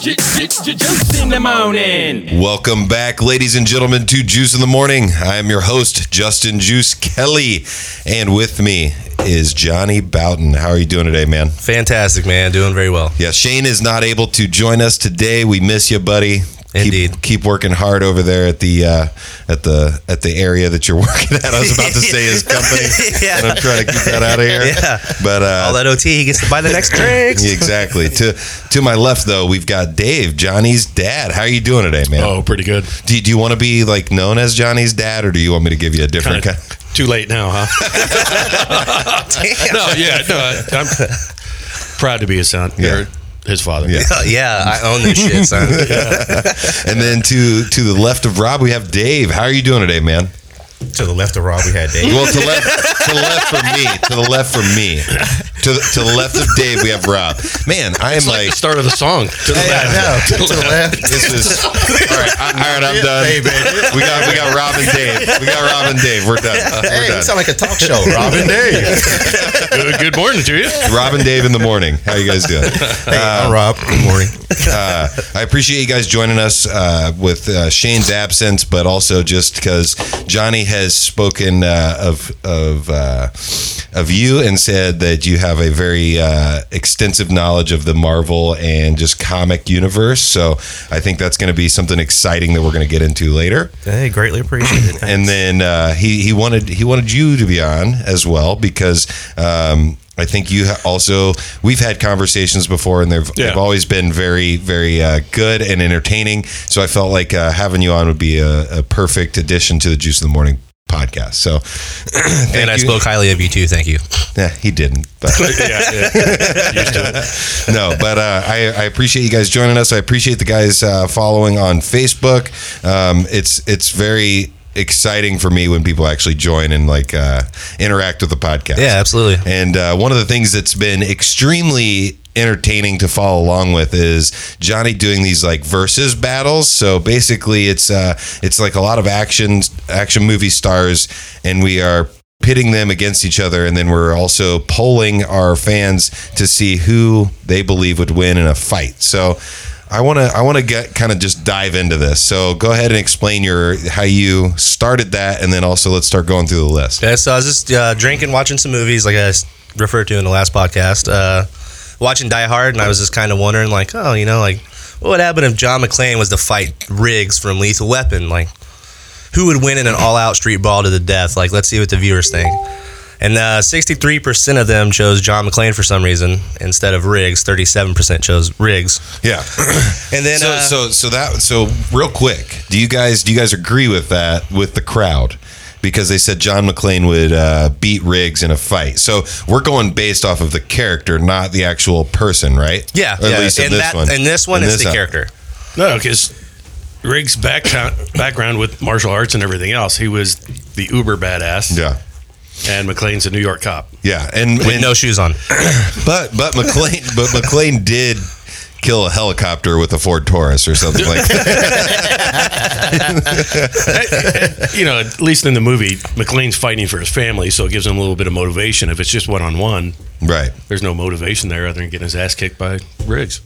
Juice in the morning. Welcome back, ladies and gentlemen, to Juice in the Morning. I am your host, Justin Juice Kelly, and with me is Johnny Bowden. How are you doing today, man? Fantastic, man. Doing very well. Yeah, Shane is not able to join us today. We miss you, buddy. Indeed. Keep, keep working hard over there at the uh, at the at the area that you're working at. I was about to say his company, Yeah. and I'm trying to keep that out of here. Yeah. But uh, All that OT, he gets to buy the next drinks. Yeah, exactly. to to my left, though, we've got Dave, Johnny's dad. How are you doing today, man? Oh, pretty good. Do, do you want to be like known as Johnny's dad, or do you want me to give you a different Kinda kind? Too late now, huh? no, yeah, no. I- I'm proud to be his son Yeah. or his father. Yeah. Oh, Yeah, I own this shit, son. And then to to the left of Rob, we have Dave. How are you doing today, man? To the left of Rob, we had Dave. Well, to the left, to the left from me, to the left from me, to the, to the left of Dave, we have Rob. Man, I am like. Like the start of the song. To the Yeah, left. I know. To the left. This is all right. I, all right, I'm done. We got we got Rob and Dave. We got Rob and Dave. We're done. We're Hey, done. you sound like a talk show, Robin. Dave. Good- Good morning to you. Rob and Dave in the morning. How you guys doing? hey, I'm Rob. Good morning. uh, I appreciate you guys joining us uh, with uh, Shane's absence, but also just because Johnny has spoken uh, of of uh, of you and said that you have a very uh, extensive knowledge of the Marvel and just comic universe. So I think that's going to be something exciting that we're going to get into later. Hey, greatly appreciated. And then uh, he he wanted he wanted you to be on as well because. Um, I think you ha- also we've had conversations before, and they've, Yeah. they've always been very, very uh, good and entertaining. So I felt like uh, having you on would be a, a perfect addition to the Juice in the Morning podcast. So, thank and I you. spoke highly of you too. Thank you. Yeah, he didn't, but Yeah, yeah. no, but uh, I, I appreciate you guys joining us. I appreciate the guys uh, following on Facebook. Um, it's it's very exciting for me when people actually join and like uh, interact with the podcast. Yeah, absolutely. And uh, one of the things that's been extremely entertaining to follow along with is Johnny doing these like versus battles. So basically, it's uh, it's like a lot of action action movie stars, and we are pitting them against each other, and then we're also polling our fans to see who they believe would win in a fight. So. I want to I want to get kind of just dive into this. So go ahead and explain your how you started that and then also let's start going through the list. Yeah, so I was just uh, drinking, watching some movies, like I s- referred to in the last podcast. Uh, watching Die Hard, and I was just kind of wondering, like, oh, you know, like, what would happen if John McClane was to fight Riggs from Lethal Weapon? Like, who would win in an all-out street brawl to the death? Like, let's see what the viewers think. And uh, 63% of them chose John McClane for some reason instead of Riggs. 37% chose Riggs. Yeah. And then so, uh, so so that so real quick do you guys do you guys agree with that with the crowd because they said John McClane would uh, beat Riggs in a fight so we're going based off of the character not the actual person right yeah, Or at yeah. least in and this that, one and this one In is the one. character. No, because Riggs' background, background with martial arts and everything else, he was the uber badass. yeah And McLean's a New York cop. yeah and, With and- no shoes on. but but McClane but McClane did kill a helicopter with a Ford Taurus or something like that You know, at least in the movie, McLean's fighting for his family, so it gives him a little bit of motivation. If it's just one on one, right there's no motivation there other than getting his ass kicked by Riggs.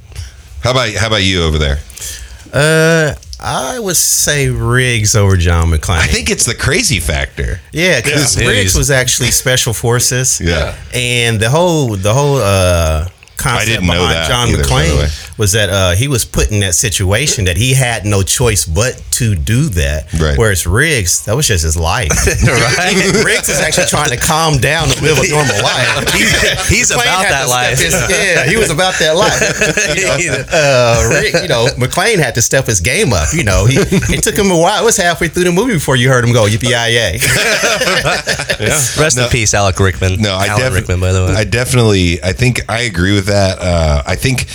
how about how about you over there Uh, I would say Riggs over John McClane. I think it's the crazy factor yeah, because Yeah. Riggs was actually special forces. Yeah. and the whole the whole uh concept I didn't know behind that John either, by the way. McClane was that uh he was put in that situation that he had no choice but to do that. Right. Whereas Riggs, that was just his life. right. Riggs is actually trying to calm down and live a normal life. He's, he's McClane about had that to life. step his- yeah, he was about that life. You know, uh, Rick, you know, McClane had to step his game up. You know, he it took him a while. It was halfway through the movie before you heard him go yippee Rest in peace, Alec Rickman. No, I Alan definitely. Rickman, by the way. I definitely. I think I agree with that. Uh, I think,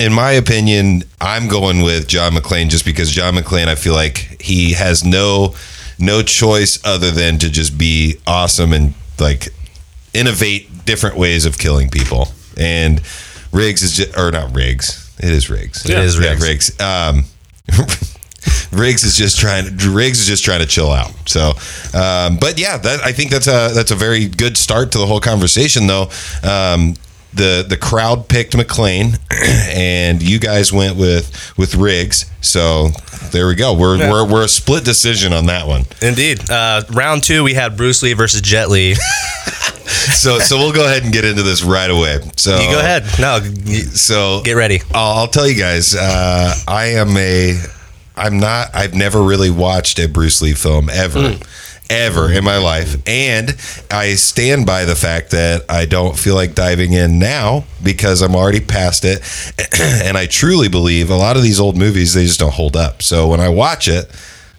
in my opinion, I'm going with John McClane just because John McClane. I feel like he has no no choice other than to just be awesome and like innovate different ways of killing people. And Riggs is just, or not Riggs. It is Riggs. It is Riggs. Yeah, Riggs. Um, Riggs is just trying. Riggs is just trying to chill out. So, um, but yeah, that, I think that's a that's a very good start to the whole conversation, though. Um, the the crowd picked McLean, and you guys went with with Riggs. So there we go. We're we're, we're a split decision on that one. Indeed. Uh, round two, we had Bruce Lee versus Jet Li. You So so we'll go ahead and get into this right away. So go ahead. No, y- So get ready. I'll, I'll tell you guys. Uh, I am a. I'm not. I've never really watched a Bruce Lee film ever, ever in my life, and I stand by the fact that I don't feel like diving in now because I'm already past it, and I truly believe a lot of these old movies they just don't hold up. So when I watch it,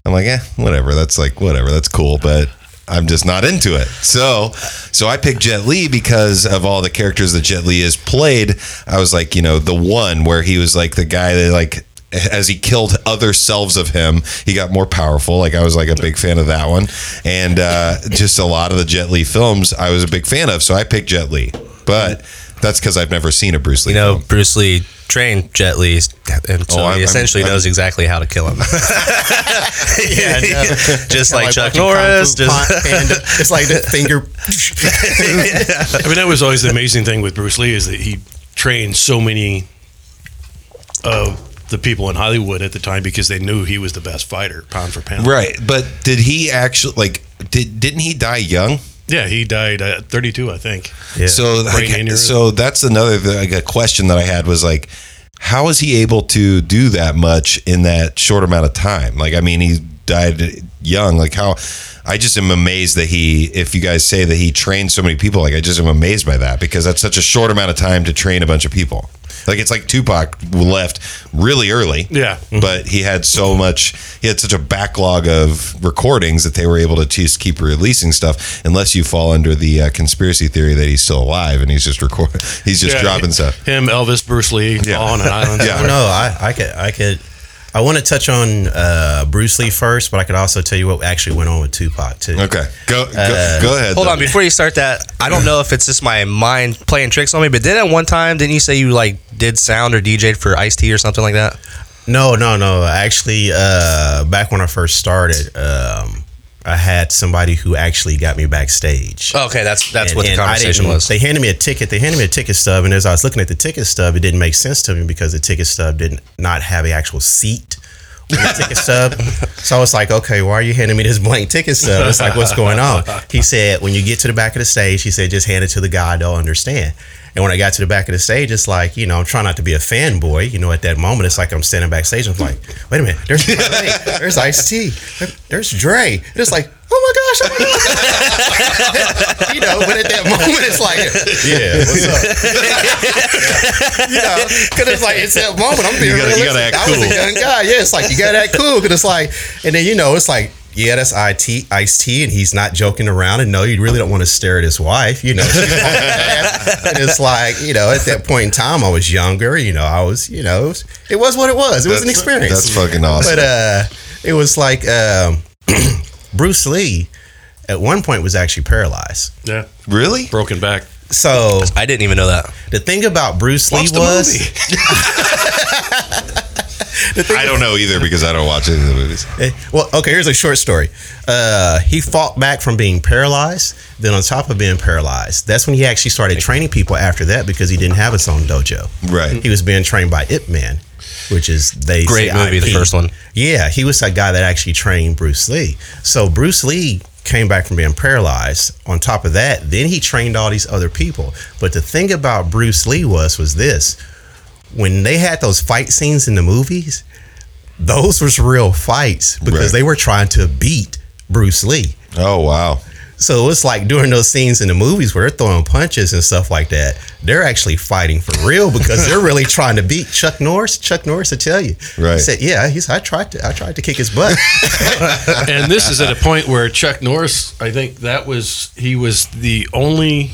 I'm like, eh, whatever. That's like whatever. That's cool, but. I'm just not into it. So, so I picked Jet Li because of all the characters that Jet Li has played. I was like, you know, the one where he was like the guy that like as he killed other selves of him, he got more powerful. Like I was like a big fan of that one, and uh, just a lot of the Jet Li films I was a big fan of. So I picked Jet Li, but that's because I've never seen a Bruce Lee. You know, film. Bruce Lee trained Jet Li, and so Oh, I'm- he essentially I'm- I'm- knows exactly how to kill him. yeah, just like, Chuck E. watching Kung Fu Norris. Just Pa- Panda. It's like the finger. I mean, that was always the amazing thing with Bruce Lee is that he trained so many of the people in Hollywood at the time because they knew he was the best fighter, pound for pound. right? But did he actually like? Did didn't he die young? Yeah, he died at 32, I think. Yeah. So, Brain like, aneurysm. so that's another th- like a question that I had was like, how is he able to do that much in that short amount of time? Like, I mean, he died young. Like, how? I just am amazed that he. If you guys say that he trained so many people, like I just am amazed by that because that's such a short amount of time to train a bunch of people. Like it's like Tupac left really early. Yeah. But he had so much, he had such a backlog of recordings that they were able to just keep releasing stuff. Unless you fall under the uh, conspiracy theory that he's still alive and he's just recording, he's just Yeah, dropping stuff. Him, Elvis, Bruce Lee, Yeah. all on an island. Yeah. somewhere. No, I, I could, I could, I want to touch on uh, Bruce Lee first, but I could also tell you what actually went on with Tupac too. Okay, go go, go ahead. Uh, Hold on, though. before you start that, I don't know if it's just my mind playing tricks on me, but did at one time, didn't you say you like did sound or DJ'd for Ice T or something like that? No, no, no. Actually, uh, back when I first started, um, I had somebody who actually got me backstage. Okay, that's that's And- what the and I conversation didn't- was. They handed me a ticket. They handed me a ticket stub, and as I was looking at the ticket stub, it didn't make sense to me because the ticket stub didn't not have an actual seat. on The ticket stub. So I was like, okay, why are you handing me this blank ticket stub? It's like, what's going on? He said, when you get to the back of the stage, he said, just hand it to the guy. They'll understand. And when I got to the back of the stage, it's like, you know, I'm trying not to be a fanboy. You know, at that moment, it's like I'm standing backstage. I'm like, wait a minute, there's Dre, there's Ice T, there's Dre. And it's like, oh my gosh, oh my gosh you know, but at that moment, it's like, yeah, what's up? You know, because it's like, it's that moment. I'm being You gotta- you realistic. gotta act I was cool. a young guy. Yeah, it's like, you got to act cool. Because it's like, and then, you know, it's like, yeah, that's IT, Ice T, and he's not joking around. And no, you really don't want to stare at his wife, you know. she's on the ass. and it's like, you know, at that point in time, I was younger, you know, I was, you know, it was, it was what it was. It was an That's- experience That's fucking awesome. but uh, it was like um, Bruce Lee at one point was actually paralyzed. Yeah. really? Broken back. So I didn't even know that. the thing about Bruce Lee Watch the was movie. I don't know either because I don't watch any of the movies. Eh, Well, okay, here's a short story. Uh, he fought back from being paralyzed. Then, on top of being paralyzed, that's when he actually started training people after that because he didn't have his own dojo. Right. He was being trained by Ip Man, which is they Great say movie, the first one. Yeah, he was that guy that actually trained Bruce Lee. So Bruce Lee came back from being paralyzed. On top of that, then he trained all these other people. But the thing about Bruce Lee was was this: when they had those fight scenes in the movies, those was real fights because Right. they were trying to beat Bruce Lee. Oh wow. So it's like during those scenes in the movies where they're throwing punches and stuff like that, they're actually fighting for real because they're really trying to beat Chuck Norris. Chuck Norris to tell you, He Right. said, "Yeah, he's I tried to I tried to kick his butt." and this is at a point where Chuck Norris, I think that was he was the only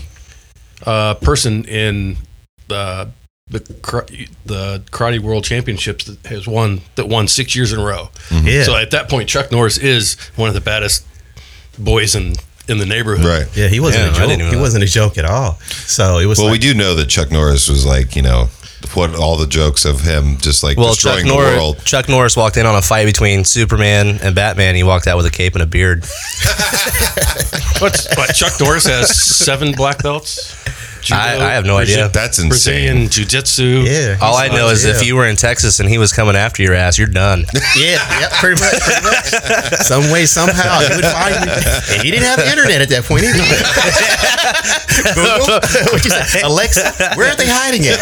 uh, person in the the kara- the karate world championships that has won that won six years in a row. Mm-hmm. Yeah. So at that point, Chuck Norris is one of the baddest boys in in the neighborhood. Right. yeah, he wasn't Yeah, I a didn't joke. even He know wasn't a joke at all. So it was Well, like, we do know that Chuck Norris was like, you know, what all the jokes of him just like Well, destroying Chuck the world. Norris, Chuck Norris walked in on a fight between Superman and Batman. He walked out with a cape and a beard. But, but Chuck Norris has seven black belts. I- I have no idea. That's insane. Brazilian jiu-jitsu. Yeah. All I know is yeah. if you were in Texas and he was coming after your ass, you're done. Yeah, yeah, pretty much, pretty much. Some way, somehow, you would find me. And you didn't have internet at that point either. Google, what you say? Alexa, where are they hiding it?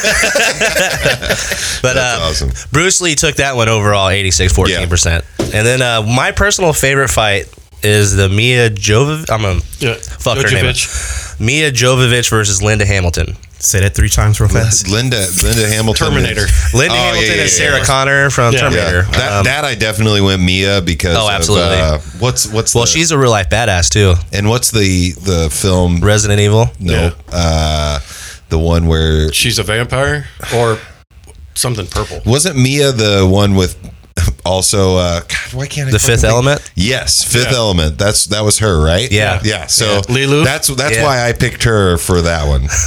But That's uh, awesome. Bruce Lee took that one overall, 86, 14%. And then uh, my personal favorite fight is the Mia Jovovich. I'm a Yeah. fuck her name. Djokovic. Mia Jovovich versus Linda Hamilton. Say that three times real fast. Linda Linda Hamilton. Terminator. Linda Oh, yeah, Hamilton yeah, yeah, and Sarah yeah. Connor from Yeah. Yeah. Terminator. That, Um, that I definitely went Mia because Oh, of, absolutely. uh, what's what's well, the, she's a real life badass too. and what's the the film? Resident Evil. no, Yeah. uh, the one where She's a vampire or something purple. wasn't Mia the one with also uh, God, why can't I The fucking Fifth think- Element. Yes, Fifth Element. That's that was her, right? Yeah. yeah. So Yeah. Lilu? That's that's Yeah. why I picked her for that one.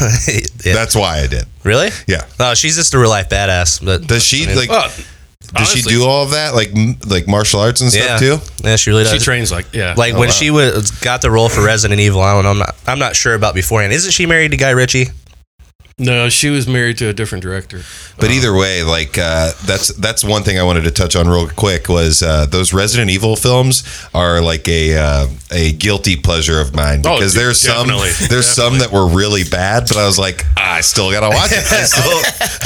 Yeah. That's why I did. really? Yeah. No, she's just a real life badass. But Does she I mean, like? Well, does she honestly, do all of that like m- like martial arts and yeah, stuff too? Yeah, she really does. She trains like yeah. Oh, like when she was got the role for Resident Evil. I don't know. I'm not. I'm not sure about beforehand. Isn't she married to Guy Ritchie? no, she was married to a different director. But either way, like uh, that's that's one thing I wanted to touch on real quick was uh, those Resident Evil films are like a uh, a guilty pleasure of mine Oh, because dude, there's some definitely, there's some that were really bad, but I was like I still gotta watch it. I still-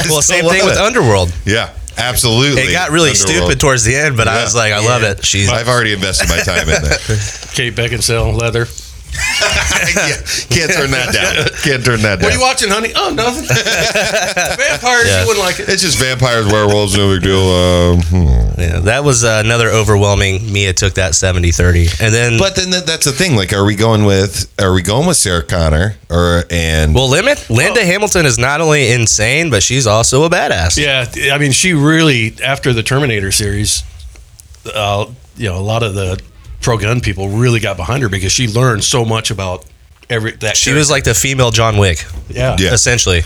I still Well, same love thing with it. Underworld. yeah, absolutely. It got really Underworld. stupid towards the end, but I Yeah. was like, I love it. She's I've already invested my time in that. Kate Beckinsale, leather. yeah, can't turn that down. Can't turn that down. What are you watching, honey? Oh, nothing. Vampires, Yeah. you wouldn't like it. It's just vampires, werewolves, no big deal. Um, hmm. yeah, that was uh, another overwhelming. Mia took that 70-30. and then But then that, that's the thing. Like, are we going with are we going with Sarah Connor or and well, limit Oh. Linda Hamilton is not only insane, but she's also a badass. Yeah, I mean, she really after the Terminator series, uh, you know, a lot of the pro gun people really got behind her because she learned so much about every that She was like the female John Wick, yeah, Yeah. essentially.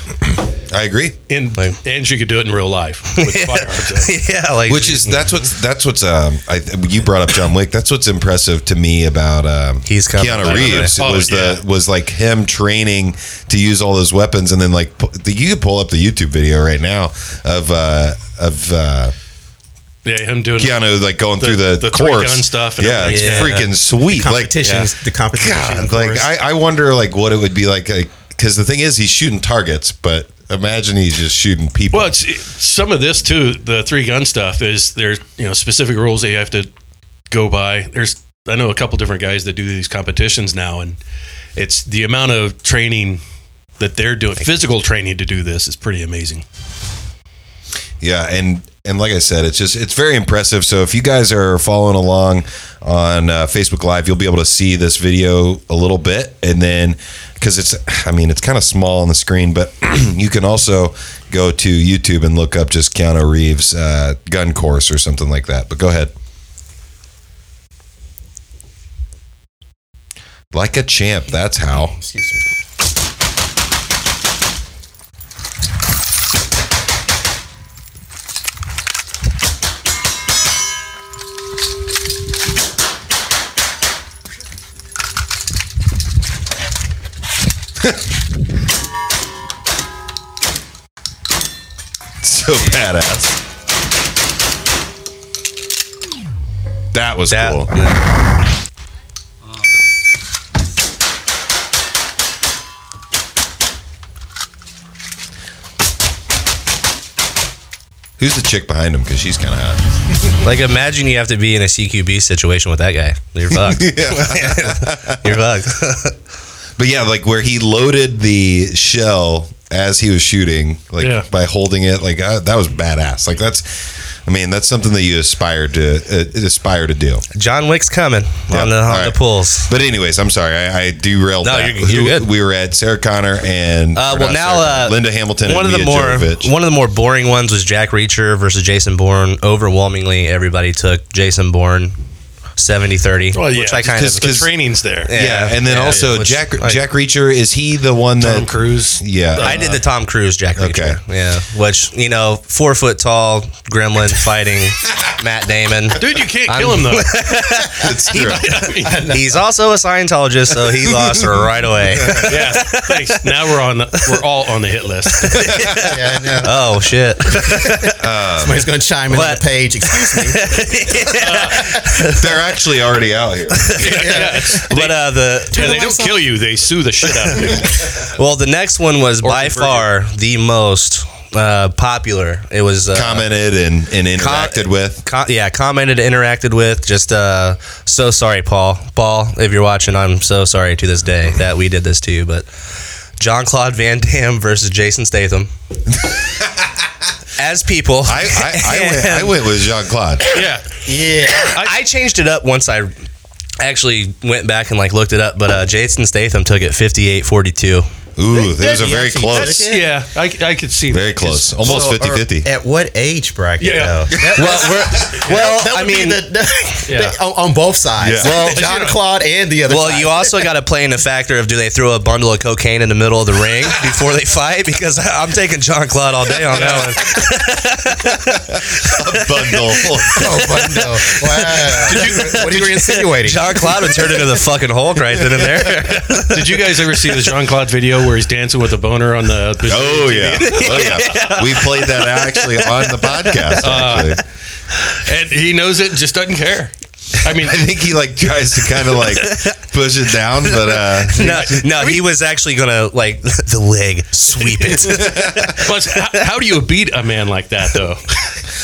I agree. and and she could do it in real life with firearms. yeah, like Which is that's what's that's what's um I, you brought up John Wick. That's what's impressive to me about um He's coming. Keanu Reeves Oh, was the yeah. was like him training to use all those weapons and then like pu- the, you could pull up the YouTube video right now of uh of uh Yeah, him doing Keanu like going through the, the three course gun stuff and yeah, it's everything. Yeah. freaking sweet. Like Competitions, the competition. God, of like course. I, I wonder like what it would be like because the thing is he's shooting targets, but imagine he's just shooting people. Well, it's, it- some of this too. The three gun stuff is there's you know specific rules that you have to go by. There's I know a couple different guys that do these competitions now, and it's the amount of training that they're doing, physical training to do this is pretty amazing. yeah, and and like I said, it's just it's very impressive. So if you guys are following along on uh, Facebook Live, you'll be able to see this video a little bit, and then because it's I mean it's kind of small on the screen, but you can also go to YouTube and look up just Keanu Reeves uh, gun course or something like that. But go ahead. Like a champ, that's how. Excuse me. So badass. That was that. cool. Who's the chick behind him? Because she's kind of hot. Like imagine you have to be in a CQB situation with that guy. You're fucked. You're fucked. But yeah, like where he loaded the shell as he was shooting, like Yeah. by holding it, like uh, that was badass. Like that's, I mean, that's something that you aspire to uh, aspire to do. John Wick's coming Yeah, on the on all the right. pulls. But anyways, I'm sorry, I, I derailed. No, that. you're- you're good. We were at Sarah Connor and Uh, or well, not now Sarah Connor, uh, Linda Hamilton. One and of Mia the more Jovovich. one of the more boring ones was Jack Reacher versus Jason Bourne. Overwhelmingly, everybody took Jason Bourne. 70 30, Well, yeah, which I kind of. because the training's there. Yeah, and then yeah, also which Jack I- Jack Reacher is he the one that Tom Cruise. yeah I did the Tom Cruise Jack Okay. Reacher. Yeah. Which, you know, four foot tall gremlin fighting Matt Damon. Dude, you can't kill him though. that's true. He's also a Scientologist, so he lost right away. yeah. Thanks. Now we're on. The, we're all on the hit list. Yeah, I know. oh, shit. Somebody's going to chime in on What? the page. Excuse me. They're actually already out here. But uh, the Yeah, they don't kill you; they sue the shit out of you. well, the next one was by far the most uh, popular. It was uh, Commented and, and interacted with. co- yeah, commented, interacted with. Just uh, so sorry, Paul. Paul, if you're watching, I'm so sorry to this day that we did this to you. But John Claude Van Damme versus Jason Statham. As I, people, I, I, went, I went with Jean Claude. yeah, Yeah. I, changed it up once I actually went back and like looked it up. But uh, Jason Statham took it 58-42. Ooh, those are very actually close. took it. yeah. I, I could see Very that. close. Almost So, 50 or 50. At what age bracket, Yeah. though? Well, we're, well, That I would be mean, the- the- Yeah. the- on, on both sides. Yeah. Well, John Claude and the other. Well, side. you also got to play in the factor of do they throw a bundle of cocaine in the middle of the ring before they fight? Because I- I'm taking John Claude all day on that one. Bundle. Oh, but no. Wow. what are you insinuating? John Claude would turn into the fucking Hulk right then and there. Did you guys ever see the Jean Claude video where he's dancing with a boner on the? Oh, yeah. Oh, yeah. We played that actually on the podcast. Actually. And he knows it, and just doesn't care. I mean, I think he like tries to kind of like push it down, but uh, No, no, he was actually gonna like the leg sweep it. plus, how, how do you beat a man like that though?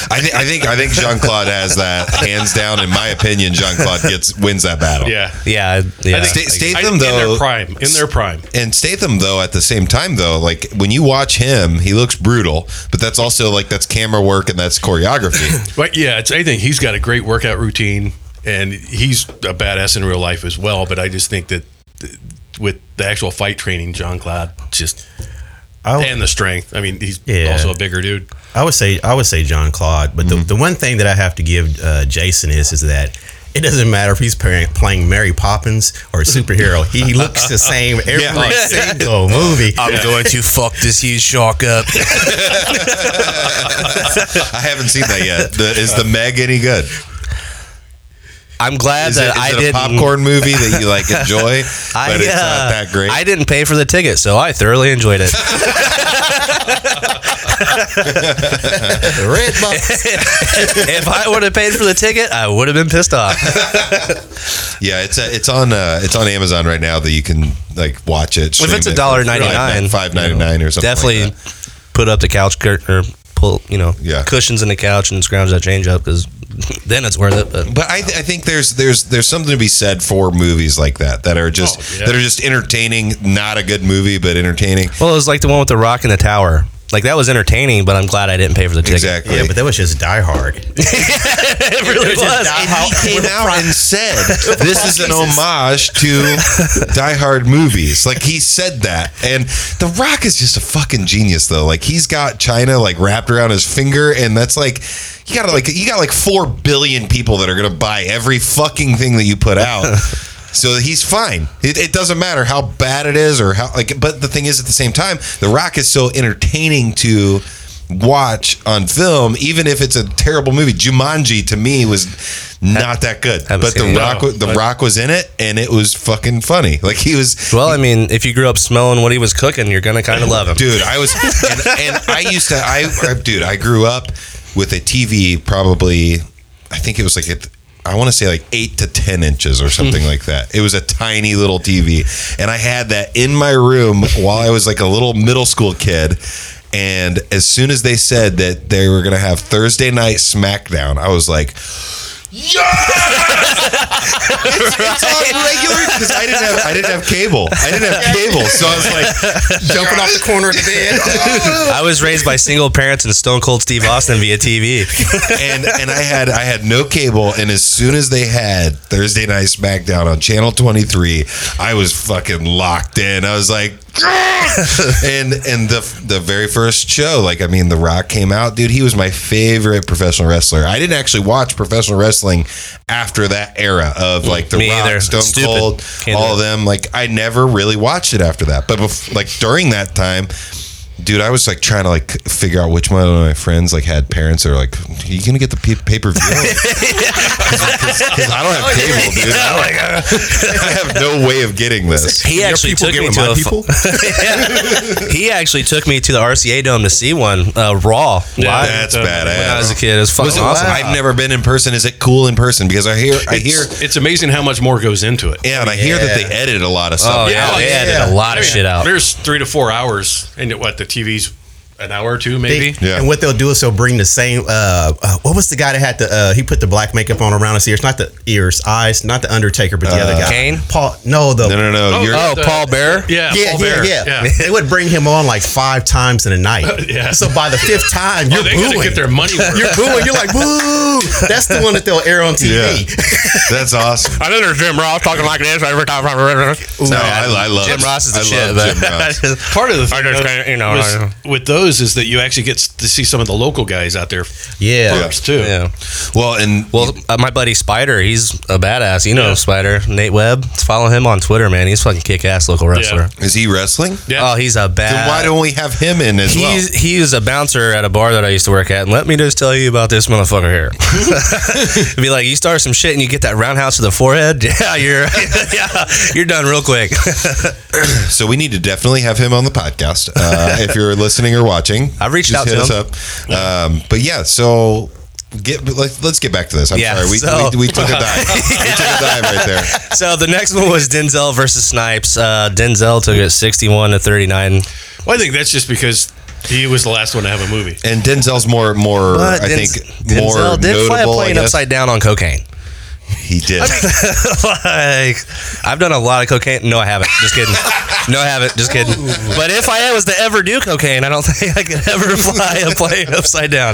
I, th- I think I think Jean Claude has that hands down. In my opinion, Jean Claude gets wins that battle. Yeah. Yeah, yeah. Sta- I, Statham in though, their prime, in their prime. and Statham though, at the same time though, like when you watch him, he looks brutal, but that's also like that's camera work and that's choreography. But yeah, it's, I think he's got a great workout routine, and he's a badass in real life as well. But I just think that th- with the actual fight training, John Cloud just I, and the strength. I mean, he's Yeah. also a bigger dude. I would say I would say John Claude, but the, the one thing that I have to give uh, Jason is is that it doesn't matter if he's pairing, playing Mary Poppins or a superhero, he looks the same every single movie. I'm going to fuck this huge shark up. I haven't seen that yet. The, is the Meg any good? I'm glad Is it, that is I it a didn't. popcorn movie that you like enjoy, I, but it's not uh, that great? I didn't pay for the ticket, so I thoroughly enjoyed it. The red box. if I would have paid for the ticket, I would have been pissed off. yeah, it's a, it's on uh, it's on Amazon right now that you can like watch it. Well, if it's a dollar ninety nine, five ninety nine or something. like definitely that. put up the couch curtain or pull, you know, Yeah. cushions in the couch and scrounge that change up because then it's worth it. But But I, I think there's there's there's something to be said for movies like that that are just yeah. that are just entertaining. Not a good movie, but entertaining. well, it was like the one with the rock in the tower. Like that was entertaining, but I'm glad I didn't pay for the ticket. Exactly. Yeah, but that was just Die Hard. it really It was. was just Die Hard. came out and said, "This is an homage to Die Hard movies." Like he said that, and The Rock is just a fucking genius, though. Like he's got China like wrapped around his finger, and that's like you got like you got like four billion people that are gonna buy every fucking thing that you put out. So he's fine. It, it doesn't matter how bad it is or how like. But the thing is, at the same time, The Rock is so entertaining to watch on film, even if it's a terrible movie. Jumanji to me was not that good, haven't but seen The it. Rock, No, The but- Rock was in it, and it was fucking funny. Like he was. well, I mean, if you grew up smelling what he was cooking, you're gonna kind of love him. Dude, I was, and, and I used to, I, I, dude, I grew up with a TV probably, I think it was like, it, I want to say like eight to 10 inches or something like that. It was a tiny little TV. And I had that in my room while I was like a little middle school kid. And as soon as they said that they were going to have Thursday night SmackDown, I was like, it's on regular because I didn't have I didn't have cable. I didn't have cable, so I was like Jumping off the corner of the bed. I was raised by single parents and Stone Cold Steve Austin via TV. and and I had I had no cable, and as soon as they had Thursday Night SmackDown on Channel 23, I was fucking locked in. I was like, "Ah!" and and the the very first show, like I mean, The Rock came out, dude. He was my favorite professional wrestler. I didn't actually watch professional wrestling after that era of like The Me Rock, either. Stone Stupid. Cold, Can't all do of them. Like I never really watched it after that, but bef- like during that time. Dude, I was like trying to like figure out which one of my friends like had parents that were like, "Are you gonna get the pay per view?" Because I don't have cable, dude. I, don't- I have no way of getting this. He actually people took get me with to my a people? fu- Yeah. He actually took me to the RCA Dome to see one uh, raw. live. That's uh, badass. When I was a kid, it was fucking Was it awesome. awesome? I've never been in person. Is it cool in person? Because I hear, I hear, It's, it's amazing how much more goes into it. yeah, and I hear that they Yeah. edit a lot of Oh stuff. yeah, Yeah, they yeah. added a lot of I mean, shit out. There's three to four hours, and what the TV's an hour or two, They- maybe. Yeah. And what they'll do is they'll bring the same. Uh, uh, what was the guy that had the? Uh, he put the black makeup on around his ears, not the ears, eyes, not the Undertaker, but the other guy. Kane? Paul. No, the. No, no, no. you're, Oh, the- Paul Bear. Yeah, Yeah, Paul yeah, Bear. yeah, They would bring him on like five times in a night. Yeah. So by the fifth time, you're They gotta booing. get their money worth. You're booing. You're like, boo. That's the one that they'll air on yeah, TV. that's awesome. I know there's Jim Ross talking like this every time. No, I, I love Jim Ross is the I shit. love Jim Ross. but- Part of the I thing, just though, can't, you know, was- I know. with those is that you actually get s- to see some of the local guys out there Yeah. first too. yeah. Well, and Well, uh, my buddy Spider, he's a badass. You know Spider, Nate Webb. Follow him on Twitter, man. He's fucking kick ass local wrestler. is he wrestling? Yeah. Oh, he's a bad. Then why don't we have him in as well? He's, he's a bouncer at a bar that I used to work at. And let me just tell you about this motherfucker here. It'd be like, you start some shit and you get that roundhouse to the forehead. Yeah, you're yeah, you're done real quick. So we need to definitely have him on the podcast. Uh, if you're listening or watching, I've reached just out hit to us up. Um, but yeah, so get let, let's get back to this. I'm Yeah, sorry, we, so- we, we took a dive. We took a dive right there. so the next one was Denzel versus Snipes. Uh, Denzel took it 61 to 39. Well, I think that's just because he was the last one to have a movie. And Denzel's more, more. But I Denz- think more Denzel did notable. fly a I plane guess. upside down on cocaine. He did. like I've done a lot of cocaine. No, I haven't. Just kidding. No, I haven't. Just kidding. But if I was to ever do cocaine, I don't think I could ever fly a plane upside down.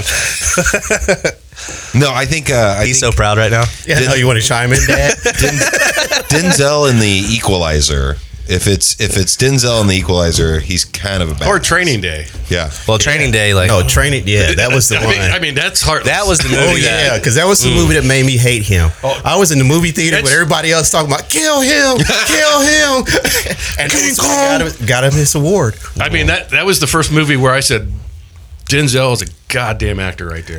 no, I think uh, I He's so think proud right now. Yeah. oh, you want to chime in, Dad? Denzel in the Equalizer. If it's if it's Denzel in the Equalizer, he's kind of a bad. Or Training Day. yeah. Well, Training Day, like No, Oh, train it. Yeah, that was the I one. mean, I mean, that's hard. that was the movie. Oh yeah, because that was the movie that made me hate him. I was in the movie theater with That's- everybody else talking about kill him, kill him, and he got him, got him his award. I mean that that was the first movie where I said Denzel is a goddamn actor right there.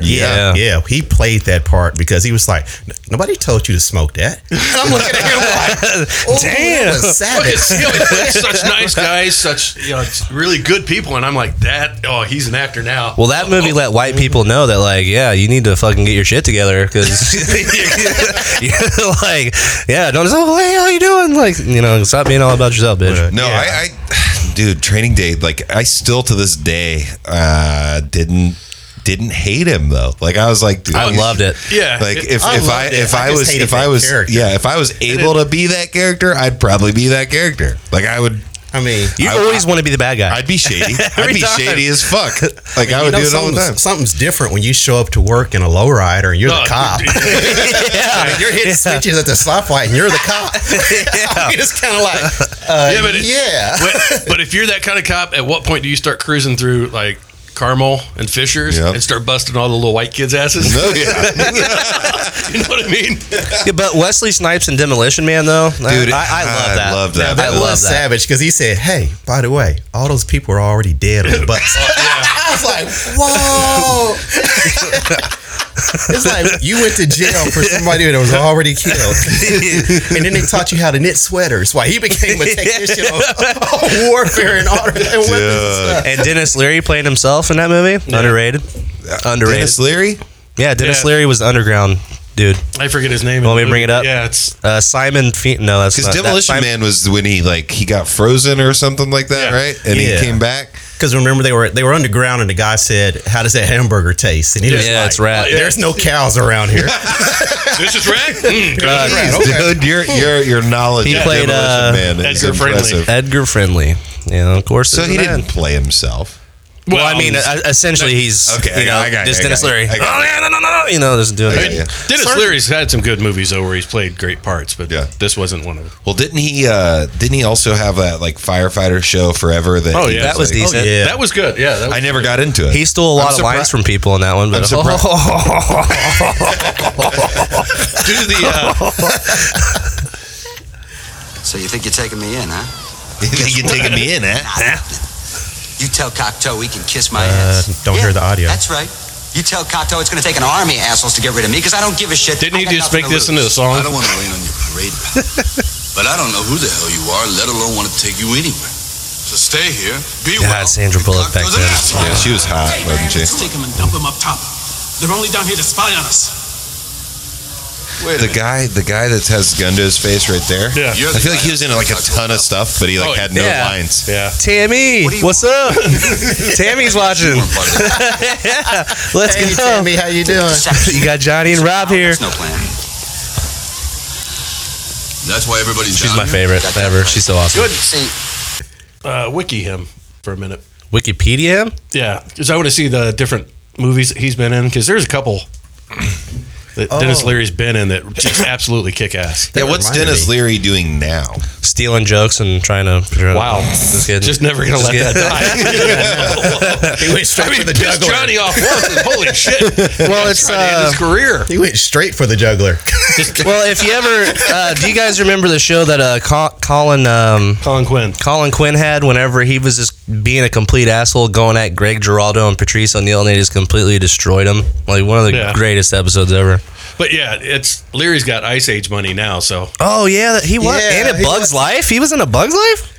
Yeah. Yeah, yeah, he played that part because he was like, nobody told you to smoke that. And I'm looking at him like, oh, damn, Look, savage. it's, you know, it's such nice guys, such you know, it's really good people, and I'm like that. Oh, he's an actor now. Well, that movie let white people know that, like, yeah, you need to fucking get your shit together because, like, yeah, don't just, oh, hey, how you doing? Like, you know, stop being all about yourself, bitch. No, I, I, dude, Training Day. Like I still to this day uh, didn't didn't hate him though. Like I was like, dude, I he's- loved it. yeah, Like it- if I if I loved it. if I I, just was hated if I that was character. yeah if I was able to be that character, I'd probably be that character. Like I would. I mean, You I- always want to be the bad guy. I'd be shady. I'd Every be time. shady as fuck. Like I would you know, do it all the time. something's, something's different when you show up to work in a lowrider and you're No, the cop. yeah, You're hitting switches at the stoplight and you're the cop. I mean, it's kind of like, uh, Yeah, yeah, but it- but, but if you're that kind of cop, at what point do you start cruising through like Carmel and Fishers Yep. and start busting all the little white kids' asses? Oh, yeah. you know what I mean? Yeah, but Wesley Snipes and Demolition Man, though, Dude, I, I love I that. love that. I that love was that. savage because he said, "Hey, by the way, all those people are already dead on the bus." I was like, "Whoa!" it's like you went to jail for somebody that was already killed, and then they taught you how to knit sweaters. Why he became a technician on, on warfare and all and weapons. and stuff. And Dennis Leary playing himself in that movie, underrated, underrated. Dennis Leary. yeah, Dennis Yeah. Leary was the underground dude. I forget his name. Want me to bring it up? Yeah, it's Uh, Simon, Fe- no, that's Because not- Demolition that's Man Simon- was when he like he got frozen or something like that, Yeah. right? And Yeah. he came back. Because remember they were they were underground, and the guy said, "How does that hamburger taste?" And he was Yeah, like, it's rat. There's no cows around here. this is right. Mm, Jeez, God. dude, your your your knowledge. He of played, Demolition uh, Man is Edgar Friendly. impressive. Edgar Friendly. Yeah, of course. So is he the man. didn't play himself. Well, I mean, uh, essentially, he's Okay, I okay, you know, got- I got it, just I Dennis got it, Leary. I Oh got yeah, no, no, no, no, you know, doesn't do yeah. anything. Dennis Leary's had some good movies though, where he's played great parts, but Yeah. this wasn't one of them. Well, didn't he? uh Didn't he also have that like firefighter show forever? That he Oh, "Oh, yeah. That was decent. Yeah. That was good. Yeah, that was I never got into it. He stole a lot I'm of lines surprised- from people in that one, but surprised- Do the uh, So you think you're taking me in, huh? You think you're taking me in, eh? huh? You tell Cocteau he can kiss my ass. Uh, don't hear the audio. That's right. You tell Cocteau it's going to take an army of assholes to get rid of me because I don't give a shit. Didn't I he got just nothing make to this lose. into a song? I don't want to rain on your parade, pal. but I don't know who the hell you are, let alone want to take you anywhere. So stay here. Be God, well. Sandra Bullock back then. Yeah, she was hot, wasn't she? Take them and dump them up top. They're only down here to spy on us. Wait a The minute. guy, the guy that has the gun to his face right there. Yeah. You're I the feel like guy he was in like a ton of stuff, but he like Oh, had no yeah. lines. yeah. Tammy, What do you what's up? Tammy's watching. Let's Hey, go. Tammy, how you doing? You got Johnny and Rob here. That's Oh, no plan. That's why everybody's She's down my here. favorite ever. She's so awesome. Good. See, Uh, wiki him for a minute. Wikipedia. Yeah, because I want to see the different movies that he's been in. Because there's a couple that Oh. Dennis Leary's been in that just absolutely kick ass. Yeah, what's reminded Dennis me. Leary doing now? Stealing jokes and trying to figure out. Wow. Just kidding. Just never gonna let kidding. that die. He went straight I mean, for the pissed juggler. Johnny off once. and Holy shit! Well, it's Trying to end uh, his career. He went straight for the juggler. well, if you ever, uh, do you guys remember the show that uh, Co- Colin um, Colin Quinn. Colin Quinn had whenever he was just being a complete asshole, going at Greg Giraldo and Patrice O'Neill, and they just completely destroyed him. Like one of the Yeah. greatest episodes ever. But yeah, it's Leary's got Ice Age money now, so Oh yeah, that- he was. Yeah, and it he Bugs was. Life. He was in a Bugs Life.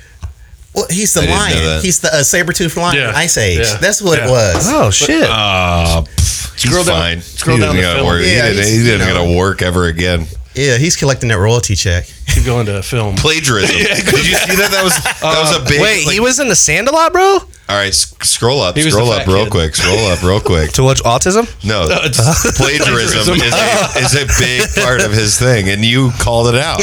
Well, he's the didn't know lion. that. He's the uh, saber-toothed lion. Yeah. Ice Age. Yeah. That's what Yeah. Uh-huh. it was. Oh shit. Uh, pff, he's Scroll down- fine. scroll he down didn't gotta the film. work. Yeah, he didn't, he's- he didn't you know. gotta work ever again. Yeah, he's collecting that royalty check. keep going to film. Plagiarism. Did you see that? That was that was a big. Uh, Wait, like- he was in the Sandalot, bro. All right, s- scroll up, He was scroll the up fat real kid. quick, scroll up real quick. To watch autism. No, it's- plagiarism is a, is a big part of his thing, and you called it out.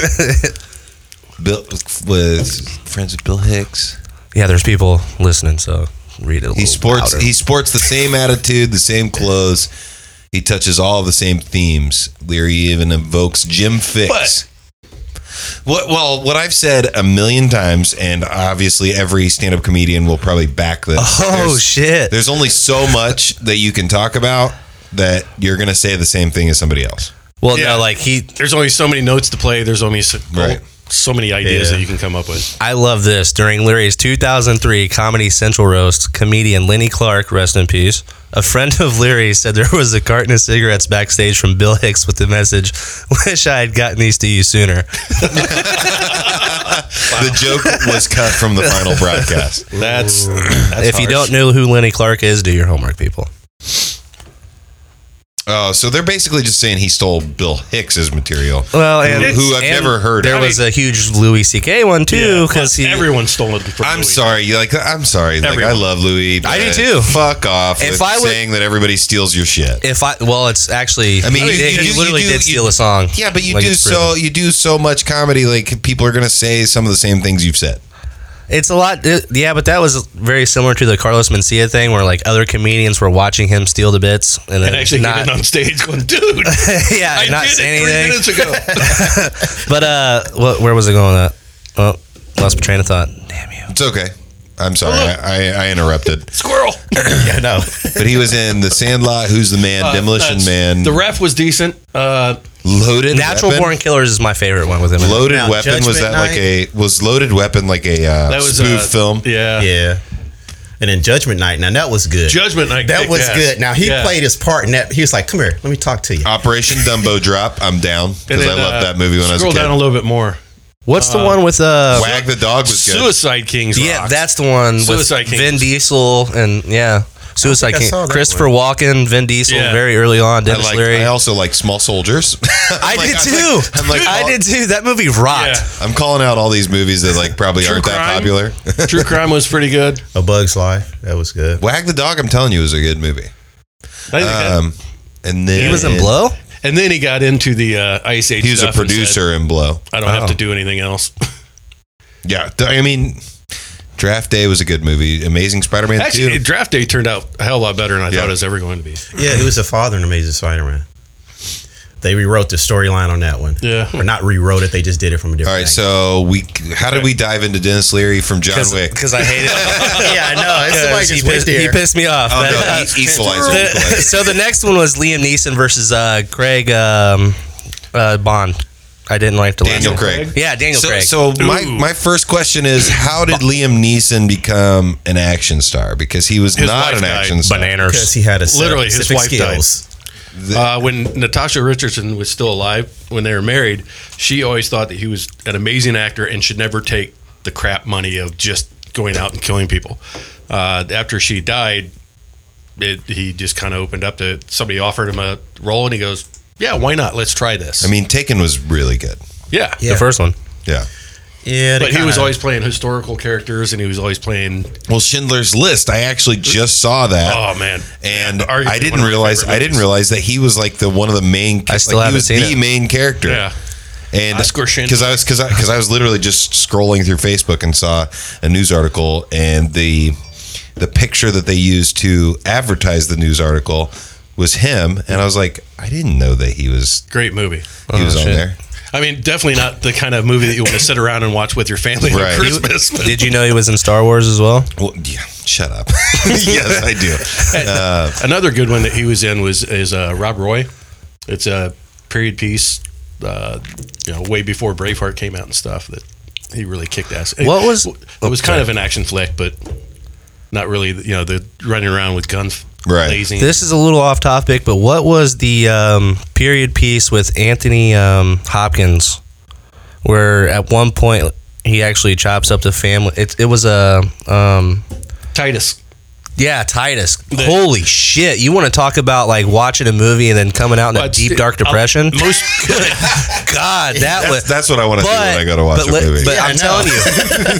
Bill was friends with Bill Hicks. Yeah, there's people listening, so read it. A He little sports louder. he sports the same attitude, the same clothes. He touches all the same themes. Leary even invokes Jim Fix. What? Well, what I've said a million times, and obviously every stand-up comedian will probably back this. Oh There's- shit. There's only so much that you can talk about that you're going to say the same thing as somebody else. Well, Yeah. no, like he. There's only so many notes to play. There's only so, Right. so many ideas Yeah. that you can come up with. I love this. During Leary's 2003 Comedy Central roast, comedian Lenny Clark, rest in peace, a friend of Leary said there was a carton of cigarettes backstage from Bill Hicks with the message, "Wish I had gotten these to you sooner." The joke was cut from the final broadcast. That's, if you don't know who Lenny Clark is, do your homework, people. Oh, so they're basically just saying he stole Bill Hicks's material. Well, and who I've never heard There of. was a huge Louis C.K. one too, because he. everyone's stolen. From I'm Louis. sorry. You like I'm sorry. Like I Everyone. love Louis. I do but too. Fuck off. If If I I would- saying that everybody steals your shit. if I well, it's actually. I I mean, mean, he, you- did- you he do- you literally do- did you- steal a song. Yeah, but you Like, do it's proven. so you do so much comedy. Like people are gonna say some of the same things you've said. It's a lot. it- yeah, but that was very similar to the Carlos Mencia thing, where like other comedians were watching him steal the bits and, then And actually, not, getting on stage, going, dude, yeah, I not did saying it three anything. minutes ago. But uh, what, where was it going? At? Oh, lost my train of thought. Damn you. It's okay. I'm sorry. I, I, I interrupted. Squirrel. yeah, no. But he was in The Sandlot, Who's the Man, Demolition Uh, That's- Man, The ref was decent. Uh, Loaded Natural Weapon. Born Killers is my favorite one with him. in it. Loaded Now, Weapon was Judgment that like a was Loaded Weapon like a uh, that was spoof uh, film? Yeah. Yeah. And then Judgment Night. Now that was good. Judgment Night That kicked was ass. good. Now he Yeah. played his part in that. He was like, "Come here, let me talk to you." Operation Dumbo Drop. I'm down And because I then, uh, loved that movie when I was a Scroll kid. down a little bit more. What's the one with uh? Wag the Dog was good. Suicide Kings. yeah, rocks. that's the one Suicide with King. Vin Diesel and yeah, Suicide I King. saw that Christopher Walken, Vin Diesel, Yeah. very early on. I Dennis like. Leary. I I, also like Small Soldiers. I'm like- did I'm too. like- I'm like, I all- did too. That movie rocked. Yeah. I'm calling out all these movies that like probably True aren't that Crime. popular. True Crime was pretty good. A Bug's Life. That was good. Wag the Dog. I'm telling you, was a good movie. I think that- Um, and then He was in Blow. and then he got into the uh, Ice Age. He was a Oh. stuff and said, producer in Blow. I don't have to do anything else. Yeah, th- I mean, Draft Day was a good movie. Amazing Spider-Man Actually, 2. Draft Day turned out a hell of a lot better than I Yeah. thought it was ever going to be. Yeah, who was the father in Amazing Spider-Man? They rewrote the storyline on that one. Yeah. or not rewrote it. They just did it from a All different. right, so we how did we dive into Dennis Leary from John Wick? Because I hate it. yeah, I know. It's somebody Because he, just went pissed, there. he pissed me off. Oh, That- no, uh, e- equalizer, the- equalizer. so the next one was Liam Neeson versus uh, Craig um, uh, Bond. I didn't like the Daniel last Craig. One. Yeah, Daniel so, Craig. So my, my first question is, how did Liam Neeson become an action star? Because he was His not wife an died. action star. because he had a set of Literally, his specific wife skills. Uh, when Natasha Richardson was still alive, when they were married, she always thought that he was an amazing actor and should never take the crap money of just going out and killing people. Uh, after she died, it, he just kind of opened up to somebody offered him a role, and he goes, "Yeah, why not? Let's try this." I mean, Taken was really good. yeah, Yeah. the first one. Yeah. Yeah, they but he was kinda- always playing historical characters, and he was always playing. Well, Schindler's List. I actually just saw that. Oh man, and Arguably I one didn't of my realize favorite I didn't movies. realize that he was like the one of the main. I still like, he haven't was seen the it. main character. Yeah. And Oscar Schindler. because I was because I because I was literally just scrolling through Facebook and saw a news article and the the picture that they used to advertise the news article was him and I was like I didn't know that he was Great movie. he was on Oh, shit. there. I mean, definitely not the kind of movie that you want to sit around and watch with your family Right. on Christmas. but- Did you know he was in Star Wars as well? Well, yeah, shut up. yes, I do. Uh, Another good one that he was in was is uh, Rob Roy. It's a period piece, uh, you know, way before Braveheart came out and stuff. That he really kicked ass. It- What was- It was kind of an action flick, but not really. You know, the running around with guns, Right. blazing. This is a little off topic, but what was the um, period piece with Anthony um, Hopkins, where at one point he actually chops up the family? It, it was a um, Titus. yeah, Titus. Holy shit! You want to talk about like watching a movie and then coming out in a But deep sti- dark depression? I'll- most God, that that's, was. that's what I want to see but, when I go to watch but, a li- movie. but I'm telling you,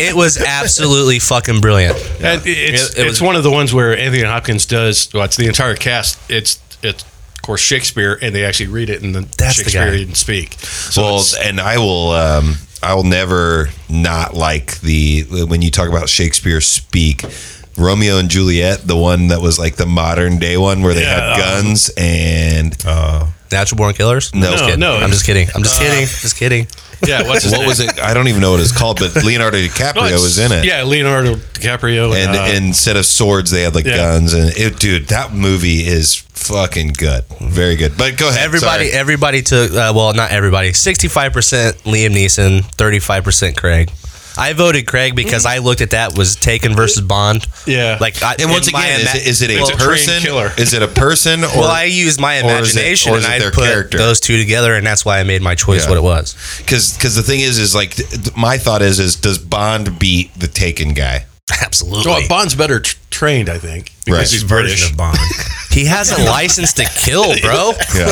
it was absolutely fucking brilliant. And it's, It- it was- it's one of the ones where Anthony Hopkins does. Well, it's the entire cast. It's it's of course Shakespeare, and they actually read it in the That's the guy. Shakespearean speak. So well, it's- and I will. Um, I will never not like the when you talk about Shakespeare speak. Romeo and Juliet, the one that was like the modern day one where they had Yeah. uh, guns and Natural born killers? No. just No, kidding. no. I'm just kidding. I'm just kidding. Just kidding. yeah, what's his what name? was it? I don't even know what it's called, but Leonardo No, DiCaprio it's- was in it. Yeah, Leonardo DiCaprio and uh, instead of swords, they had like Yeah. guns. And it, dude, that movie is fucking good, very good. But go ahead. Everybody, sorry. everybody took. Uh, well, not everybody. Sixty-five percent Liam Neeson, thirty-five percent Craig. I voted Craig because I looked at that was Taken versus Bond. Yeah. like I, and once in my again, is ima- it, is it a It's a trained person? killer. Is it a person? Or, well, I used my or is it- imagination or is it and I their put character? those two together, and that's why I made my choice. Yeah. What it was. because because the thing is is like th- th- my thought is is does Bond beat the Taken guy? Absolutely. well, Bond's better t- trained, I think, because Right. he's version British. of Bond. he has a license to kill, bro. Yeah.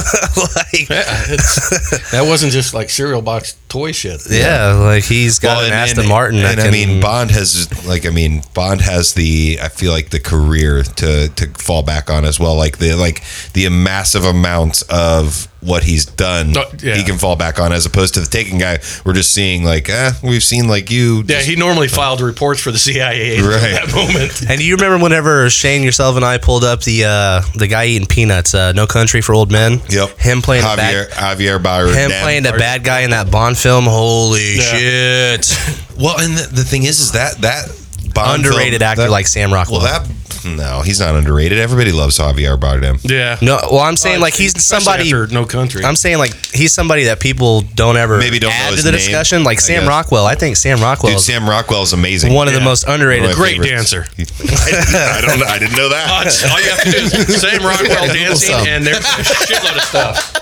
like, yeah. that wasn't just like cereal box toy shit. like he's got an Aston Martin. and, that I can- mean Bond has like I mean Bond has the I feel like the career to to fall back on as well like the like the massive amounts of what he's done Oh, yeah. he can fall back on as opposed to the Taken guy we're just seeing like eh, we've seen like you Yeah, just- he normally filed reports for the CIA at Right. that moment. And do you remember whenever Shane, yourself, and I pulled up the uh, the guy eating peanuts, uh, No Country for Old Men? yep Him playing the Javier bad, Javier Bardem him playing the bad guy in that Bond film. Holy shit! well and the, the thing is is that that Bond film- Underrated actor that- like Sam Rockwell. well that no he's not underrated everybody loves Javier Bardem Yeah, no, well, I'm saying Oh, like he's Especially somebody. after No Country. I'm saying like he's somebody that people don't ever Maybe don't know add to his the name, discussion. Like I Sam guess. Rockwell, I think Sam Rockwell Dude, is Sam Rockwell is amazing. one of the most underrated. One of my Great favorites. dancer. I, I don't know. I didn't know that. All you have to do is Sam Rockwell dancing, some. and there's a shitload of stuff.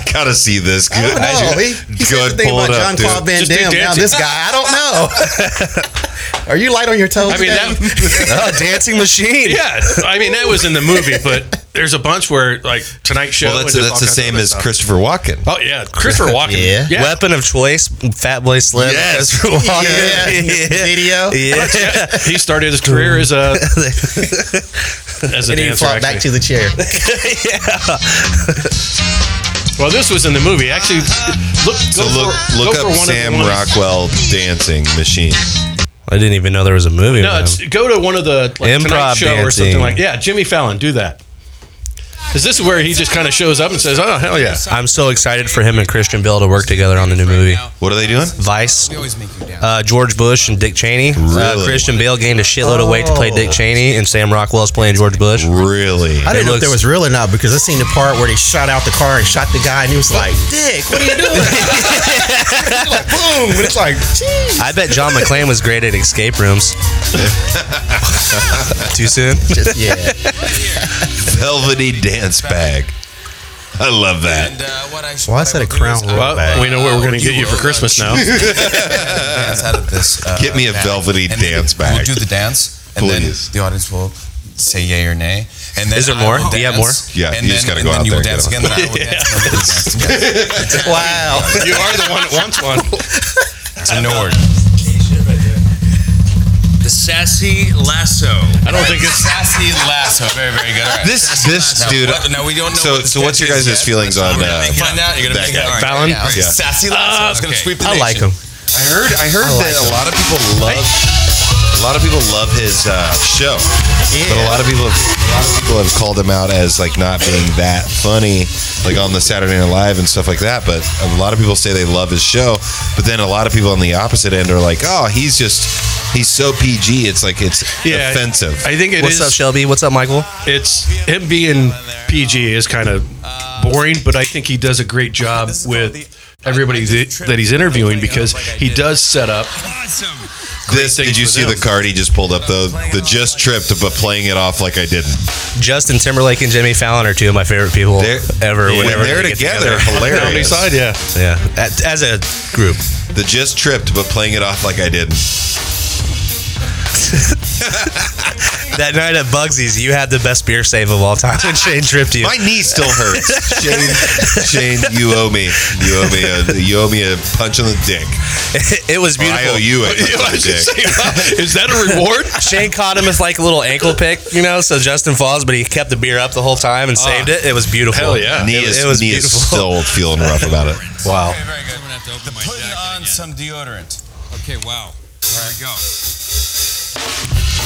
I gotta see this. Good. I don't know. He, he said the thing pull about it up, John dude. Claude Van Just do Damme. Now dancing. this guy, I don't know. Are you light on your toes? I mean, today? that, Oh, dancing machine. yeah, I mean that was in the movie, but there's a bunch where like Tonight Show. Well, that's and that's all the kinds of same other as stuff. Christopher Walken. Oh yeah, Christopher Walken. Yeah. Weapon of choice, Fat Boy Slim. Yes. Walker. Yeah. Video. Yeah. he started his career as a as a And he dancer. flopped back actually. to the chair. Well, this was in the movie. Actually, look, So go look for, look go for up one Sam of the ones- Rockwell dancing machine. I didn't even know there was a movie. No, with it's, him. go to one of the like, Tonight Improv Show or dancing. something like. Yeah, Jimmy Fallon, do that. Because this is where he just kind of shows up and says, "Oh hell yeah!" I'm so excited for him and Christian Bale to work together on the new movie. What are they doing? Vice. Uh, George Bush and Dick Cheney. Uh, Christian Bale gained a shitload of weight to play Oh. Dick Cheney, and Sam Rockwell's playing George Bush. Really? I didn't know if there was real or not because I seen the part where they shot out the car and shot the guy, and he was like, "Dick, what are you doing?" like, boom, and it's like, "Jeez." I bet John McClane was great at escape rooms. Too soon? Just- yeah. Velvety dance bag. I love that. uh, Why is that a crown royal bag? we know what we're going to get you for Christmas now. dance out of this. uh, Get me a bag. velvety And then dance bag. We'll do the dance, and Please. then the audience will say yay or nay. And then Is there I more? will Do you have dance, more? Yeah, and you then, just gotta and go then out you will there and dance get again. Then I will dance. And then we will dance together. Wow. you are the one that wants one. It's an order. The sassy lasso. I don't think it's sassy lasso. Very, very good. All right. This this Now, dude. what- no, we don't know. So what the so what's your sketch is guys' yet. feelings on We're gonna uh, make it find out. You're gonna that make guy? it out. Fallon? Yeah. Yeah. Sassy lasso. it's gonna sweep the I like nation. him. I heard I heard I like that a him. lot of people love a lot of people love his uh, show, but a lot of people have, a lot of people have called him out as like not being that funny, like on the Saturday Night Live and stuff like that. But a lot of people say they love his show, but then a lot of people on the opposite end are like, oh, he's just he's so PG. It's like it's Yeah, offensive. I think it What's is. up, Shelby? What's up, Michael? It's him being PG is kind of boring, but I think he does a great job with everybody that, that he's interviewing because he does set up. this did you with see him. the card he just pulled up though? The just tripped, but playing it off like I didn't. Justin Timberlake and Jimmy Fallon are two of my favorite people They're- ever. when whenever they're they get together, Comedy hilarious. side, yeah. Yeah, as, as a group. The just tripped, but playing it off like I didn't. That night at Bugsy's, you had the best beer save of all time when Shane tripped you. My knee still hurts. Shane, Shane, you owe me. You owe me a you owe me a punch on the dick. It was Or I beautiful. owe you a punch on the dick. is that a reward? Shane caught him as like a little ankle pick, you know, so Justin falls, but he kept the beer up the whole time and saved it. It was beautiful. hell yeah. Knee It- is, it was knee is beautiful. still feeling rough about it. Wow. Okay, very good. Put on some deodorant. Okay, wow. There we go.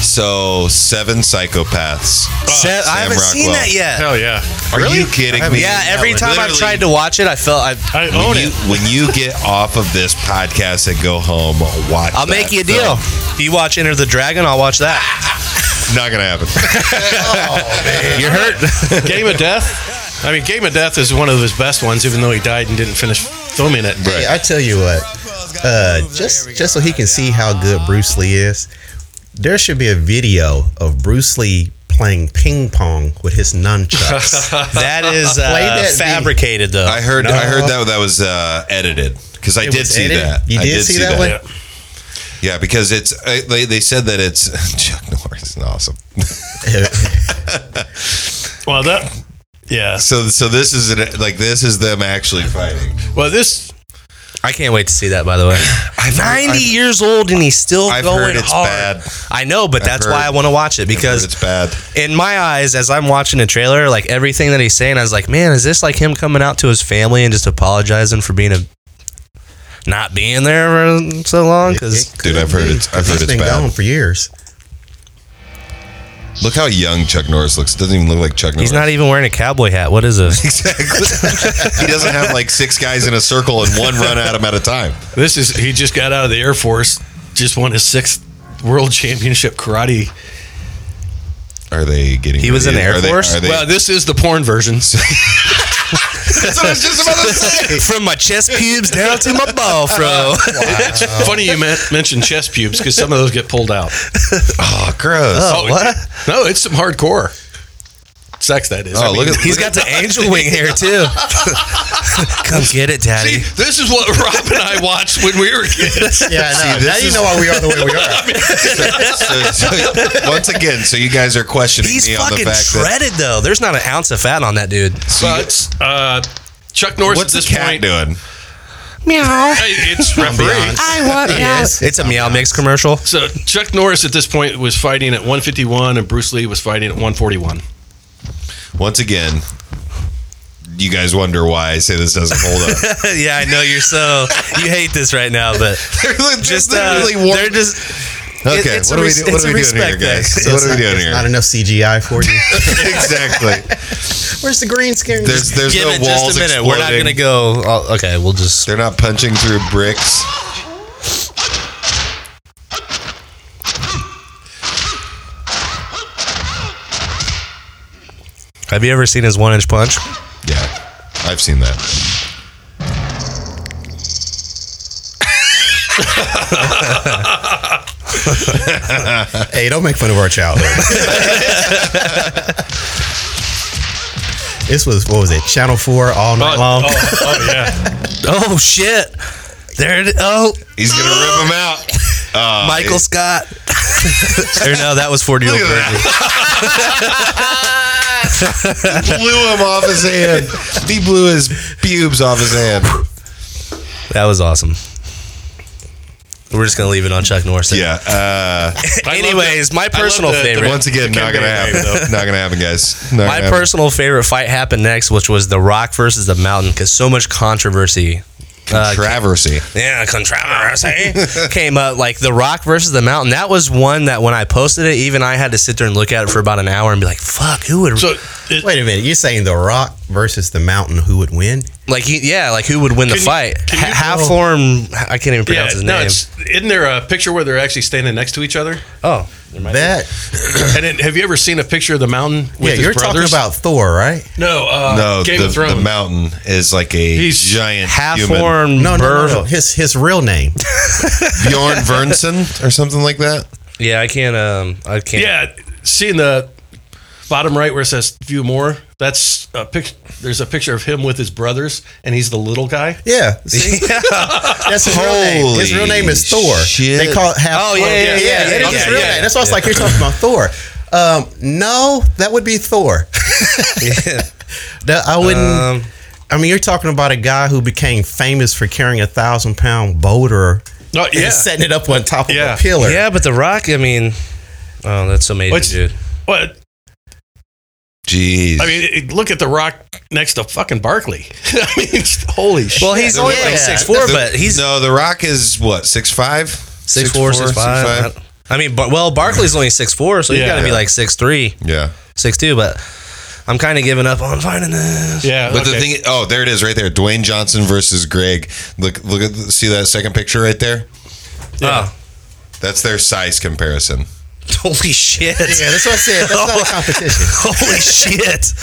So seven psychopaths. Seth, I haven't seen Rockwell. that yet. Hell yeah. Are you kidding me? Yeah, every time I've Literally, tried to watch it, I felt I. I when own you, it. When you get off of this podcast and go home, watch. I'll make that you a deal. film. If you watch Enter the Dragon, I'll watch that. Not gonna happen. Oh, You're hurt. Game of Death. I mean, Game of Death is one of his best ones, even though he died and didn't finish filming it. Hey, I tell you what, uh, just just so he can see how good Bruce Lee is, there should be a video of Bruce Lee playing ping pong with his nunchucks. that is uh, Play that beat. fabricated, though. I heard. I No. heard that that was uh, edited because I It did was see edited? that. You I did see that one? Yeah. Yeah, because it's I, they, they said that it's Chuck Norris is awesome. Well, that. Yeah. So so this is an, like this is them actually fighting. Well, this. I can't wait to see that. By the way, I've heard- 90 years old and he's still I've going heard it's hard. bad. I know, but I've that's heard- why I want to watch it I've heard because it's bad. in my eyes, as I'm watching the trailer, like everything that he's saying, I was like, man, is this like him coming out to his family and just apologizing for being a not being there for so long? Because Dude, I've heard it's I've heard He's it's been bad. gone for years. Look how young Chuck Norris looks. Doesn't even look like Chuck Norris. he's not even wearing a cowboy hat. What is this? exactly. he doesn't have like six guys in a circle and one run at him at a time. This is. He just got out of the Air Force. Just won his sixth world championship karate. Are they getting? He was in ready? the Air Are they- Force? are they- well, this is the porn version. that's what I was just about to say. From my chest pubes down to my ball, bro. It's funny you men- mentioned chest pubes because some of those get pulled out. Oh, gross. Oh, what? No, it's some hardcore sex. That is. Oh, look at He's got the angel wing hair too. Come get it, daddy. See, this is what Rob and I watched when we were kids. Yeah, no, this now you is- know why we are the way we are. so, so- once again, so you guys are questioning He's me on the fucking fact that shredded though. There's not an ounce of fat on that dude. But uh, Chuck Norris what's at the this cat point, doing? Hey, it's referee. It's a meow mix commercial. So Chuck Norris at this point was fighting at 151, and Bruce Lee was fighting at 141. Once again, you guys wonder why I say this doesn't hold up. yeah, I know you're so you hate this right now, but they're li- just they're uh, literally war- they're just Okay, it's what are a we res- do- what it's are a we doing here, respect guys? thing. So what It's are we not- doing it's here? Not enough CGI for you. exactly. Where's the green screen? There's there's Give no it just a walls. minute. Exploding. We're not gonna go. uh, okay, we'll just. They're not punching through bricks. Have you ever seen his one inch punch? Yeah, I've seen that. hey, don't make fun of our childhood. this was what was it? Channel Four all Oh, night long. yeah. oh shit. There it Oh. He's gonna rip him out. Michael Uh, it- Scott. or no, that was 40 year old Look at Virgin. blew him off his hand. He blew his pubes off his hand. That was awesome. We're just gonna leave it on Chuck Norris. Yeah. Uh, Anyways, my personal favorite. Once again, not gonna happen. not gonna happen, guys. Not My gonna happen. personal favorite fight happened next, which was The Rock versus The Mountain, because so much controversy. uh, Controversy. yeah, controversy came up. Like The Rock versus The Mountain. That was one that when I posted it, even I had to sit there and look at it for about an hour and be like, "Fuck, who would?" Wait a minute. You're saying The Rock versus The Mountain, who would win? Like, he- yeah, like who would win the Can you- fight? can you- Half form. I can't even Yeah, pronounce his no, name. it's, isn't there a picture where they're actually standing next to each other? Oh, that. and then, have you ever seen a picture of the mountain? With Yeah, his you're Talking brothers? about Thor, right? no, uh, no, Game the, of Thrones. the mountain is like a giant human. No, no, no, no. His his real name. Bjorn Vernson or something like that. Yeah, I can't. Um, I can't. Yeah, seeing the bottom right where it says "View More." That's a pic- There's a picture of him with his brothers, and he's the little guy. Oh, Yeah, see? that's his real name. His real name is Thor. They call it half. Oh, yeah, yeah, Thor. yeah, yeah, that's yeah, his real yeah. name. That's why I was like, you're talking about Thor. Um, no, that would be Thor. That- I wouldn't. Um, I mean, you're talking about a guy who became famous for carrying a thousand pound boulder No, yeah. and setting it up on top of Yeah. a pillar. Yeah, but The Rock. I mean, oh, that's amazing, What's- dude. What? Jeez. I mean, it- look at the Rock next to fucking Barkley. I mean, it's- holy shit. Well, he's only like six four, The- but he's no. The Rock is what six five, six four, six five. I mean, but, well, Barkley's only six four, so you Yeah. got to be like six three, Yeah. six two. But I'm kind of giving up on finding this. Yeah, But the thing, oh, there it is, right there. Dwayne Johnson versus Greg. Look, look at, see that second picture right there. Ah. Yeah. That's their size comparison. Holy shit! Yeah, that's what I said. That's not a competition. Holy shit!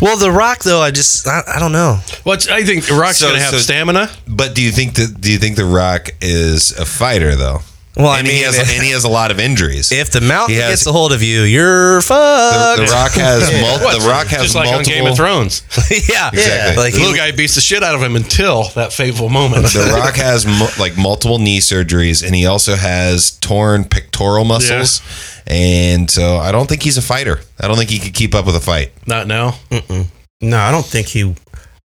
Well, The Rock though, I just I, I don't know. What's I think The Rock's So- gonna have so- stamina. But do you think that? Do you think The Rock is a fighter though? Well, I and he mean, has, if- and he has a lot of injuries. If the mountain He has- gets a hold of you, you're fucked. The Rock has mul- What? The Rock has Just like on multiple. Game of Thrones. yeah, Exactly. Like The little he, guy beats the shit out of him until that fateful moment. The Rock has mu- like multiple knee surgeries, and he also has torn pectoral muscles. And so, I don't think he's a fighter. I don't think he could keep up with a fight. Not now. Mm. No, I don't think he.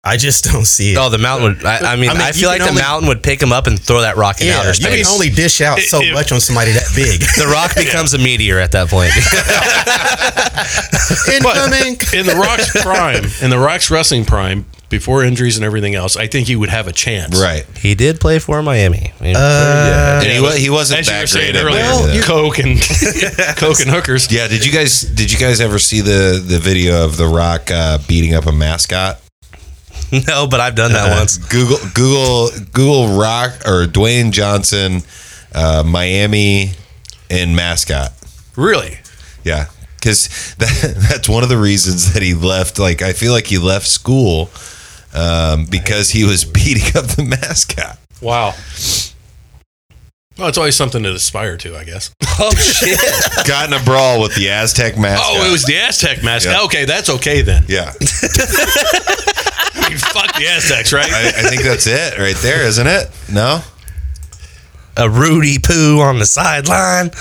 I just don't see it. oh, the mountain would. I, I mean, I, I mean, you feel like can the only- mountain would pick him up and throw that rock in yeah, outer you space. can only dish out so If- much on somebody that big. the rock becomes a meteor at that point. Incoming. in the Rock's prime, in the Rock's wrestling prime, before injuries and everything else, I think he would have a chance. Right. he did play for Miami. Uh, And he, wa- he wasn't Uh, As you were that saying great at earlier, Miami, though. coke and coke and hookers. Yeah, did you guys did you guys ever see the the video of The Rock uh, beating up a mascot? no, but I've done uh-huh. that once. Google Google Google Rock or Dwayne Johnson, uh, Miami, and mascot. Really? Yeah, because that, that's one of the reasons that he left. Like I feel like he left school um, because he was beating up the mascot. Wow. Well, it's always something to aspire to, I guess. Oh shit! Got in a brawl with the Aztec mascot. Oh, it was the Aztec mask. Yeah. Okay, that's okay then. yeah. I mean, fuck the Aztecs, right? I, I think that's it right there, isn't it? No. A Rudy poo on the sideline.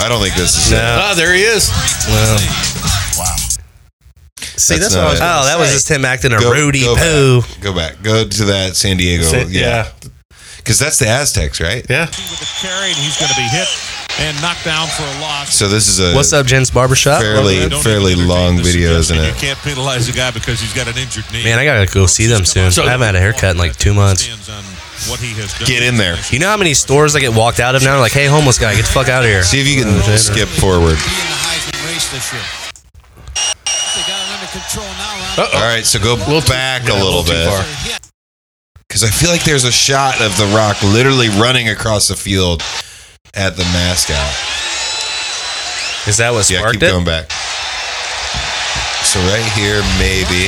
I don't think this is it. No. Ah, there he is. See, That's that's, what I was. not gonna Oh, that was say. just him acting a Rudy go poo. Back, go back. Go to that San Diego. Sa- yeah. Because that's the Aztecs, right? Yeah. With the carry, and he's going to be hit and knocked down for a loss. So this is a What's up, Jen's barbershop? fairly Don't fairly entertain long the video, isn't suggestion it? You can't penalize a guy because he's got an injured knee. Man, I gotta go see them soon. So- I haven't had a haircut in like two months. Stands on what he has done. Get in there. You know how many stores I get walked out of now? Like, hey, homeless guy, get the fuck out of here. See if you can skip forward. race this year. They got it under control now. All right, so go back a little Oh. bit. Because I feel like there's a shot of The Rock literally running across the field at the mascot. Is that what Yeah, sparked keep it? going back. So right here, maybe.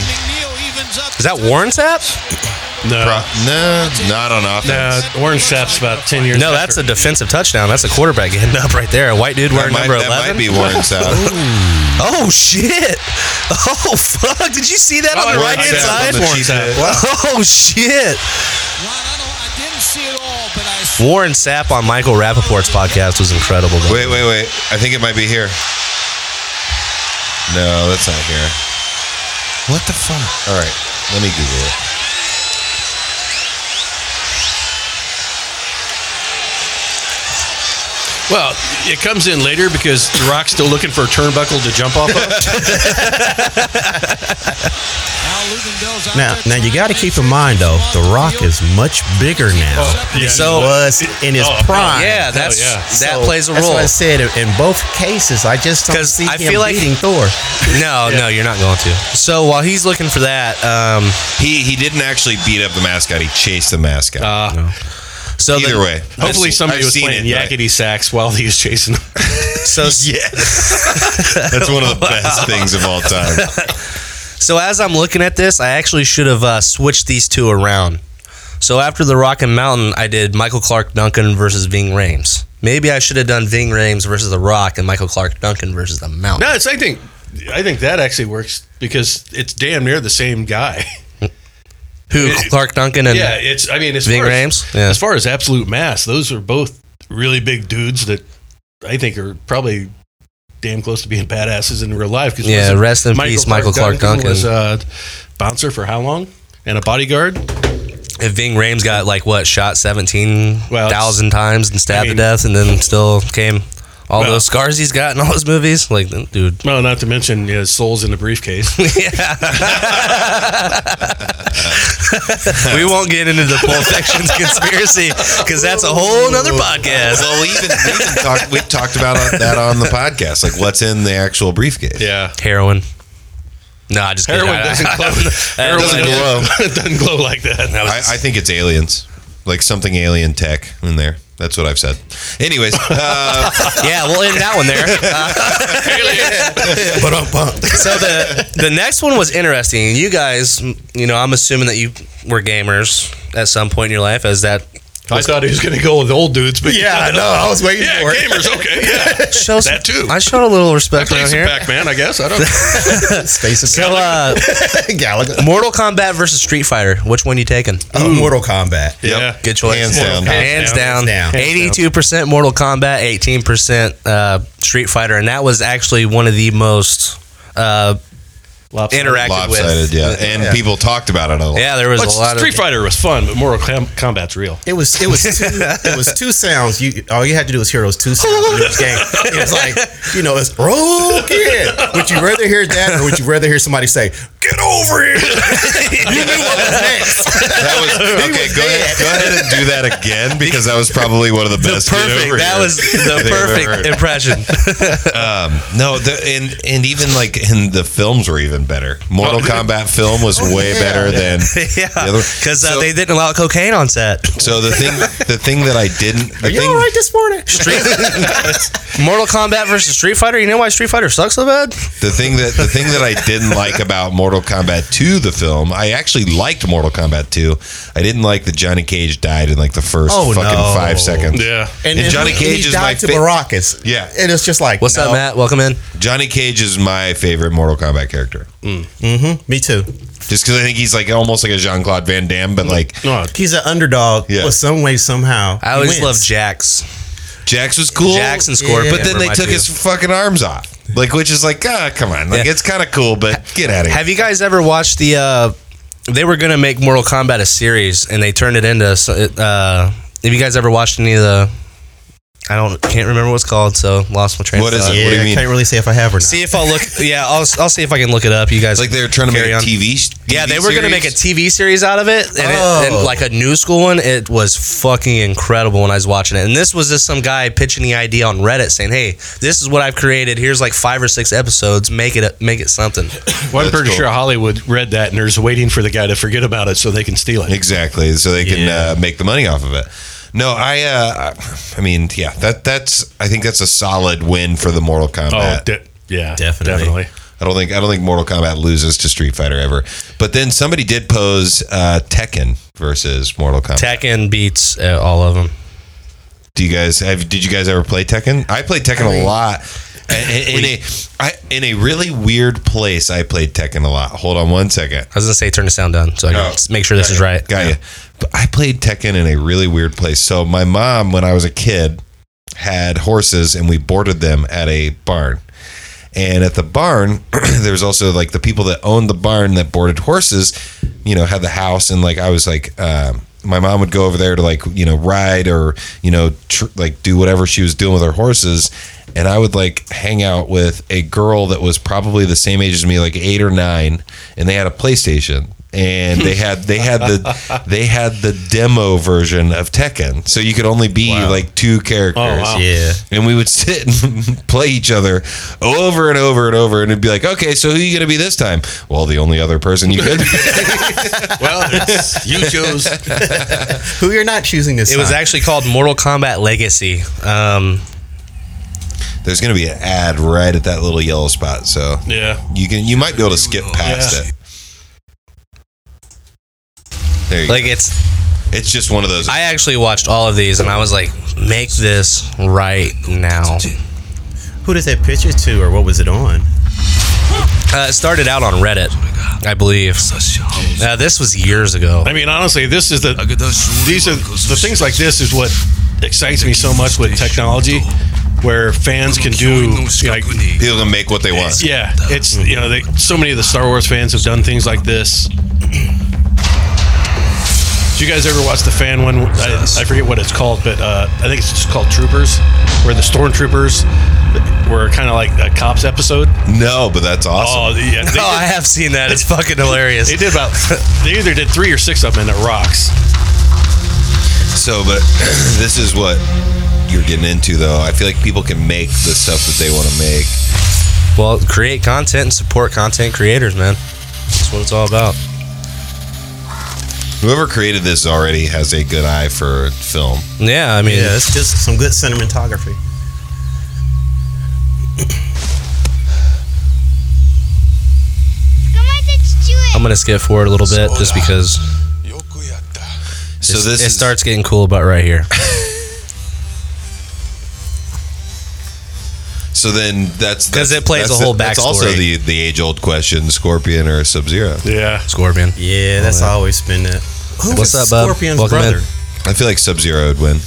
Is that Warren Sapp? No, no, not on offense. No, Warren Sapp's about ten years. No, that's a defensive touchdown. That's a quarterback getting up right there. A white dude That wearing might- number that might eleven. be Warren Sapp. oh shit! Oh fuck! Did you see that Oh, on the Warren right hand Sapp on side? the cheap hit. Oh shit! Warren Sapp on Michael Rappaport's podcast was incredible. Bro. Wait, wait, wait. I think it might be here. No, that's not here. What the fuck? All right, let me Google it. Well, it comes in later because The Rock's still looking for a turnbuckle to jump off of. Now, now you got to keep in mind though, The Rock is much bigger now. yeah. than So- he was in his Oh, prime. yeah, that's- Hell, yeah. that plays a That's role. what I said. In- In both cases, I just don't 'Cause see I him feel like- beating Thor. No, no, you're not going to. So while he's looking for that, um, he he didn't actually beat up the mascot. He chased the mascot. so Either the- way, Uh, Hopefully, somebody was playing yakety sax while he was chasing them. So That's one of the best things of all time. So as I'm looking at this, I actually should have uh, switched these two around. So after the Rock and Mountain, I did Michael Clark Duncan versus Ving Rhames. Maybe I should have done Ving Rhames versus the Rock and Michael Clark Duncan versus the Mountain. No, it's. I think. I think that actually works because it's damn near the same guy. Who Clark Duncan and yeah, it's. I mean, as Ving far Rhames? as, Yeah. as far as absolute mass, those are both really big dudes that I think are probably damn close to being badasses in real life. 'cause Yeah, wasn't rest in peace, Michael Clark Duncan. was a bouncer for how long and a bodyguard. if Ving Rhames got like what shot seventeen Well, thousand it's- times and stabbed to death, and then still came all Well- those scars he's got in all his movies. Like, dude, Well, not to mention yeah, souls in a briefcase. we won't get into the Pulp Fiction's conspiracy because that's a whole nother podcast. Well, we even, we even talked, we talked about that on the podcast. Like, what's in the actual briefcase? Yeah, heroin. No, I just Heroin kidding. I- doesn't I- glow. I- heroin doesn't glow. it doesn't glow like that. I, I think it's aliens, like something alien tech in there. That's what I've said. Anyways, uh, yeah, we'll end that one there. Uh, so the the next one was interesting. You guys, you know, I'm assuming that you were gamers at some point in your life. As that, I thought he was going to go with old dudes, but Yeah, I know. I was waiting yeah, for it. gamers. Okay, yeah, shows that too. I showed a little respect Play around some here. Pac-Man, I guess. I don't. Space is So, uh, Gallagher. Mortal Kombat versus Street Fighter. Which one you taking? Oh, Mortal Kombat. Yeah, Good choice. Hands down. Hands down. Hands down. Eighty-two percent Mortal Kombat, eighteen percent uh, Street Fighter, and that was actually one of the most uh, interacted lopsided, with. yeah. And people talked about it a lot. Yeah, there was a lot Street of. Fighter was fun, but Mortal Com- Kombat's real. It was it was two, it was two sounds. You all you had to do was hear those two sounds in each game. It was like you know it's Rogan. Would you rather hear that or would you rather hear somebody say "Get over here"? you knew what was next. That was okay. Go ahead, go ahead and do that again because that was probably one of the best. get over Perfect. That here. was I think the I've ever heard. perfect impression. Um, no, the, and and even like in the films were even better. Mortal Kombat film was way Oh, yeah. better than yeah, the other. because uh, they didn't allow cocaine on set. So the thing, the thing that I didn't, the Are you thing, all right this morning? Street Mortal Kombat versus Street Fighter. You know why Street Fighter sucks so bad? the thing that, the thing that I didn't like about Mortal Kombat 2, the film, I actually liked Mortal Kombat 2. I didn't like that Johnny Cage died in like the first Oh, fucking no. five seconds. Yeah, And, Johnny he- Cage he is died my to fa- Baracus. Yeah. and it's just like What's no. up, Matt? Welcome in. Johnny Cage is my favorite Mortal Kombat character. Mm-hmm. Me too. Just because I think he's like almost like a Jean Claude Van Damme, but like He's an underdog. Yeah. but some way somehow. I he always wins. loved Jax. Jax was cool. Jax and Scorpion. But then were they my took two. his fucking arms off. Like, which is like, ah, come on. Like, Yeah. it's kind of cool, but get out of here. Have you guys ever watched the? Uh, they were gonna make Mortal Kombat a series, and they turned it into. Uh, have you guys ever watched any of the I don't can't remember what it's called, so lost my train. What of is thought. it? What do you mean? Can't really say if I have or not. See if I'll look. Yeah, I'll, I'll see if I can look it up. You guys like they were trying to carry make a on. TV, sh- Yeah, TV they were going to series? make a TV series out of it, and, it, Oh. and like a new school one. It was fucking incredible when I was watching it. And this was just some guy pitching the idea on Reddit, saying, "Hey, this is what I've created. Here's like five or six episodes. Make it a- make it something." Well, I'm That's pretty cool. sure Hollywood read that and is waiting for the guy to forget about it so they can steal it. Exactly, so they can uh, make the money off of it. No, I, uh, I mean, yeah, that that's. I think that's a solid win for the Mortal Kombat. Oh, de- yeah, Definitely. definitely. I don't think I don't think Mortal Kombat loses to Street Fighter ever. But then somebody did pose uh, Tekken versus Mortal Kombat. Tekken beats uh, all of them. Do you guys have? Did you guys ever play Tekken? I played Tekken a lot. In, in, in a I, in a really weird place, I played Tekken a lot. Hold on one second. I was gonna say turn the sound down so I can Oh. make sure this Got is you. right. Got you. But I played Tekken in a really weird place. So my mom, when I was a kid, had horses, and we boarded them at a barn. And at the barn, there was also like the people that owned the barn that boarded horses, you know, had the house, and like I was like, um, my mom would go over there to like you know ride or you know tr- like do whatever she was doing with her horses, and I would like hang out with a girl that was probably the same age as me, like eight or nine, and they had a PlayStation. And they had they had the they had the demo version of Tekken, so you could only be like two characters. wow. Yeah. And we would sit and play each other over and over and over, and it'd be like, okay, so who are you going to be this time? Well, the only other person you could. be. well, it's, you chose. Who you're not choosing this? It was time. actually called Mortal Kombat Legacy. Um, There's going to be an ad right at that little yellow spot, so Yeah. you can you might be able to skip past it. There you like go. it's It's just one of those. I actually watched all of these and I was like, make this right now. Who does that picture to, or what was it on? Uh, it started out on Reddit, I believe. Uh, this was years ago. I mean, honestly, this is the these are the things like this is what excites me so much with technology, where fans can do like people can make what they want. yeah, it's you know they, so many of the Star Wars fans have done things like this. Did you guys ever watch the fan one? I, I forget what it's called, but uh, I think it's just called Troopers, where the stormtroopers were kind of like a cops episode. No, but that's awesome. Oh, yeah, they oh, did- I have seen that. It's fucking hilarious. They did about they either did three or six of them, and it rocks. So, but this is what you're getting into, though. I feel like people can make the stuff that they want to make. Well, create content and support content creators, man. That's what it's all about. Whoever created this already has a good eye for film. Yeah, I mean, yeah, it's just some good cinematography. I'm gonna skip forward a little bit just because. So it's- this it is- starts getting cool about right here. So then that's 'Cause that's- it plays that's a whole That's also backstory. the the age old question: Scorpion or Sub Zero? Yeah, Scorpion. Yeah, that's always been that. Who What's was up, bub? Scorpion's Welcome in. brother? I feel like Sub Zero would win.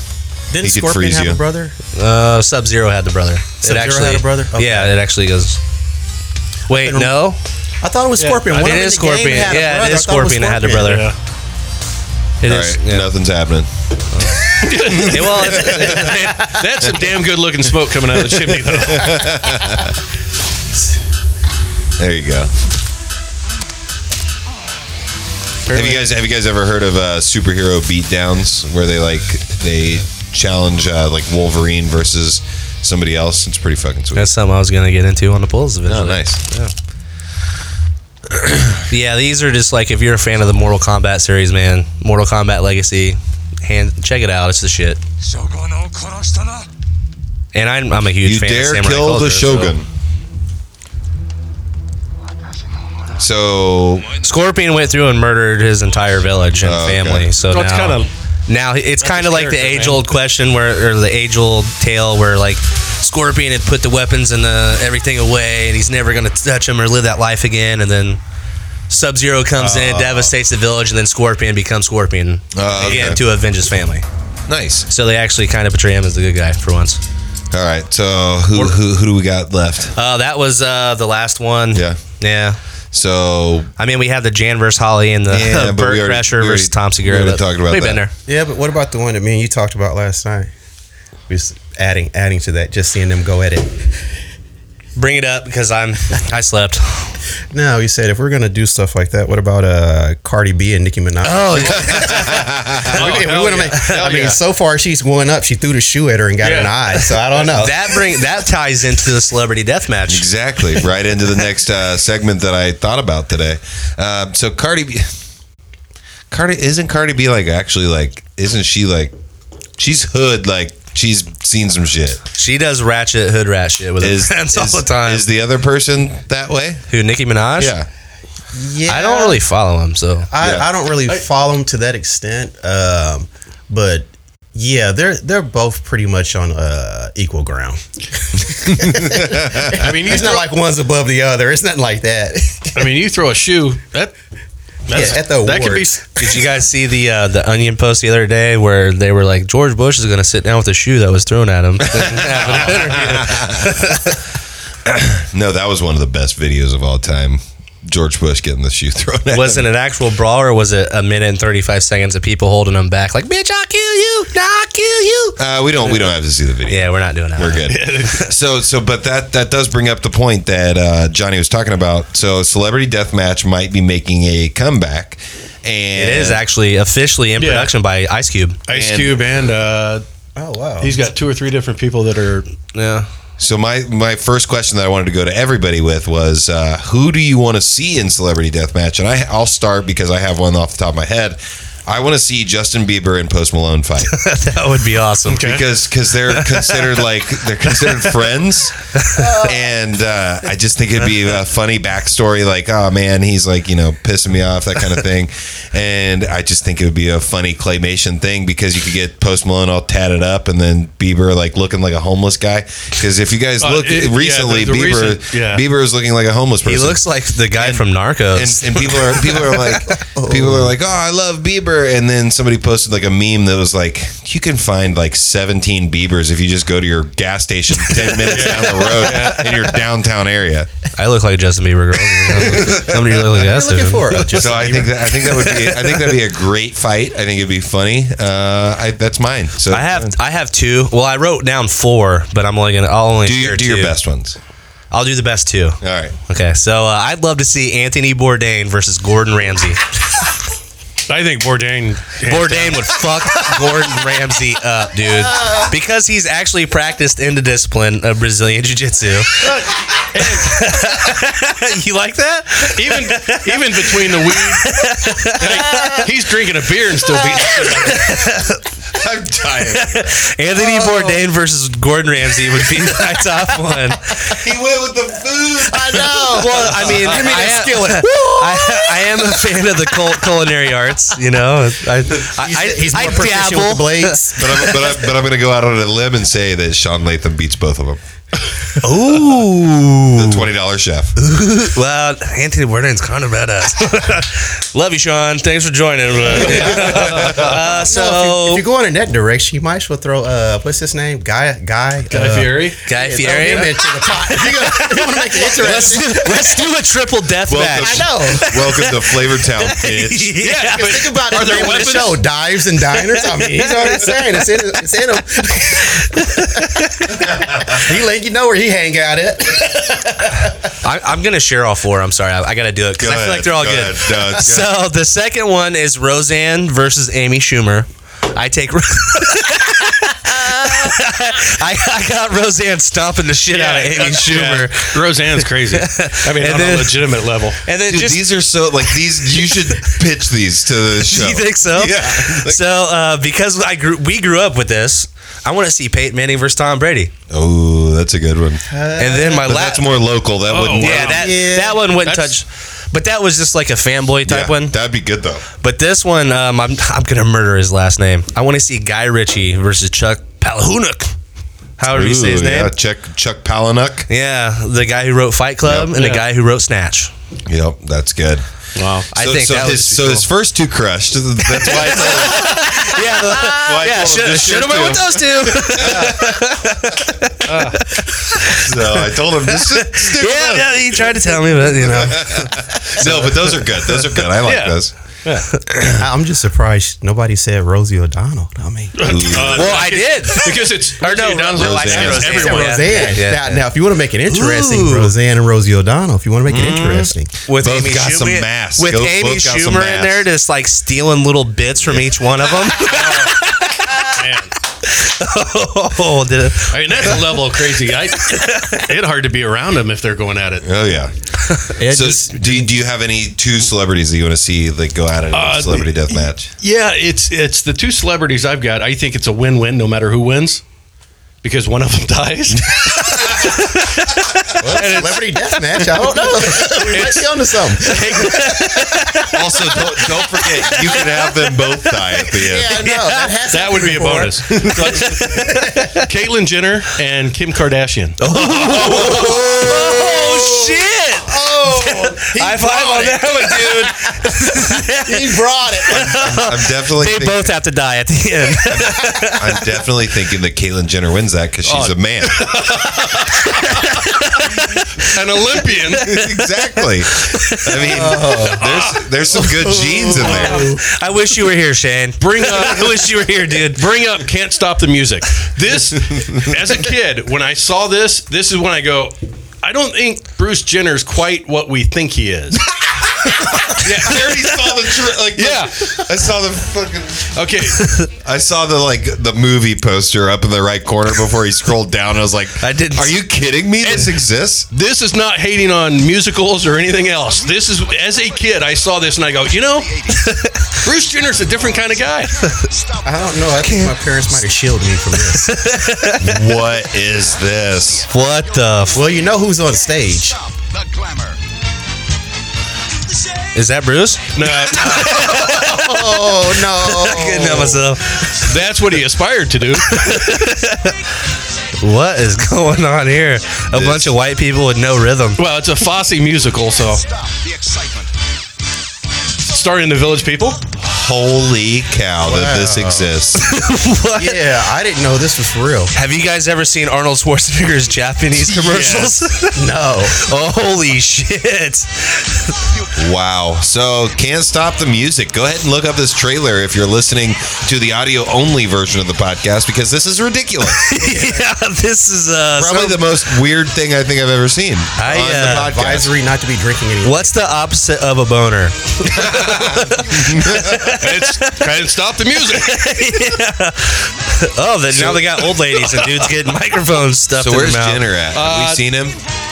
Didn't He could Scorpion freeze have you. a brother? Uh, Sub Zero had the brother. Sub Sub-Zero had a brother? Okay. Yeah, it actually goes. Wait, been- no, I thought it was Scorpion. Oh, It One of them is in the game Scorpion. had a Yeah, it brother. I is thought was Scorpion that had the brother. Yeah. It All is- right, yeah. nothing's happening. Yeah, well, it's- That's some damn good looking smoke coming out of the chimney, though. There you go. Have you guys have you guys ever heard of uh, superhero beatdowns where they like they challenge uh, like Wolverine versus somebody else? It's pretty fucking sweet. that's something I was gonna get into on the polls oh, eventually. nice. Yeah, these are just like if you're a fan of the Mortal Kombat series, man. Mortal Kombat Legacy, hand check it out. It's the shit. And I'm, I'm a huge You fan. of dare Samurai kill the culture, so- Shogun. So, Scorpion went through and murdered his entire village and Oh, okay. family. So Well, it's now, kinda- now it's kind of like the character, man. age old question where, or the age old tale where like Scorpion had put the weapons and the everything away, and he's never gonna touch him or live that life again. And then Sub Zero comes in, devastates the village, and then Scorpion becomes Scorpion Uh. Oh, okay. again to avenge his family. nice. So they actually kind of portray him as the good guy for once. All right. So, who who, who do we got left? Uh, that was uh, the last one. Yeah. Yeah. So, I mean, we have the Jan versus Holly and the Yeah, but we Bert already- Crusher we already- versus Tom Segura. we already but talked about We've been that. there. Yeah, but what about the one that me and you talked about last night? We s- adding adding to that, just seeing them go at it. Bring it up because I'm I slept. No, you said if we're gonna do stuff like that, what about uh Cardi B and Nicki Minaj? Oh, we, we wanna make, I mean, so far she's going up. She threw the shoe at her and got an eye. So I don't know. Oh. That bring that ties into the celebrity death match. Exactly. Right into the next uh, segment that I thought about today. Um, so Cardi B, Cardi isn't Cardi B like actually like isn't she like she's hood like she's seen some shit. She does ratchet hood rat shit with her friends all the time. Is the other person that way? Who Nicki Minaj? Yeah. Yeah, I don't really follow him, so I, Yeah. I don't really follow them to that extent. Um, but yeah, they're they're both pretty much on uh, equal ground. I mean, it's not like one's above the other. It's nothing like that. I mean, you throw a shoe that that's, Yeah, at the that could be awards. Did you guys see the uh, the Onion post the other day where they were like George Bush is going to sit down with a shoe that was thrown at him? No, that was one of the best videos of all time. George Bush getting the shoe thrown at was him. it an actual brawl or was it a minute and thirty five seconds of people holding him back? Like, bitch, I'll kill you! Nah, I'll kill you! Uh, we don't. We don't have to see the video. Yeah, we're not doing that. We're good. so, so, but that that does bring up the point that uh, Johnny was talking about. So, Celebrity Death Match might be making a comeback, and It is actually officially in Yeah. production by Ice Cube. Ice Cube and uh, oh wow, he's got two or three different people that are yeah. So my my first question that I wanted to go to everybody with was uh, who do you want to see in Celebrity Deathmatch? And I I'll start because I have one off the top of my head. I want to see Justin Bieber and Post Malone fight that would be awesome. because because they're considered like they're considered friends, and uh, I just think it'd be a funny backstory like oh man he's like you know pissing me off that kind of thing, and I just think it would be a funny claymation thing because you could get Post Malone all tatted up and then Bieber like looking like a homeless guy because if you guys Uh, look it- yeah, recently the- the Bieber recent- yeah. Bieber is looking like a homeless He person looks like the guy from Narcos. and, and people are people are like people are like oh I love Bieber and then somebody posted like a meme that was like you can find like 17 Biebers if you just go to your gas station 10 minutes down the road in your downtown area I look like Justin Bieber. Girl. Somebody really like that. looking for so I think that I think that would be I think that'd be a great fight I think it'd be funny uh, I, that's mine so uh, I have I have two. Well, I wrote down four, but I'm only gonna I'll only do share your do your two. best ones I'll do the best two. All right. Okay. So uh, I'd love to see Anthony Bourdain versus Gordon Ramsay. I think Bourdain. Bourdain would fuck Gordon Ramsay up, dude, because he's actually practiced in the discipline of Brazilian jiu-jitsu. you like that? Even even between the weed, like, he's drinking a beer and still beating. I'm tired. Anthony Oh. Bourdain versus Gordon Ramsay would be my top one. he went with the food I know well I mean Give me I that am- skillet. I, I am a fan of the cul- culinary arts you know I, I, he's I more proficient with the dabble. blades. but I'm, but I'm, but I'm gonna go out on a limb and say that Sean Latham beats both of them Ooh. the twenty dollar chef well, Anthony Bourdain's kind of badass. Love you, Sean. Thanks for joining. uh, so, No, if, you, if you're going in that direction, you might as well throw uh, what's his name, Guy Guy Guy uh, Fieri. Guy yeah, Fieri. throw him into the pot. If you're gonna- if you want to make it Let's interesting. do, let's do a triple death Welcome. I match. know. welcome to Flavortown bitch Yeah, Because think about it. Are there the name of weapons? the show dives and diners. I mean, he's already saying it's in, it's in him. he let you know where he hang out at. I, I'm gonna share all four. I'm sorry, I, I gotta do it because Go I feel ahead, like they're all go ahead. good. No, it's so the second one is Roseanne versus Amy Schumer. I take. I, I got Roseanne stomping the shit out of Amy Schumer. Roseanne's crazy. I mean, And on then- a legitimate level. And then Dude, just these are so like these. You should pitch these to the show. you think so? Yeah. so uh, because I grew, we grew up with this. I want to see Peyton Manning versus Tom Brady, Oh, that's a good one. and then my Uh, Oh, But last that's more local. That wouldn't. yeah, that that one wouldn't touch. But that was just like a fanboy type Yeah, one. That'd be good though. But this one, um, I'm I'm gonna murder his last name. I want to see Guy Ritchie versus Chuck Palahniuk. However you say his Ooh, name. Yeah, Chuck Chuck Palahniuk. Yeah, the guy who wrote Fight Club Yep. and Yeah. the guy who wrote Snatch. Yep, that's good. Wow. I So- think so. that his, was so his first two crushed. That's why. I told him- yeah, the- why I yeah. told him Should just should have your went with two. those two. So I told him this. yeah, yeah, he tried to tell me, but you know. No, but those are good. Those are good. I like Yeah. those. I'm just surprised nobody said Rosie O'Donnell. I mean, well, I did Uh, because it's or no, Roseanne. Roseanne. everyone. Roseanne. Oh, Yeah. Now, now, if you want to make it interesting, Ooh. Roseanne and Rosie O'Donnell. If you want to make it Mm. interesting, with Both Amy got Schumer, some masks. With Go- Amy both got some Schumer in there, just like stealing little bits from each one of them. oh, did it- I mean, that's a level of crazy. I, it's hard to be around them if they're going at it. Oh yeah. so do, you- do you have any two celebrities that you want to see like go at it in Uh, a celebrity death match? Yeah, it's it's the two celebrities I've got. I think it's a win-win no matter who wins because one of them dies. celebrity death match. I don't know. we might be onto something. also, don't, don't forget you can have them both die at the end. Yeah, no, that has that would be a bonus. Caitlyn Jenner and Kim Kardashian. oh shit! Oh, high five on that one, dude. he brought it. I'm definitely They thinking- both have to die at the end. I'm definitely thinking that Caitlyn Jenner wins that because she's Oh. a man. An Olympian. exactly. I mean, there's there's some good genes in there. I wish you were here, Shane. Bring up. I wish you were here, dude. Bring up "Can't Stop the Music." This, as a kid, when I saw this, this is when I go, I don't think Bruce Jenner's quite what we think he is. Yeah, I already saw the tr- like. Yeah. I saw the fucking. Okay, I saw the like the movie poster up in the right corner before he scrolled down. I was like, I didn't. Are you kidding me? This exists. this is not hating on musicals or anything else. This is as a kid, I saw this and I go, you know, Bruce Jenner's a different kind of guy. I don't know. I think my parents might have shielded me from this. what is this? What the? F- well, you know who's on stage. Is that Bruce? No, Oh no! Couldn't help myself. that's what he aspired to do. What is going on here? A bunch of white people with no rhythm. Well, it's a Fosse musical, so starring the Village People. Holy cow! That this Wow. exists. What? Yeah, I didn't know this was real. Have you guys ever seen Arnold Schwarzenegger's Japanese commercials? No. oh, holy shit. Wow. So can't stop the music. Go ahead and look up this trailer if you're listening to the audio only version of the podcast because this is ridiculous. yeah, this is uh, Probably so- the most weird thing I think I've ever seen I, on uh, the podcast. Advisory not to be drinking any. What's the opposite of a boner? It's can't stop the music. Oh, then now they got old ladies and dudes getting microphones stuffed So in their where's mouth. Jenner at? Have Uh, we seen him?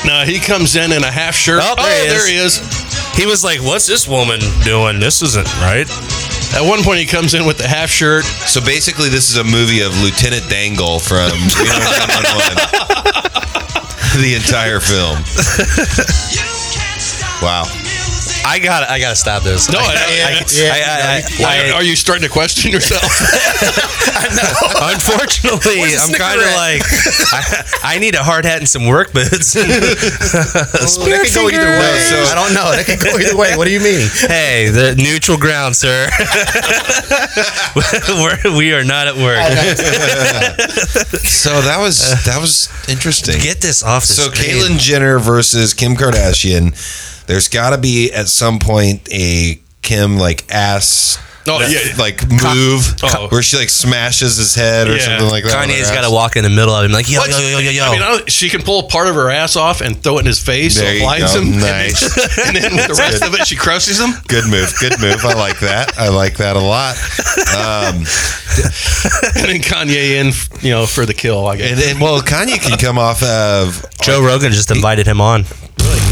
No, he comes in in a half shirt. Oh, Oh, there he there, is. he is. He was like, "What's this woman doing? This isn't right." At one point, he comes in with the half shirt. So basically, this is a movie of Lieutenant Dangle from Reno 911. the entire film. Wow. I got. to I got to stop this. No, I, I- I- I- I- Why, I- are you starting to question yourself? Unfortunately, Where's I'm the kind of cigarette? like I, I need a hard hat and some work boots. Spear that could go either way. fingers. I don't know. That could go either way. What do you mean? hey, the neutral ground, sir. We're, we are not at work. So that was that was interesting. Uh, Get this off the So screen. Caitlyn Jenner versus Kim Kardashian. There's got to be at some point a Kim like ass. Oh, yeah. like move Oh. where she like smashes his head or Yeah. something like that. Kanye's got to to walk in the middle of him, like yo, yo, yo, yo, yo. I mean, I don't- she can pull part of her ass off and throw it in his face, so There it you blinds go. him. and then- Nice. And then, with the rest of it, she crushes him. Good move, good move. I like that. I like that a lot. Um, And then Kanye in, you know, for the kill. I guess. and, and well, Kanye can come off of. Joe Rogan just invited him on. God,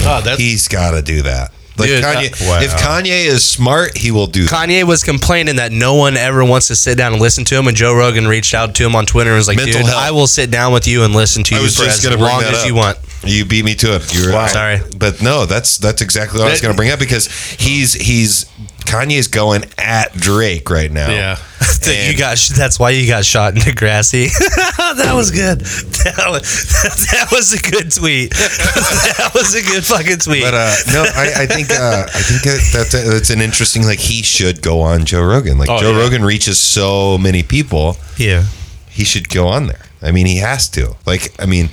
ah, that's He's got to do that. Like Dude, Kanye, uh, wow. if Kanye is smart, he will do that. Kanye was complaining that no one ever wants to sit down and listen to him, and Joe Rogan reached out to him on Twitter and was like, Mental "Dude, health. I will sit down with you and listen to I you was for just as going to bring long that as up. you want." You beat me to it. You were Wow. right. Sorry. but no, that's that's exactly what I was That- going to bring up because he's he's Kanye's going at Drake right now. yeah. That you And- got. That's why you got shot in Degrassi. that was good. That was, that was a good tweet. that was a good fucking tweet. But uh, no, I, I think uh, I think that that's, that's an interesting. Like he should go on Joe Rogan. Like Oh, Joe yeah. Rogan reaches so many people. yeah. he should go on there. I mean, he has to. Like, I mean,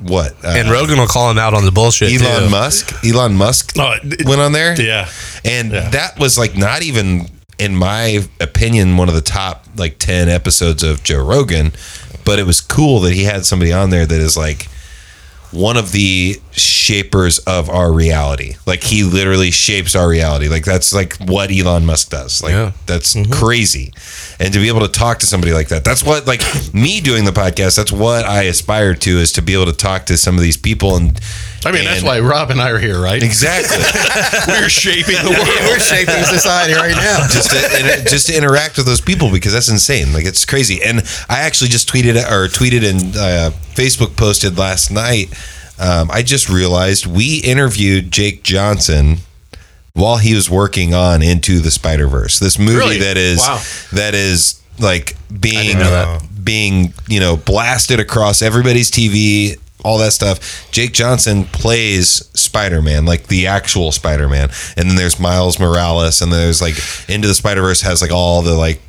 what? Uh, and Rogan will call him out on the bullshit. Elon too. Musk. Elon Musk Oh, it- went on there. yeah. And that was like not even, in my opinion, one of the top like 10 episodes of Joe Rogan. But it was cool that he had somebody on there that is like one of the shapers of our reality. Like he literally shapes our reality. Like that's like what Elon Musk does. Like that's Mm-hmm. crazy. And to be able to talk to somebody like that, that's what like me doing the podcast, that's what I aspire to is to be able to talk to some of these people and I mean, that's and- why Rob and I are here, right? Exactly. We're shaping the world. We're shaping society right now. just to, and just to interact with those people because that's insane. Like it's crazy. And I actually just tweeted or tweeted and uh, Facebook posted last night. Um, I just realized we interviewed Jake Johnson while he was working on Into the Spider Verse. This movie Really? that is Wow. that is like being being you know blasted across everybody's TV. All that stuff. Jake Johnson plays Spider Man, like the actual Spider Man, and then there's Miles Morales, and there's like Into the Spider Verse has like all the like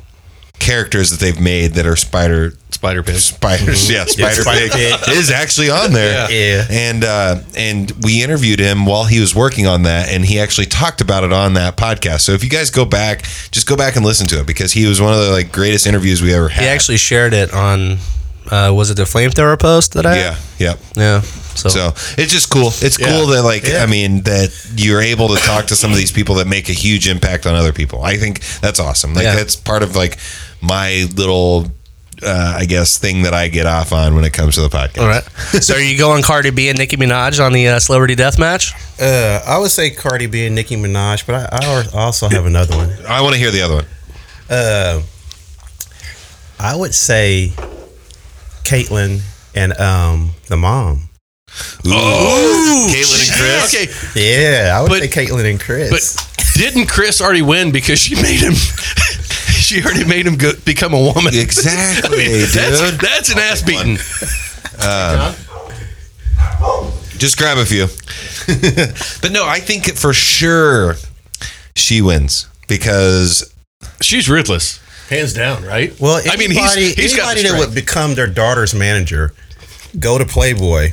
characters that they've made that are Spider Spider Pig, spiders, yeah, Yeah, Spider Spider Pig Pig. is actually on there. Yeah. Yeah. and uh, and we interviewed him while he was working on that, and he actually talked about it on that podcast. So if you guys go back, just go back and listen to it because he was one of the like greatest interviews we ever had. He actually shared it on. Uh, was it the flamethrower post that I? Yeah, yeah. Yeah. So. it's just cool. It's cool that like Yeah. I mean that you're able to talk to some of these people that make a huge impact on other people. I think that's awesome. Like Yeah. that's part of like my little uh, I guess thing that I get off on when it comes to the podcast. All right. so are you going Cardi B and Nicki Minaj on the uh, Celebrity Death Match? Uh, I would say Cardi B and Nicki Minaj, but I, I al- also have another one. I want to hear the other one. Uh, I would say Caitlyn and um, the mom. Oh, Caitlin and Chris. Okay, Yeah, I would But- say Caitlyn and Chris. but didn't Chris already win because she made him? she already made him go, become a woman. Exactly, I mean, that's, dude. that's an ass beating. Uh, just grab a few. but no, I think for sure she wins because She's ruthless, hands down. Right? Well, I mean, anybody, he's- he's got the anybody that strength. would become their daughter's manager, go to Playboy,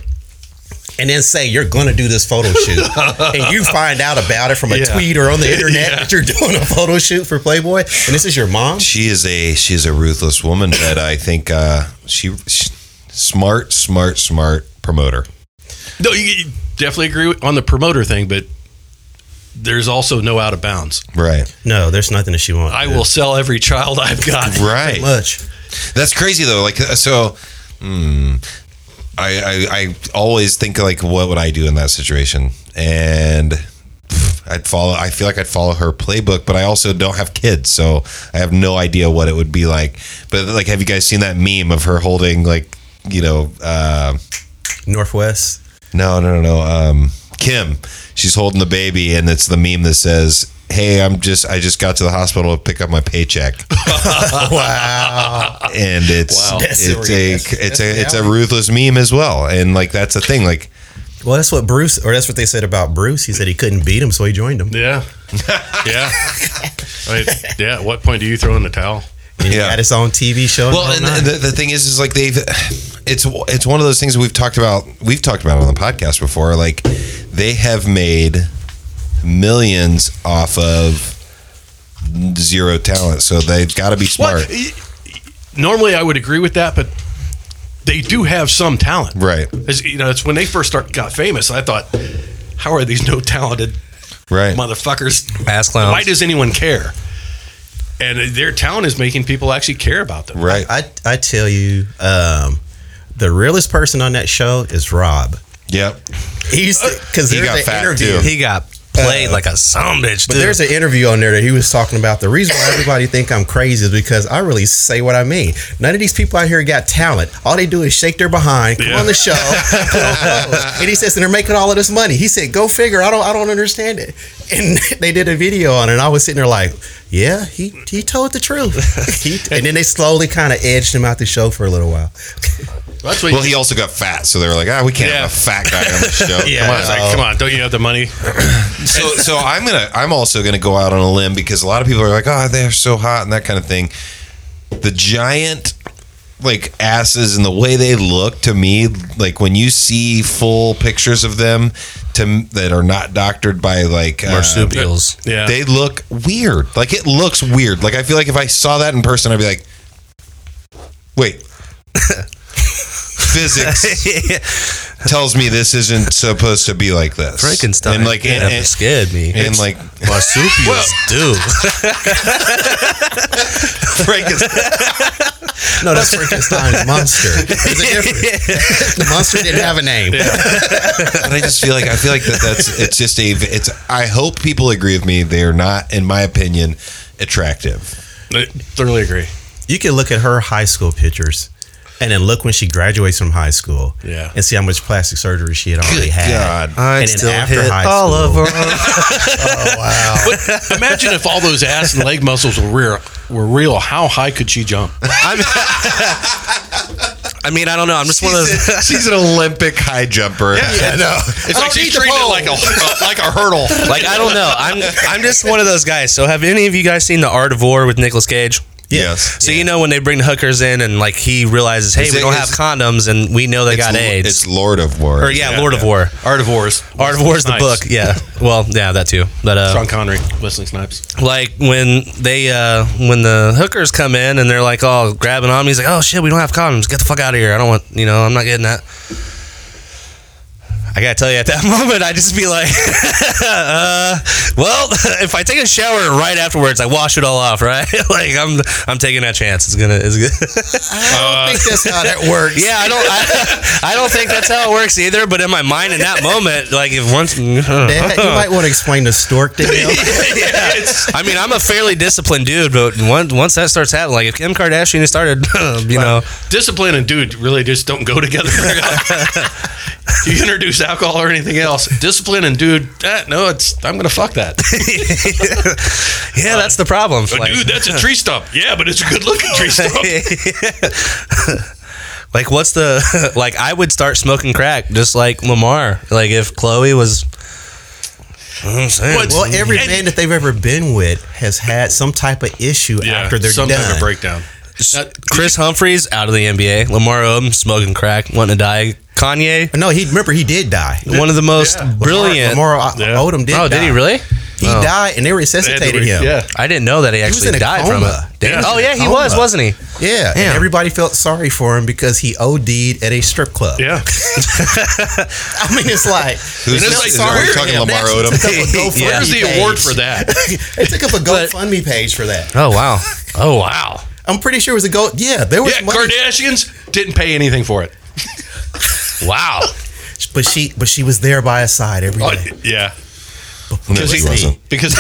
and then say you're going to do this photo shoot, and you find out about it from a Yeah. tweet or on the internet Yeah. that you're doing a photo shoot for Playboy, and this is your mom. she is a she is a ruthless woman, but I think uh, she, she smart, smart, smart promoter. No, you, you definitely agree with- on the promoter thing, but there's also no out of bounds. Right, No, there's nothing that she wants. I will sell every child I've got. right. much. That's crazy though. Like uh, so, hmm, I, I I always think like, what would I do in that situation? And pff, I'd follow. I feel like I'd follow her playbook, but I also don't have kids, so I have no idea what it would be like. But like, have you guys seen that meme of her holding like, you know, uh, Northwest. no, no, no, no, um, Kim? She's holding the baby, and it's the meme that says. Hey, I'm just I just got to the hospital to pick up my paycheck. wow. and it's Wow. it's That's a serious. it's That's a it's a reality. ruthless meme as well, and like that's a thing. Like Well, that's what Bruce, or that's what they said about Bruce. He said he couldn't beat him, so he joined him. Yeah, yeah, I mean, yeah. At what point do you throw in the towel? And He Yeah. had his own TV show. well, and and all that. the, the thing is, is like they've it's it's one of those things that we've talked about we've talked about on the podcast before. Like they have made millions off of zero talent, so they've got to be smart, Normally, I would agree with that, but they do have some talent. right? It's- you know, it's when they first start got famous. I thought, how are these no talented Right? motherfuckers? Ass clowns. Why does anyone care? And their talent is making people actually care about them. Right? I, I tell you, um, the realest person on that show is Rob. Yep. He's because He there's got an fat, interview. too. He got played like a son of a bitch. But dude. there's an interview on there that he was talking about. The reason why everybody think I'm crazy is because I really say what I mean. None of these people out here got talent. All they do is shake their behind, come Yeah. on the show, put on clothes. and he says, and they're making all of this money. He said, go figure. I don't, I don't understand it. And they did a video on it. And I was sitting there like, yeah, he he told the truth. He- and then they slowly kind of edged him out the show for a little while. That's what. Well, he also got fat, so they were like, "Ah, we can't have a fat guy on the show." yeah, I was like, come on, don't you have the money? so so I'm gonna I'm also gonna go out on a limb because a lot of people are like, oh, they're so hot and that kind of thing. The giant like asses and the way they look to me, like when you see full pictures of them to that are not doctored by like um, uh, Marsupials. Yeah. they look weird. Like it looks weird. Like I feel like if I saw that in person, I'd be like, wait. Physics tells me this isn't supposed to be like this. Frankenstein. and like and, Yeah, and- scared me. and like marsupials do. No, that's Frankenstein's monster. There's a difference. The monster didn't have a name. but I just feel like I feel like that that's it's just a it's I hope people agree with me they are not in my opinion attractive. I thoroughly agree. You can look at her high school pictures and then look when she graduates from high school Yeah. and see how much plastic surgery she had already Good had. God. And then after high all school, of them. But imagine if all those ass and leg muscles were real. Were real. How high could she jump? I mean, I don't know. I'm just one of those. She's, she's an Olympic high jumper. Yeah, no. It's like she's treating it like a like a hurdle. Like I don't know. I'm I'm just one of those guys. So have any of you guys seen The Art of War with Nicolas Cage? Yes. So you know when they bring the hookers in and like he realizes, hey, Is we it- don't have is- condoms and we know they got It's- AIDS. It's Lord of War. or yeah, Lord of War. Art of Wars. Art of War is the book. Yeah. Well, yeah, that too. But uh, Sean Connery, Oh. Wesley Snipes. like when they uh when the hookers come in and they're like all grabbing on me he's like oh shit we don't have condoms get the fuck out of here i don't want you know i'm not getting that i gotta tell you at that moment i just be like uh, well if i take a shower right afterwards i wash it all off right like i'm i'm taking that chance it's gonna it's good I think that's how that works. yeah i don't I, I don't think that's how it works either but in my mind in that moment like if once Dad, you might want to explain the stork to him. I mean, I'm a fairly disciplined dude, but once once that starts happening, like if Kim Kardashian started, you know, Discipline and dude really just don't go together. very often. you introduce alcohol or anything else, discipline and dude, eh, no, it's I'm gonna fuck that. yeah, that's the problem. But dude, that's a tree stump. Yeah, but it's a good looking tree stump. like, what's the like? I would start smoking crack just like Lamar. Like if Chloe was. I'm saying. Well, every man that they've ever been with has had some type of issue after they're some done. kind of breakdown. Chris Humphreys out of the NBA. Lamar Odom smoking crack, wanting to die. Kanye, No, he remember he did die. one of the most brilliant. Lamar, Lamar Odom did. oh, die. did he really? He Oh. died, and they resuscitated him. Yeah. I didn't know that he was actually in a died from coma. it. He Damn. was Oh in a yeah, he was, coma. wasn't he? Yeah, and Damn. everybody felt sorry for him because he OD'd at a strip club. Yeah. I mean, it's like Who's they this? felt Is that- are we for talking him. Lamar Odom? They actually took up a GoFundMe Yeah. Where's the page. award for that? they took up a GoFundMe page for that. Oh wow. Oh wow. I'm pretty sure it was a go. Yeah, there was Yeah, money, Kardashians didn't pay anything for it. Wow. but she but she was there by his side every Oh, day. yeah. No, Because she he- wasn't. Because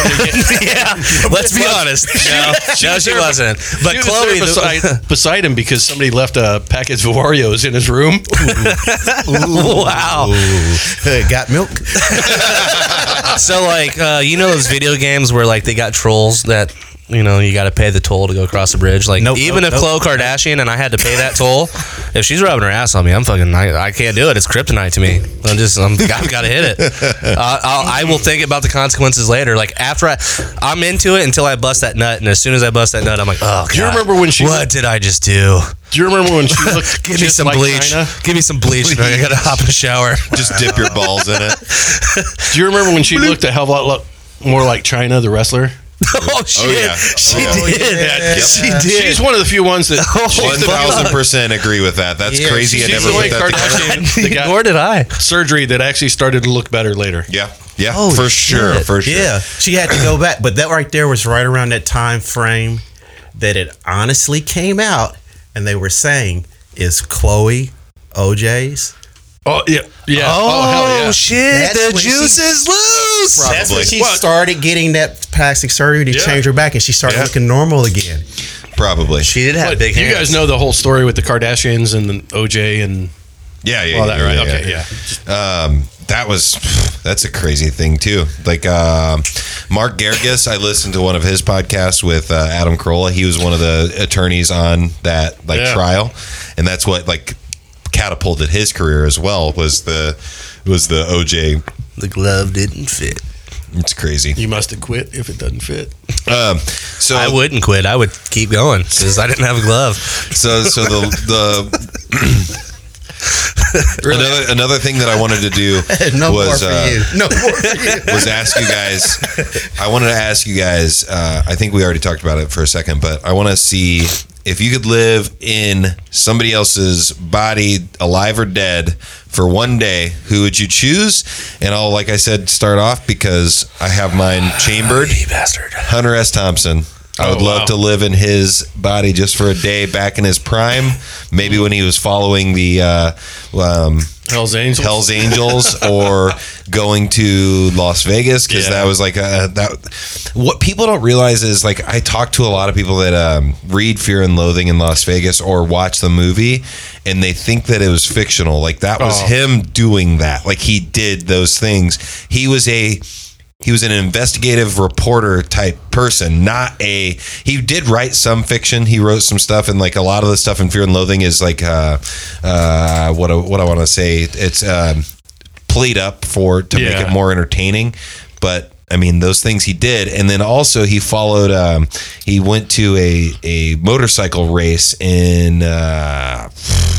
yeah. Let's be honest. No, She no, was she there, but- wasn't. But She was Chloe, there beside, the, beside him because somebody left a package of Oreos in his room. wow. Hey, got milk. So like, uh, you know those video games where like they got trolls that. You know, you got to pay the toll to go across the bridge. Like, Nope, even nope, if nope. Khloe Kardashian and I had to pay that toll, if she's rubbing her ass on me, I'm fucking. I, I can't do it. It's kryptonite to me. I'm just. I'm. I've got to hit it. Uh, I'll, I will think about the consequences later. Like after I, I'm into it until I bust that nut, and as soon as I bust that nut, I'm like, oh. God, Do you remember when she- What did I just do? Do you remember when she looked Give me just some like bleach. China? Give me some bleach. and I gotta hop in the shower. Just dip your balls in it. Do you remember when she looked a hell of a lot lo- more like China, the wrestler? oh shit! yeah. She Oh, did. yeah. She Yep. did. Oh, She's one of the few ones that. One she's the, thousand percent agree with that. That's Yeah, crazy. I she's never the put only that together. Kardashian that got Nor did I. surgery that actually started to look better later. Yeah, yeah, Oh, for shit. sure, for sure. Yeah, she had to go back, but that right there was right around that time frame that it honestly came out, and they were saying is Chloe OJ's. Oh yeah, yeah. Oh, hell yeah. shit! That's the when she- juice is loose. That's when Probably. she What? started getting that plastic surgery to Yeah. change her back, and she started Yeah. looking normal again. Probably. She did have But big you hands. guys know the whole story with the Kardashians and the OJ and Yeah, yeah, all yeah, that, right? yeah, okay, yeah. um, that was that's a crazy thing too. Like um Mark Gergis, I listened to one of his podcasts with uh, Adam Carolla. He was one of the attorneys on that like Yeah. trial, and that's what like catapulted his career as well. Was the was the OJ the glove didn't fit. It's crazy. You must have quit if it doesn't fit. Um, so I wouldn't quit. I would keep going because I didn't have a glove. So so the the another another thing that I wanted to do no was more for uh, you. No more for you. was ask you guys. I wanted to ask you guys. Uh, I think we already talked about it for a second, but I want to see if you could live in somebody else's body, alive or dead, for one day. Who would you choose? And I'll, like I said, start off because I have mine chambered. bastard. Hunter S. Thompson. I would Ah, Oh, love wow. to live in his body just for a day back in his prime, maybe when he was following the uh, um, Hell's Angels. Hell's Angels or going to Las Vegas because that was like a, that. What people don't realize is like I talk to a lot of people that um, read Fear and Loathing in Las Vegas or watch the movie, and they think that it was fictional. Like that was Oh. him doing that. Like he did those things. He was a he was an investigative reporter type person, not a. He did write some fiction. He wrote some stuff, and like a lot of the stuff in Fear and Loathing is like, uh, uh, what I- what I want to say. It's um, played up for to make Yeah. it more entertaining, but. I mean those things he did, and then also he followed. Um, he went to a, a motorcycle race in uh,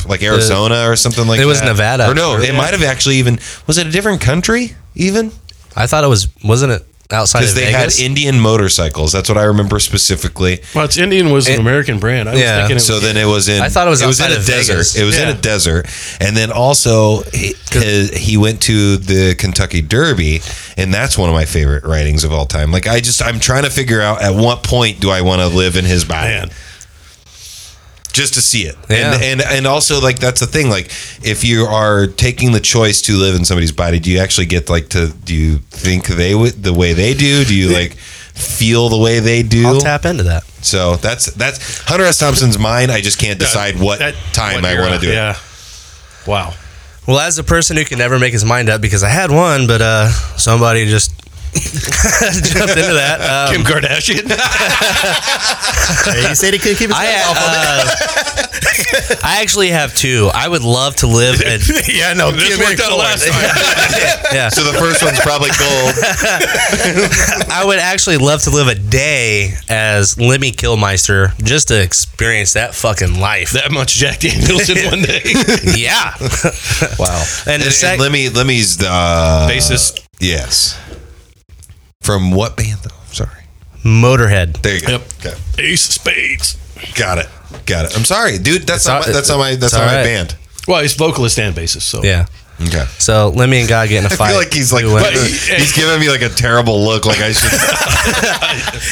like Arizona or something like. It was that. Nevada. or no? It Yeah. might have actually even was it a different country even? I thought it was wasn't it outside of because they Vegas? had Indian motorcycles. That's what I remember specifically. Well, it's Indian was an It- American brand. I was yeah. thinking it was, so then it was in. I thought it was in a outside of desert. Vegas. It was in Yeah. a desert, and then also he, his- he went to the Kentucky Derby, and that's one of my favorite writings of all time. Like I just I'm trying to figure out at what point do I want to live in his body. Just to see it, Yeah. and, and and also like that's the thing. Like, if you are taking the choice to live in somebody's body, do you actually get like to? Do you think they would the way they do? Do you like feel the way they do? I'll tap into that. So that's that's Hunter S. Thompson's mine. I just can't decide what time I want to do it. Yeah. Wow. Well, as a person who can never make his mind up because I had one, but uh, somebody just jumped into that. Um, Kim Kardashian. Hey, you said he couldn't keep his I, hand off of it. Oh. uh, I actually have two. I would love to live. A, yeah, no, This Kim worked and out Floyd. last yeah, So the first one's probably gold. I would actually love to live a day as Lemmy Killmeister just to experience that fucking life. That much Jack Daniels in one day. yeah, Wow. And And, the and sec- Lemmy Lemmy's the uh, Bassist. Yes. From what band though? Sorry. Motorhead. There you go. Yep. Okay. Ace of Spades. Got it. Got it. I'm sorry, dude. That's It's not all- my, that's not my it's that's not all my right. band. Well, he's vocalist and bassist. So Yeah. Okay. So Lemmy and God get in a I fight. feel like he's like Who wins? he's giving me like a terrible look. Like I should.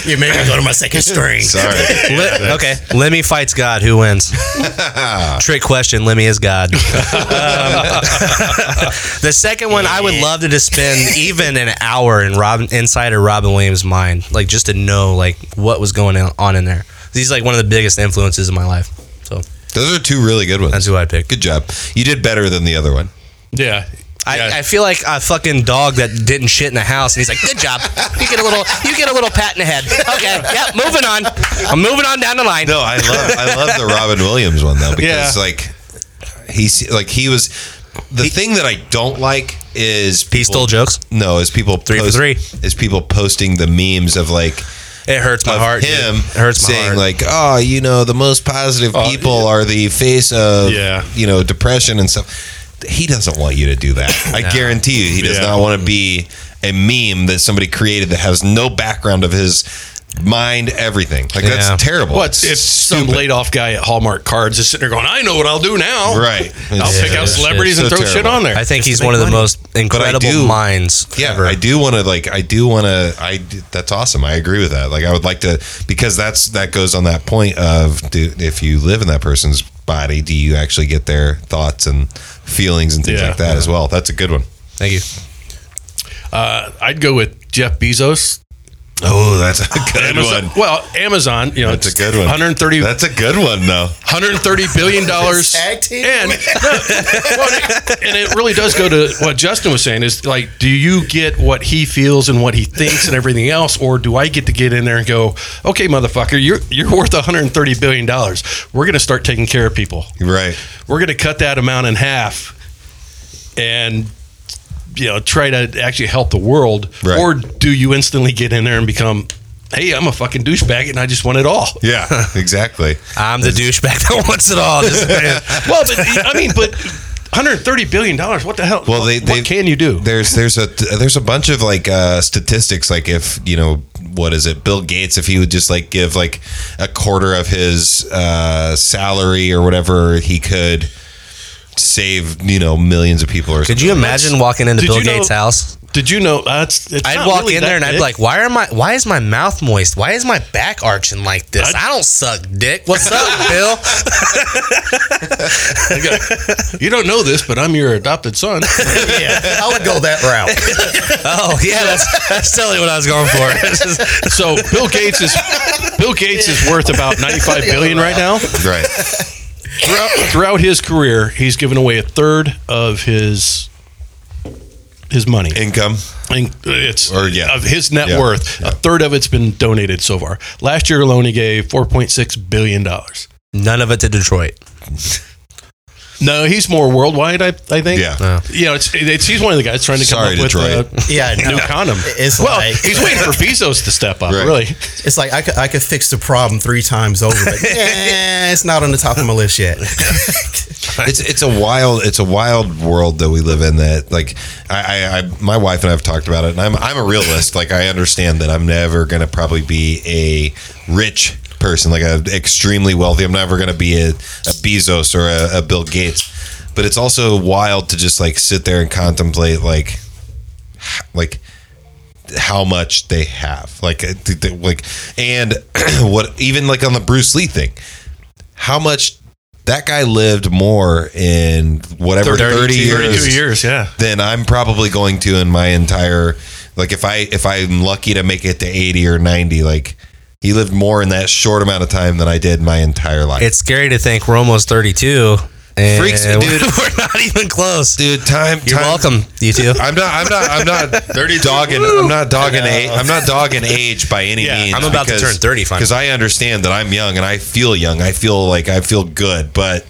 You made me go to my second string. Sorry. Le- okay. Lemmy fights God. Who wins? Trick question. Lemmy is God. Um, the second one, I would love to just spend even an hour in Robin inside of Robin Williams' mind, like just to know like what was going on in there. He's like one of the biggest influences in my life. So Those are two really good ones. that's who I'd pick. Good job. You did better than the other one. yeah. I, Yeah. I feel like a fucking dog that didn't shit in the house, and he's like, "Good job. You get a little. You get a little pat in the head. Okay. Yep. Moving on. I'm moving on down the line. No, I love I love the Robin Williams one though because like he's like he was the thing that I don't like is people, He stole jokes. No, is people Three for three. is people posting the memes of like It hurts my of heart. dude. him It hurts my saying heart. Oh, like oh you know the most positive people are the face of Yeah. you know depression and stuff. He doesn't want you to do that. I guarantee you, he does Yeah. not want to be a meme that somebody created that has no background of his mind. Everything like Yeah. that's terrible. What if some stupid. laid off guy at Hallmark Cards is sitting there going, I know what I'll do now. Right. Oh. I'll It's- pick out it's celebrities so and throw terrible. shit on there. I think Just he's to one of make the money. most I incredible do- minds. Yeah, ever. I do want to like. I do want to. I d- that's awesome. I agree with that. Like, I would like to because that's that goes on that point of do, if you live in that person's body, do you actually get their thoughts and feelings and things Yeah. like that as well? That's a good one. Thank you. Uh, I'd go with Jeff Bezos. Oh, that's a good Amazon, Well, Amazon, you know, That's a it's good one. 130 That's a good one though. 130 billion dollars Tag team? and well, and it- and it really does go to what Justin was saying is like do you get what he feels and what he thinks and everything else or do I get to get in there and go okay motherfucker you're you're worth 130 billion dollars we're going to start taking care of people Right. we're going to cut that amount in half and you know try to actually help the world, Right. or do you instantly get in there and become, hey, I'm a fucking douchebag and I just want it all? Yeah, exactly. I'm the douchebag that wants it all. Just saying. well, but I mean, but 130 billion dollars. What the hell? Well, they, they can you do? There's there's a there's a bunch of like uh, statistics like if you know what is it Bill Gates if he would just like give like a quarter of his uh, salary or whatever he could save you know millions of people or Could you imagine walking into Did Bill you know- Gates' house? Did you know? Uh, it's, it's I'd not walk really in that there and I'd be big. like, "Why are my? Why is my mouth moist? Why is my back arching like this? I don't suck dick. What's up, Bill? you don't know this, but I'm your adopted son. yeah, I would go that route. oh yeah, that's that's totally what I was going for. so Bill Gates is Bill Gates is worth about 95 billion right now. Right. Throughout, throughout his career, he's given away a third of his his money income. It's Or, yeah. of his net Yeah. worth. A third of it's been donated so far. Last year alone, he gave 4.6 billion dollars. None of it to Detroit. No, he's more worldwide. I, I think. Yeah. You know, it's, it's he's one of the guys trying to come Sorry, up with Detroit. uh, Yeah, I new know. condom. It's well, like- he's waiting for Bezos to step up. Right. Really. It's like I could, I could fix the problem three times over, but eh, it's not on the top of my list yet. it's it's a wild it's a wild world that we live in that like I, I, I my wife and I've talked about it and I'm I'm a realist like I understand that I'm never gonna probably be a rich person like a extremely wealthy I'm never gonna be a, a Bezos or a, a Bill Gates but it's also wild to just like sit there and contemplate like h- like how much they have like uh, th- th- like and what even like on the Bruce Lee thing how much that guy lived more in whatever 30, 30, years, 32 years, yeah. than I'm probably going to in my entire like if I if I'm lucky to make it to 80 or 90 like he lived more in that short amount of time than I did my entire life. It's scary to think we're almost 32. And Freaks, dude. We're not even close, dude. Time. You're time- welcome, you two. I'm not. I'm not. I'm not. dogging. I'm not dogging. A, I'm not dogging age by any Yeah, means. I'm about to turn 30 finally. Because I understand that I'm young and I feel young. I feel like I feel good, but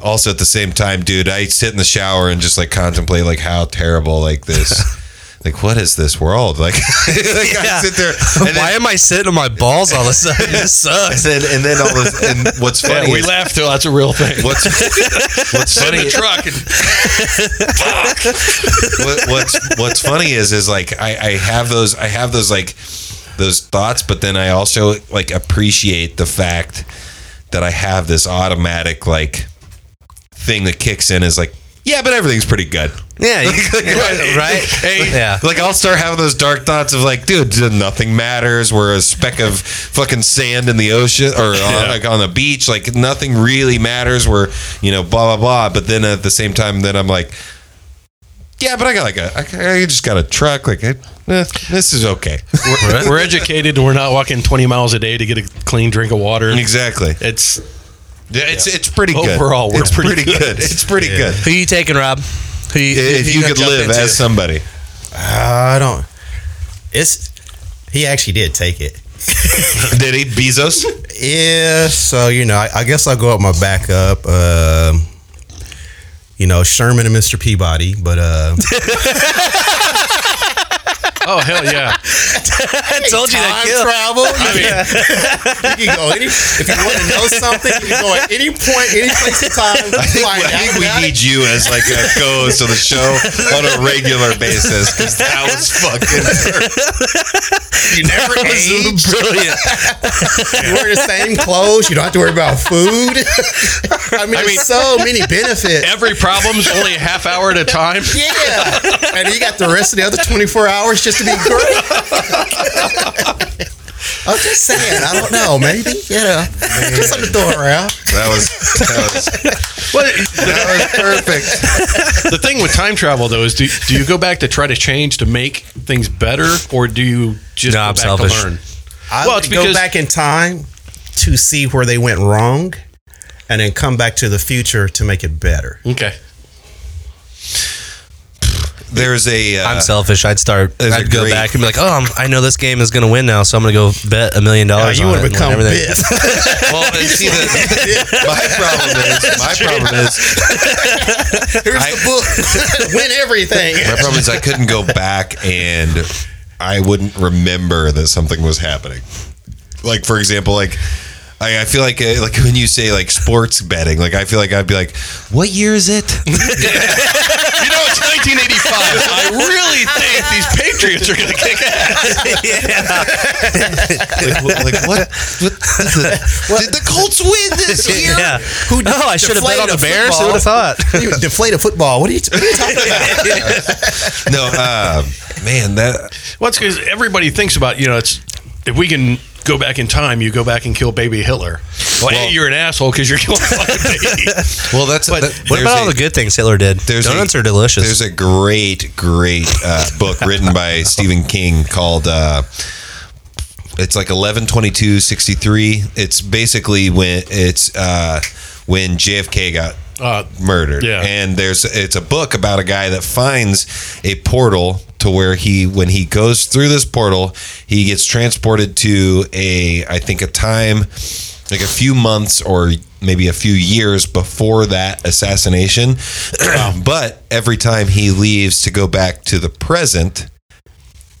also at the same time, dude, I sit in the shower and just like contemplate like how terrible like this. Like what is this world like? like I Yeah. sit there. And Why then, am I sitting on my balls all of a sudden? This sucks. and then, and then all this. And what's funny? Yeah, we is- laugh till that's a real thing. What's what's Sit in funny? the truck and what, what's what's funny is is like I, I have those I have those like those thoughts, but then I also like appreciate the fact that I have this automatic like thing that kicks in is like yeah, but everything's pretty good. Yeah, Uh, you- Right. right. right? Hey, Yeah. Like I'll start having those dark thoughts of like, dude, nothing matters. We're a speck of fucking sand in the ocean or on, like on the beach. Like nothing really matters. We're you know blah blah blah. But then at the same time, then I'm like, yeah, but I got like a, I, I just got a truck. Like eh, eh, this is okay. we're, we're educated and we're not walking 20 miles a day to get a clean drink of water. exactly. It's Yeah, it's it's pretty good. Overall, we're it's pretty pretty good. good. It's pretty good. Who you taking, Rob? Who you, If who you gonna could jump live into? as somebody, I don't. It's he actually did take it. did he Bezos? Yeah, so you know, I, I guess I'll go up my backup. Um, you know, Sherman and Mr. Peabody, but uh, oh hell yeah! I told you that time kill. travel. I mean, You can go any if you want to know something. You can go at any point, any place in time. I think, I find out think we about it. need you as like a co-host of the show on a regular basis because that was fucking. You never That was age. brilliant. You wear the same clothes. You don't have to worry about food. I mean, there's so many benefits. Every problem's only a half hour at a time. Yeah, and you got the rest of the other 24 hours just to be great. I'm just saying. I don't know. Maybe. Yeah. Just on the door around. That was that was, Well, the, that was perfect. the thing with time travel though is do, do you go back to try to change to make things better, or do you just No, go I'm back selfish. to learn? I Well, would it's go because- back in time to see where they went wrong, and then come back to the future to make it better. Okay. there's a. Uh, I'm selfish. I'd start. There's a I'd go great- back and be like, "Oh, I'm, I know this game is going to win now, so I'm going to go bet a million dollars." you on would it and become whatever they- Biff. well, and see, the, my problem is my problem is Here's the book. Win everything. my problem is I couldn't go back and I wouldn't remember that something was happening. Like for example, like. I I feel like uh, like when you say like sports betting, like I feel like I'd be like, what year is it? You know, it's 1985. I really think these Patriots are going to kick ass. like, wh- like what? what, is it? Did the Colts win this year? Yeah. Who No, I should have bet on deflated the a Bears. Who football? would have thought? You deflate a football. What are you, what are you talking No, uh, man, that Well, it's because everybody thinks about you know it's if we can go back in time, you go back and kill baby Hitler. Well, A, you're an asshole because you're killing a fucking baby. well, that's But that- What there's about a- all the good things Hitler did? There's Donuts a, are delicious. There's a great, great uh, book written by Stephen King called. Uh, it's like 11 22 63 it's basically when it's uh when jfk got Uh, murdered yeah. and there's it's a book about a guy that finds a portal to where he when he goes through this portal he gets transported to a i think a time like a few months or maybe a few years before that assassination but every time he leaves to go back to the present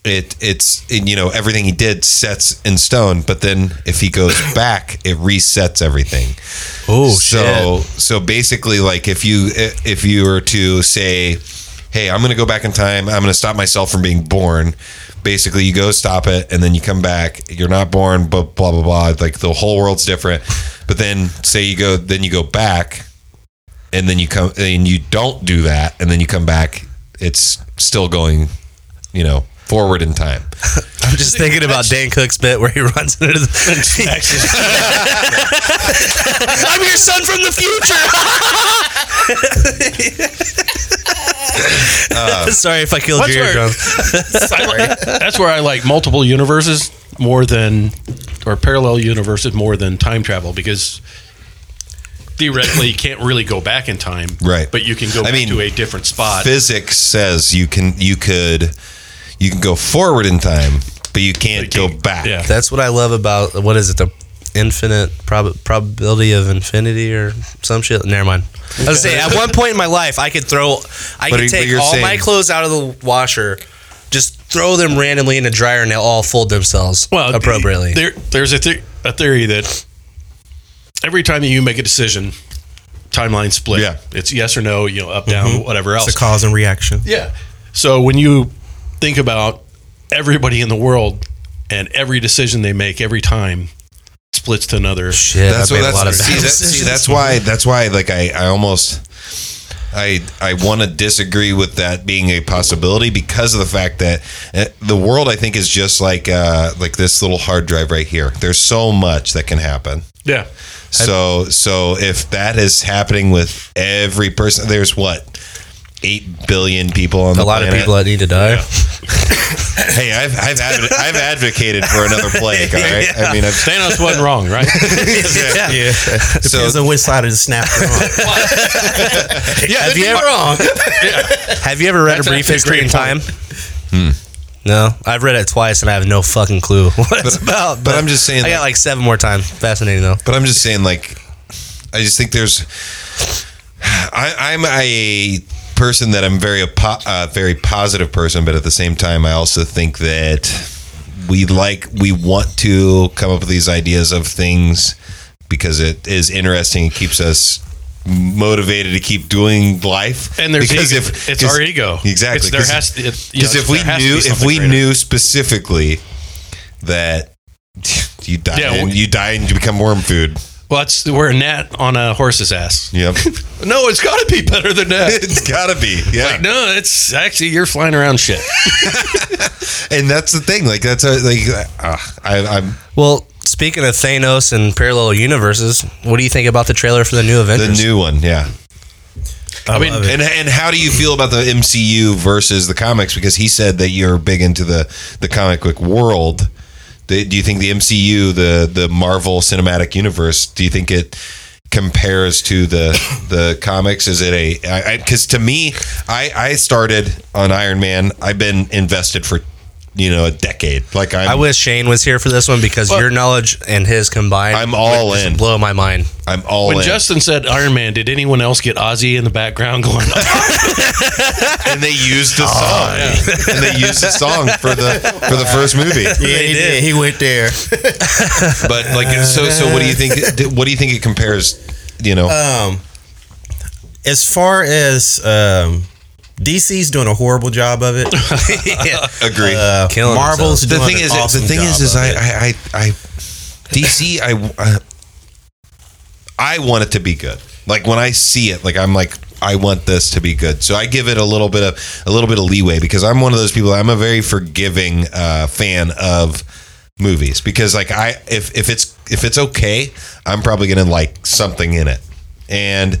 it it's and, you know everything he did sets in stone but then if he goes back it resets everything Oh, so so basically like if you if you were to say hey i'm gonna go back in time i'm gonna stop myself from being born basically you go stop it and then you come back you're not born but blah blah blah like the whole world's different but then say you go then you go back and then you come and you don't do that and then you come back it's still going you know forward in time I'm just thinking about Dan Cook's bit where he runs into the. I'm your son from the future. Sorry if I killed That's your where- eardrums. That's where I like multiple universes more than, or parallel universes more than time travel because theoretically you can't really go back in time, Right. But you can go I back mean, to a different spot. physics says you can you could you can go forward in time but you can't go back yeah. That's what I love about what is it the infinite prob- probability of infinity or some shit. Never mind. I was gonna say at one point in my life I could throw I But you- but could take you're all my saying- clothes out of the washer, just throw them randomly in the dryer and they'll all fold themselves Well, appropriately. There, there's a, the- a theory that every time that you make a decision, timeline split. Yeah. Mm-hmm. It's yes or no, you know, up, down, whatever else. It's a cause and reaction. Yeah. So when you think about everybody in the world and every decision they make every time splits to another. Shit, that's I what made a that's lot of see, bad that, decisions. see that's why that's why like I I almost I I want to disagree with that being a possibility because of the fact that uh, the world I think is just like uh like this little hard drive right here there's so much that can happen Yeah. so so if that is happening with every person there's what 8 billion people on a the lot of planet? people that need to die. hey, I've I've, adv- I've advocated for another plague. All right, I mean, I've, Thanos wasn't wrong, right? Yeah. so Depends on which side of the snap you're on. Have you ever wrong. Have you ever read That's a brief actually history a great of time? No, I've read it twice and I have no fucking clue what it's about. Hmm. but I'm just saying I that- got like seven more times. Fascinating though. but I'm just saying, like, I just think there's. I, I'm a person that I'm very a po- uh, very positive person, but at the same time, I also think that we like we want to come up with these ideas of things because it is interesting. It keeps us motivated to keep doing life And there's because ego. It's our ego. exactly It's- there 'cause- has to- it- you know, because if we there has to knew be if something we greater. knew specifically that you die Yeah, and we- you die and you become worm food Well, that's, we're a gnat on a horse's ass. Yep. No, it's got to be better than that. it's gotta be. Yeah. Like, no, it's actually you're flying around shit. and that's the thing. Like that's a, like uh, I, I'm Well, speaking of Thanos and parallel universes, what do you think about the trailer for the new the Avengers? new one. Yeah. I mean, And and how do you feel about the MCU versus the comics? Because he said that you're big into the the comic book world. Do do you think the MCU, the the Marvel Cinematic Universe, do you think it compares to the the comics? Is it a because to me, I I started on Iron Man. I've been invested for you know a decade. Like I'm, I wish Shane was here for this one because your knowledge and his combined, I'm all would just in. Blow my mind. I'm all when in. Justin said Iron Man, did anyone else get Ozzy in the background going? and they used the song. and they used the song for the for the first movie. Yeah, he did. He went there. But like so so what do you think what do you think it compares, you know? Um, as far as um, DC's doing a horrible job of it. yeah. Agree. Uh, Killing Marvel's the doing thing an is awesome the thing job is is of I, it. I I I DC I uh, I want it to be good. Like when I see it, like I'm like I want this to be good. So I give it a little bit of a little bit of leeway because I'm one of those people. I'm a very forgiving uh, fan of movies because like I if if it's if it's okay, I'm probably gonna like something in it. And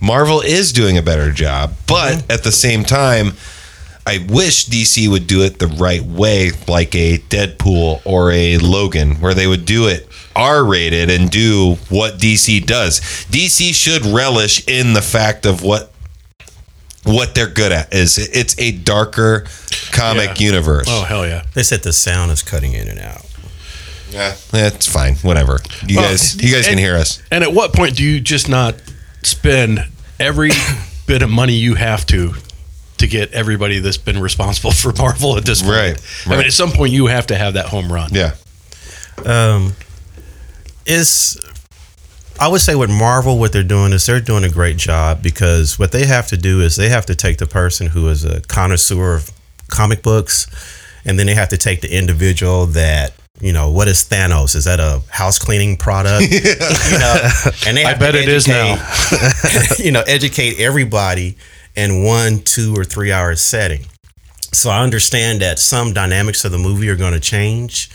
Marvel is doing a better job, but Mm-hmm. at the same time, I wish DC would do it the right way, like a Deadpool or a Logan, where they would do it R rated and do what DC does. DC should relish in the fact of what what they're good at is it's a darker comic universe. Oh hell yeah! They said the sound is cutting in and out. Yeah, it's fine. Whatever. You Well, guys, you guys can and- hear us. And at what point do you just not spend every bit of money you have to to get everybody that's been responsible for Marvel at this point? Right, I right. mean, at some point you have to have that home run. Yeah. Um, is I would say with Marvel, what they're doing is they're doing a great job because what they have to do is they have to take the person who is a connoisseur of comic books, and then they have to take the individual that you know what is Thanos? Is that a house cleaning product? you know, and they I have to bet it is now. educate- you know, educate everybody in one, two, or three hour setting. So I understand that some dynamics of the movie are going to change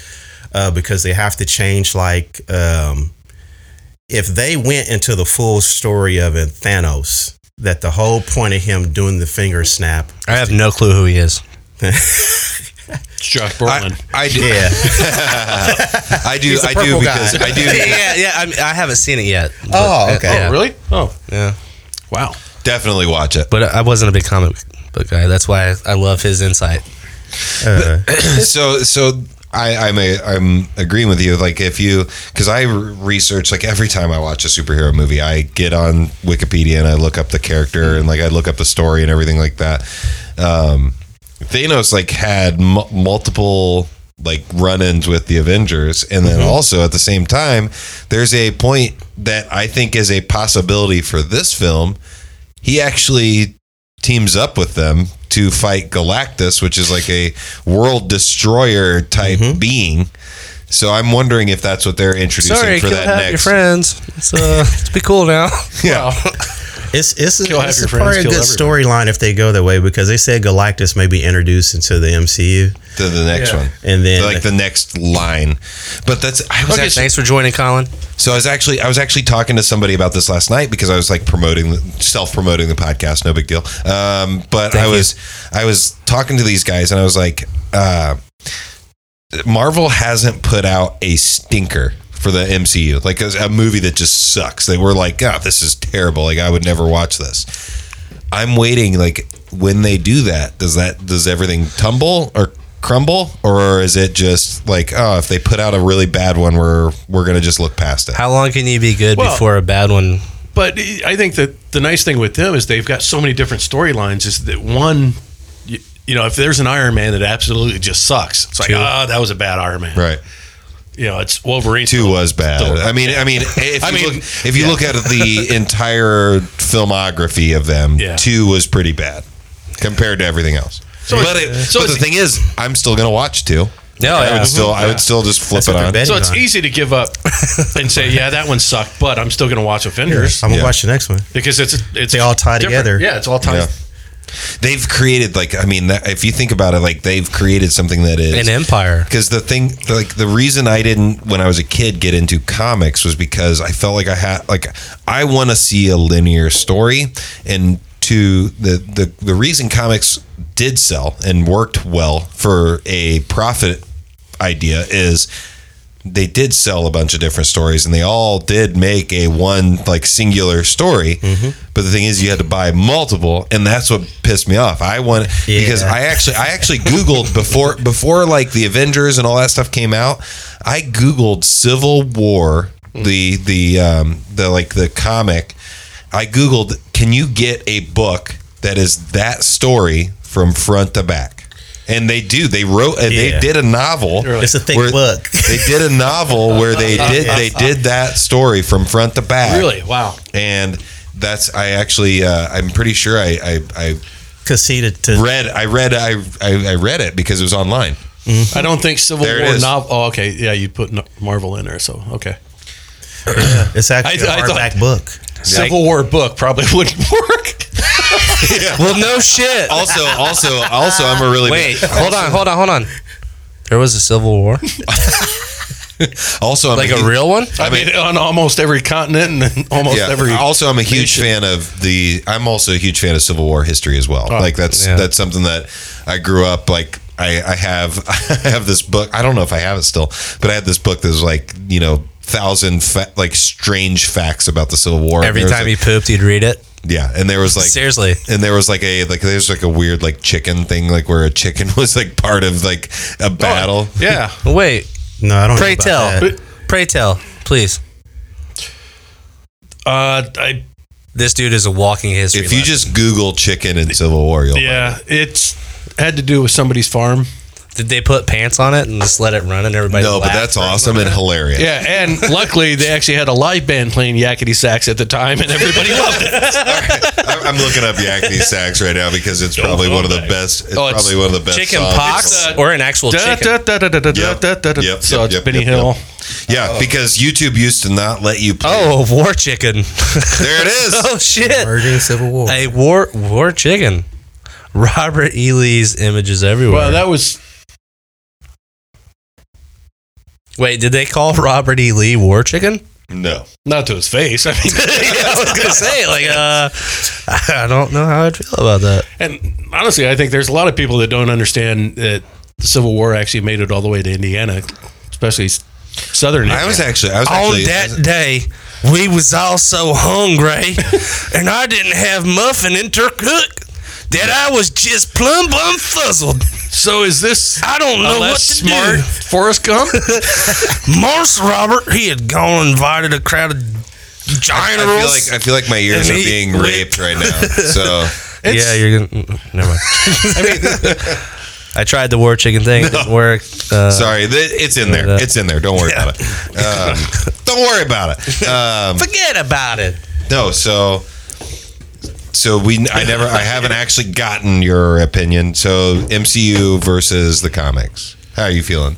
uh, because they have to change. Like, um, if they went into the full story of it, Thanos, that the whole point of him doing the finger snap. I have no clue who he is. It's Josh Brolin. I do. Yeah. I do. He's a I do purple because guy. I do. yeah, yeah. I, mean, I haven't seen it yet. but- uh, Oh, okay. yeah. Oh really? Oh Yeah. wow. Definitely watch it. But I wasn't a big comic book guy. That's why I, I love his insight. so so I, I'm a, I'm agreeing with you. Like if you because I re- research like every time I watch a superhero movie, I get on Wikipedia and I look up the character and like I look up the story and everything like that. Um, Thanos like had m- multiple like run-ins with the Avengers, and then Mm-hmm. also at the same time, there's a point that I think is a possibility for this film. He actually teams up with them to fight Galactus, which is like a world destroyer type Mm-hmm. being. So I'm wondering if that's what they're introducing Sorry, for kill that half your next. friends. It's, uh, let's be cool now. Yeah, It's it's, Kill half it's your a friends, probably a kill good everybody. storyline if they go that way because they said Galactus may be introduced into the MCU, to the next Yeah. one, and then like the next line. But that's I was actually, Thanks for joining, Colin. so I was actually I was actually talking to somebody about this last night because I was like promoting self promoting the podcast, no big deal. Um, but I was I was talking to these guys and I was like. Uh, Marvel hasn't put out a stinker for the MCU, like a, a movie that just sucks. They were like, "God, this is terrible. Like, I would never watch this." I'm waiting. Like, when they do that, does that does everything tumble or crumble, or is it just like, oh, if they put out a really bad one, we're we're gonna just look past it? How long can you be good Well- before a bad one? But I think that the nice thing with them is they've got so many different storylines. Is that one, you, you know, if there's an Iron Man that absolutely just sucks, it's like, Two. ah, that was a bad Iron Man. Right. You know, it's Wolverine. Two was bad. Still- I mean, I mean, if you, I mean, look, if you look at the entire filmography of them, Yeah. two was pretty bad compared to everything else. So but it's- it, so but the it's- thing is, I'm still gonna watch two. No, I yeah. would still, I would still just flip That's what they're it on. betting So it's on. easy to give up and say, yeah, that one sucked, but I'm still going to watch Avengers I'm gonna Yeah. watch the next one. because it's it's They all tie different. together. Yeah, it's all tied. Yeah. They've created like, I mean, that, if you think about it, like they've created something that is An empire. because the thing like the reason i didn't when i was a kid get into comics was because i felt like i had like i want to see a linear story and to the, the the reason comics did sell and worked well for a profit idea is they did sell a bunch of different stories and they all did make a one like singular story but the thing is you had to buy multiple and that's what pissed me off i want because i actually i actually googled before before like the avengers and all that stuff came out i googled civil war the the um the like the comic i googled can you get a book that is that story from front to back and they do. They wrote. and They Yeah. did a novel. It's a thick where- book. they did a novel where they did they did that story from front to back. Really? Wow. And that's I actually uh, I'm pretty sure I I, I conceded to read I read I, I I read it because it was online. I don't think Civil There it War is. novel. Oh, okay. Yeah, you put no- Marvel in there, so okay. It's actually a I- I thought- hardback book. Civil War book probably wouldn't work. Well, no shit. Also, also, also, I'm a really Wait, hold on, hold on, hold on. There was a civil war. Also, I'm Like a huge- real one? I mean, on almost every continent and almost Yeah. every. Also, I'm a huge fan of the. I'm also a huge fan of Civil War history as well. Oh, like that's yeah. that's something that I grew up like. I, I have I have this book. I don't know if I have it still, but I had this book that was like you know thousand fa- like strange facts about the Civil War. Every There was, time like- you pooped, you'd read it. yeah, and there was like Seriously. and there was like a like there's like a weird like chicken thing like where a chicken was like part of like Oh, a battle. Yeah. Wait. No, I don't. Pray know about tell. that. Pray tell, please. Uh, I. This dude is a walking history. If you just Google chicken and Civil War, you'll Yeah, it's had to do with somebody's farm. Did they put pants on it and just let it run and everybody? no, but laughed that's for a awesome and moment? hilarious. Yeah, and luckily they actually had a live band playing Yakety Sax at the time, and everybody loved it. I- I'm looking up Yakety Sax right now because it's probably one of the best. It's Oh, it's probably one of the best. Chicken songs. pox It's, uh, or an actual Da, chicken? da, da, da, da, da, Yep. da, da, da. Yep, So yep, it's yep, Benny yep, Hill. Oh. Yeah, because YouTube used to not let you. Play. Oh, war chicken. There it is. oh shit. Emerging Civil War. A war war chicken. Robert E. Lee's images everywhere. Well, that was Wait, did they call Robert E. Lee war chicken? No, not to his face. I mean, I was gonna say like uh, I don't know how I'd feel about that. and honestly, I think there's a lot of people that don't understand that the Civil War actually made it all the way to Indiana, especially s- Southern. Indiana. I was actually. I was actually. On that day, we was all so hungry, and I didn't have muffin in Turcook. That I was just plumb bum fuzzled. So is this I don't know what to less smart do. Forrest Gump? Morse Robert, he had gone and invited a crowd of I feel like generals. I feel like my ears And are he- being raped right now. So yeah, you're gonna. mm, Never mind. I tried the war chicken thing. It didn't work. Uh, sorry, th- it's in there. It's in there. Don't worry about it. Um, don't worry about it. Um, Forget about it. no, so so we. I never. I haven't actually gotten your opinion. So MCU versus the comics. How are you feeling?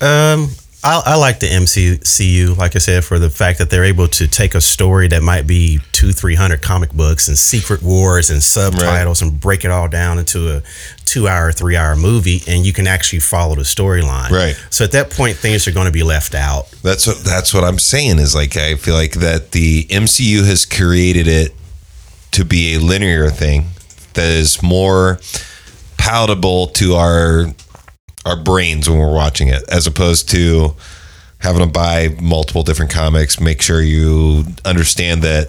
Um, I, I like the MCU, like I said, for the fact that they're able to take a story that might be two, three hundred comic books and secret wars and subtitles and break it all down into a two-hour, three-hour movie, and you can actually follow the storyline. Right. So at that point, things are going to be left out. That's what that's what I'm saying is like I feel like that the MCU has created it to be a linear thing that is more palatable to our our brains when we're watching it as opposed to having to buy multiple different comics make sure you understand that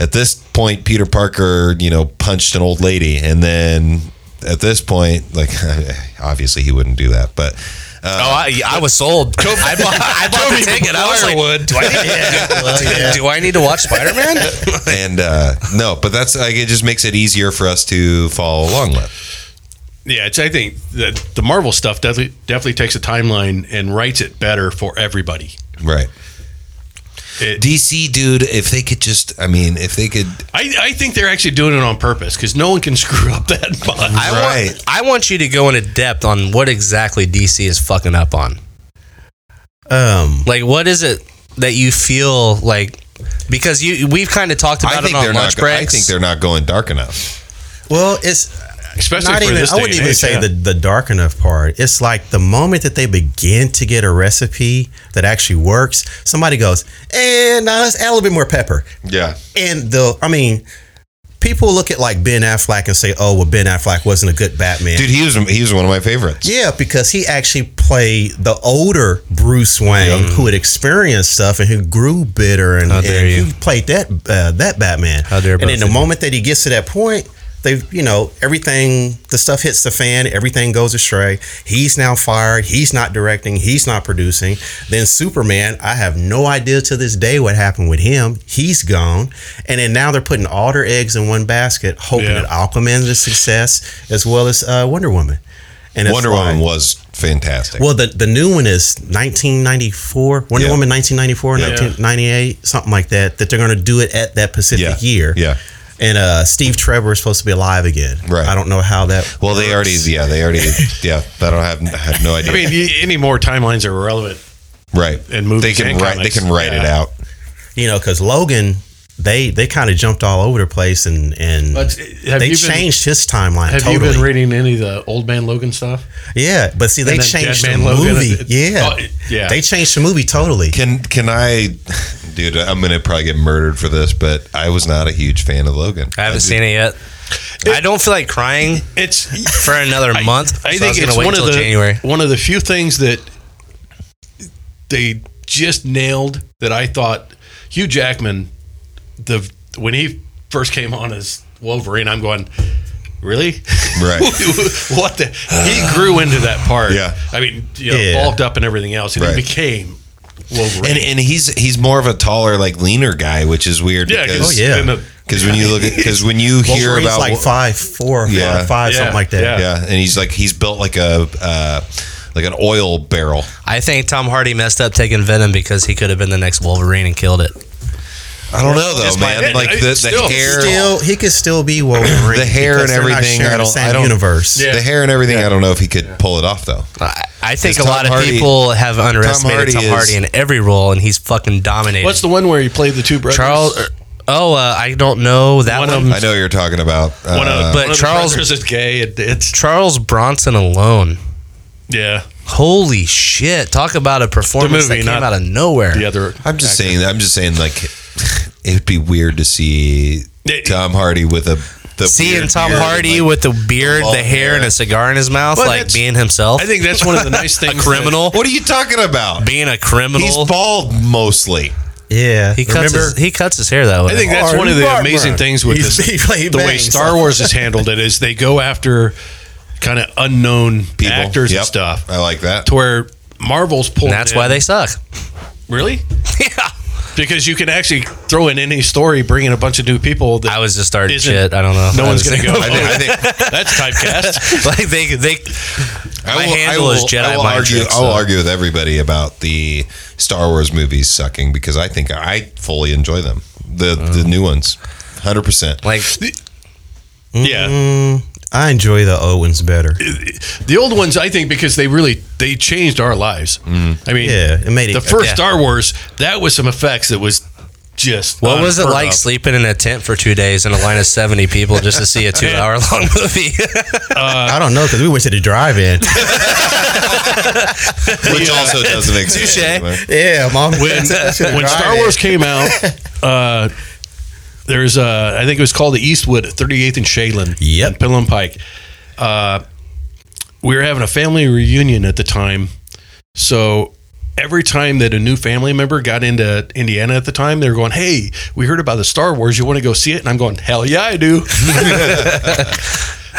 at this point Peter Parker, you know, punched an old lady and then at this point like obviously he wouldn't do that but Oh, I, I was sold. I bought, I bought the ticket. I was like, do I, need, do I need to watch Spider Man? and uh, no, but that's like it just makes it easier for us to follow along with. Yeah, it's, I think that the Marvel stuff definitely definitely takes a timeline and writes it better for everybody. Right. It- DC, dude, if they could just, I mean, if they could, I, I think they're actually doing it on purpose because no one can screw up that much. I, want, I want you to go into depth on what exactly DC is fucking up on. Um, Like, what is it that you feel like? Because you, we've kind of talked I about it think on they're lunch not. go- I breaks. think they're not going dark enough. Well, it's Especially not for even. this I day wouldn't and even age, say yeah. the the dark enough part. It's like the moment that they begin to get a recipe that actually works, somebody goes, "And now let's add a little bit more pepper." Yeah, and the I mean, people look at like Ben Affleck and say, "Oh, well, Ben Affleck wasn't a good Batman." Dude, he was he was one of my favorites. Yeah, because he actually played the older Bruce Wayne who had experienced stuff and who grew bitter and, How dare and you. who played that uh, that Batman. How dare and in both the of you. moment that he gets to that point, they you know everything the stuff hits the fan, everything goes astray. He's now fired. He's not directing. He's not producing. Then Superman, I have no idea to this day what happened with him. He's gone, and then now they're putting all their eggs in one basket, hoping Yeah. that Aquaman is a success as well as uh, Wonder Woman. it's Wonder Woman like- was fantastic. well, the, the new one is 1994, Wonder Yeah. Woman 1994, Yeah. 1998, something like that. That they're going to do it at that Pacific Yeah. year. Yeah. And uh, Steve Trevor is supposed to be alive again. Right. I don't know how that. Well, they already, yeah, they already, yeah. I don't have, I have no idea. I mean, y- any more timelines are irrelevant. right? And movies they can and write, comics. they can write it Yeah. out. You know, because Logan, they they kind of jumped all over the place and and But uh, have they you been- changed his timeline. Have totally. you been reading any of the Old Man Logan stuff? yeah, but see, they And then changed the Dead Man Logan, movie. it- yeah, oh, it- yeah. they changed the movie totally. Can can I, dude? I'm gonna probably get murdered for this, but I was not a huge fan of Logan. I haven't did- seen it yet. I don't feel like crying. It's for another month. I so think was gonna it's wait one of till the January. one of the few things that they just nailed that I thought Hugh Jackman the when he first came on as Wolverine, I'm going really Right. what the he grew into that part. Yeah. I mean, you know, Yeah. bulked up and everything else, and Right. he became Wolverine. And and he's he's more of a taller, like leaner guy, which is weird. Yeah, 'cause because, Oh, yeah. in the- Because when you look at, because when you hear Wolverine's about like five, four, yeah, five, something like that. Yeah. and he's like he's built like a uh, like an oil barrel. I think Tom Hardy messed up taking Venom because he could have been the next Wolverine and killed it. I don't know though, Just my- man. Like the, the Still- hair, still, he could still be Wolverine. the hair and because they're not everything. sharing I the don't. same I don't. universe. The hair and everything. I don't know if he could pull it off though. I Because think a Tom lot of Hardy- people have Tom underestimated Tom Hardy, Hardy is- in every role, and he's fucking dominating. What's the one where he played the two brothers? Charles? er, Oh, uh, I don't know that one. I know what you're talking about. one Uh, of, but one of the Charles- brothers is gay. It, it's Charles Bronson alone. yeah. Holy shit! Talk about a performance movie, that came not out of nowhere. The other, I'm just saying. I'm just saying. Like, it would be weird to see Tom Hardy with a the Seeing weird Tom beard, Hardy like- with the beard, long the hair, and a cigar in his mouth, Well, like that's- being himself. I think that's one of the nice a things. criminal. What are you talking about? Being a criminal. He's bald mostly. Yeah, He cuts Remember- his, he cuts his hair that way. I think that's one of the amazing things with He's- this, he played the way bangs. Star Wars has handled it is they go after kind of unknown actors Yep. and stuff I like that. to where Marvel's pulling. And that's why in- they suck. really yeah because you can actually throw in any story, bring in a bunch of new people. That I was just starting isn't- shit. I don't know. No I one's was- gonna go. I think, I think That's typecast. like they they. I my will, handle I will, is Jedi I will mind argue. I tricks, will so. argue with everybody about the Star Wars movies sucking because I think I fully enjoy them. The the Oh. new ones, hundred percent. Like yeah, Mm, I enjoy the Owens better. the old ones I think because they really they changed our lives. I mean, Yeah, it made it- the first yeah. Star Wars that was some effects that was just What was it unheard like of. sleeping in a tent for two days in a line of seventy people just to see a two-hour-long movie? Uh, I don't know because we went to the drive-in. which also doesn't exist. Touche. anymore. yeah, mom. when, when Star Wars came out, uh, there's a, I think it was called the Eastwood at 38th and Shaylin. Yep. And Pinland Pike. Uh, we were having a family reunion at the time. So every time that a new family member got into Indiana at the time, they were going, Hey, we heard about the Star Wars. You want to go see it? And I'm going, Hell yeah, I do.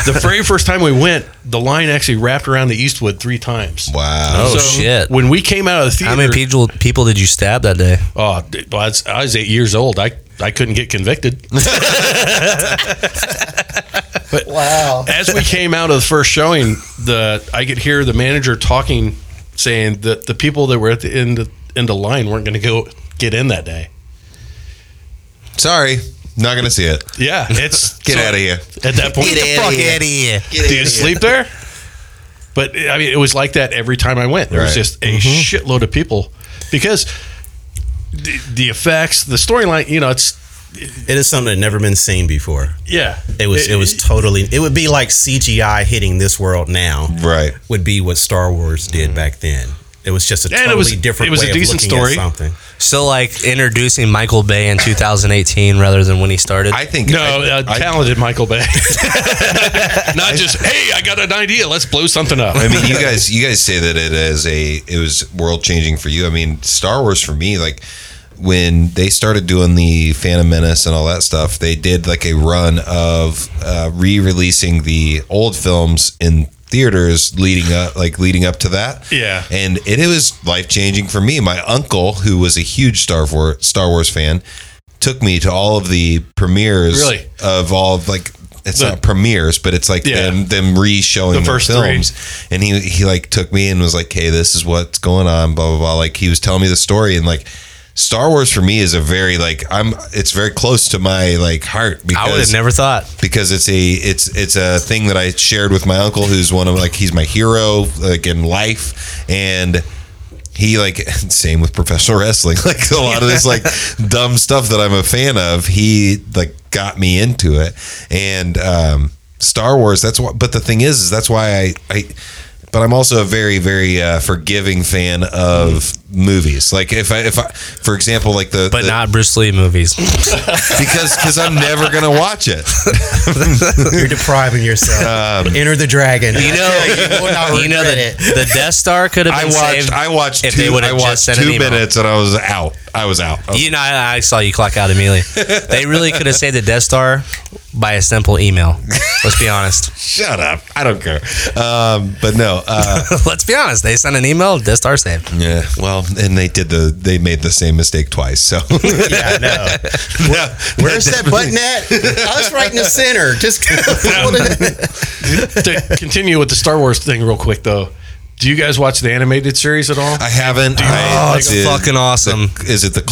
the very first time we went, the line actually wrapped around the Eastwood three times. Wow. oh So shit! When we came out of the theater, How many people people did you stab that day? Oh, d- well, I was, I was eight years old. I I couldn't get convicted. but wow! As we came out of the first showing, the I could hear the manager talking, saying that the people that were at the end of, end of line weren't going to go get in that day. Sorry, not gonna see it. Yeah, it's Get so out of here. At that point, Get the fuck out of here! do you sleep there? But I mean, it was like that every time I went. There was Right. just a Mm-hmm. shitload of people because the, the effects, the storyline. You know, it's it is something that never been seen before. yeah. It was it, was totally. It would be like CGI hitting this world now. Right. Mm. Would be what Star Wars did back then. It was just a And totally it was- different. it was a way decent of looking at story. Something. So, like introducing Michael Bay in 2018 rather than when he started. I think no, uh, talented Michael Bay. Not just hey, I got an idea. Let's blow something up. I mean, you guys, you guys say that it is a it was world changing for you. I mean, Star Wars for me, like when they started doing the Phantom Menace and all that stuff, they did like a run of uh, re releasing the old films in theaters leading up like leading up to that Yeah. and it, it was life changing for me my uncle who was a huge star War, star wars fan took me to all of the premieres Really? of all of like it's The- not premieres but it's like Yeah. them them re-showing The their first three. films and he he like took me and was like, "Hey, this is what's going on." Blah blah blah. Like he was telling me the story and like. Star Wars for me is a very like I'm it's very close to my like heart because I would have never thought. because it's a it's it's a thing that I shared with my uncle who's one of like he's my hero like in life and he like same with professional wrestling like a lot of this like dumb stuff that I'm a fan of he like got me into it and um Star Wars that's what but the thing is is that's why I I but I'm also a very, very uh, forgiving fan of movies. Like if I, if I, for example, like the, But the- not Bruce Lee movies. because because I'm never gonna watch it. You're depriving yourself. Enter the dragon. Um, You know, you know the, the Death Star could have I been watched. saved. I watched. if two, they would I have watched just sent an two email. minutes and I was out. I was out. Oh, You know, I, I saw you clock out immediately. they really could have saved the Death Star by a simple email. Let's be honest. Shut up. I don't care. Um, but no. Uh, Let's be honest. They sent an email. Death Star saved. yeah. Well, and they did the. They made the same mistake twice. So yeah, no. no, Where's that button at? I was right in the center. Just pull it. to continue with the Star Wars thing real quick though. Do you guys watch the animated series at all? I haven't. Do you- I, Oh, it's did- fucking awesome. the- is it the? The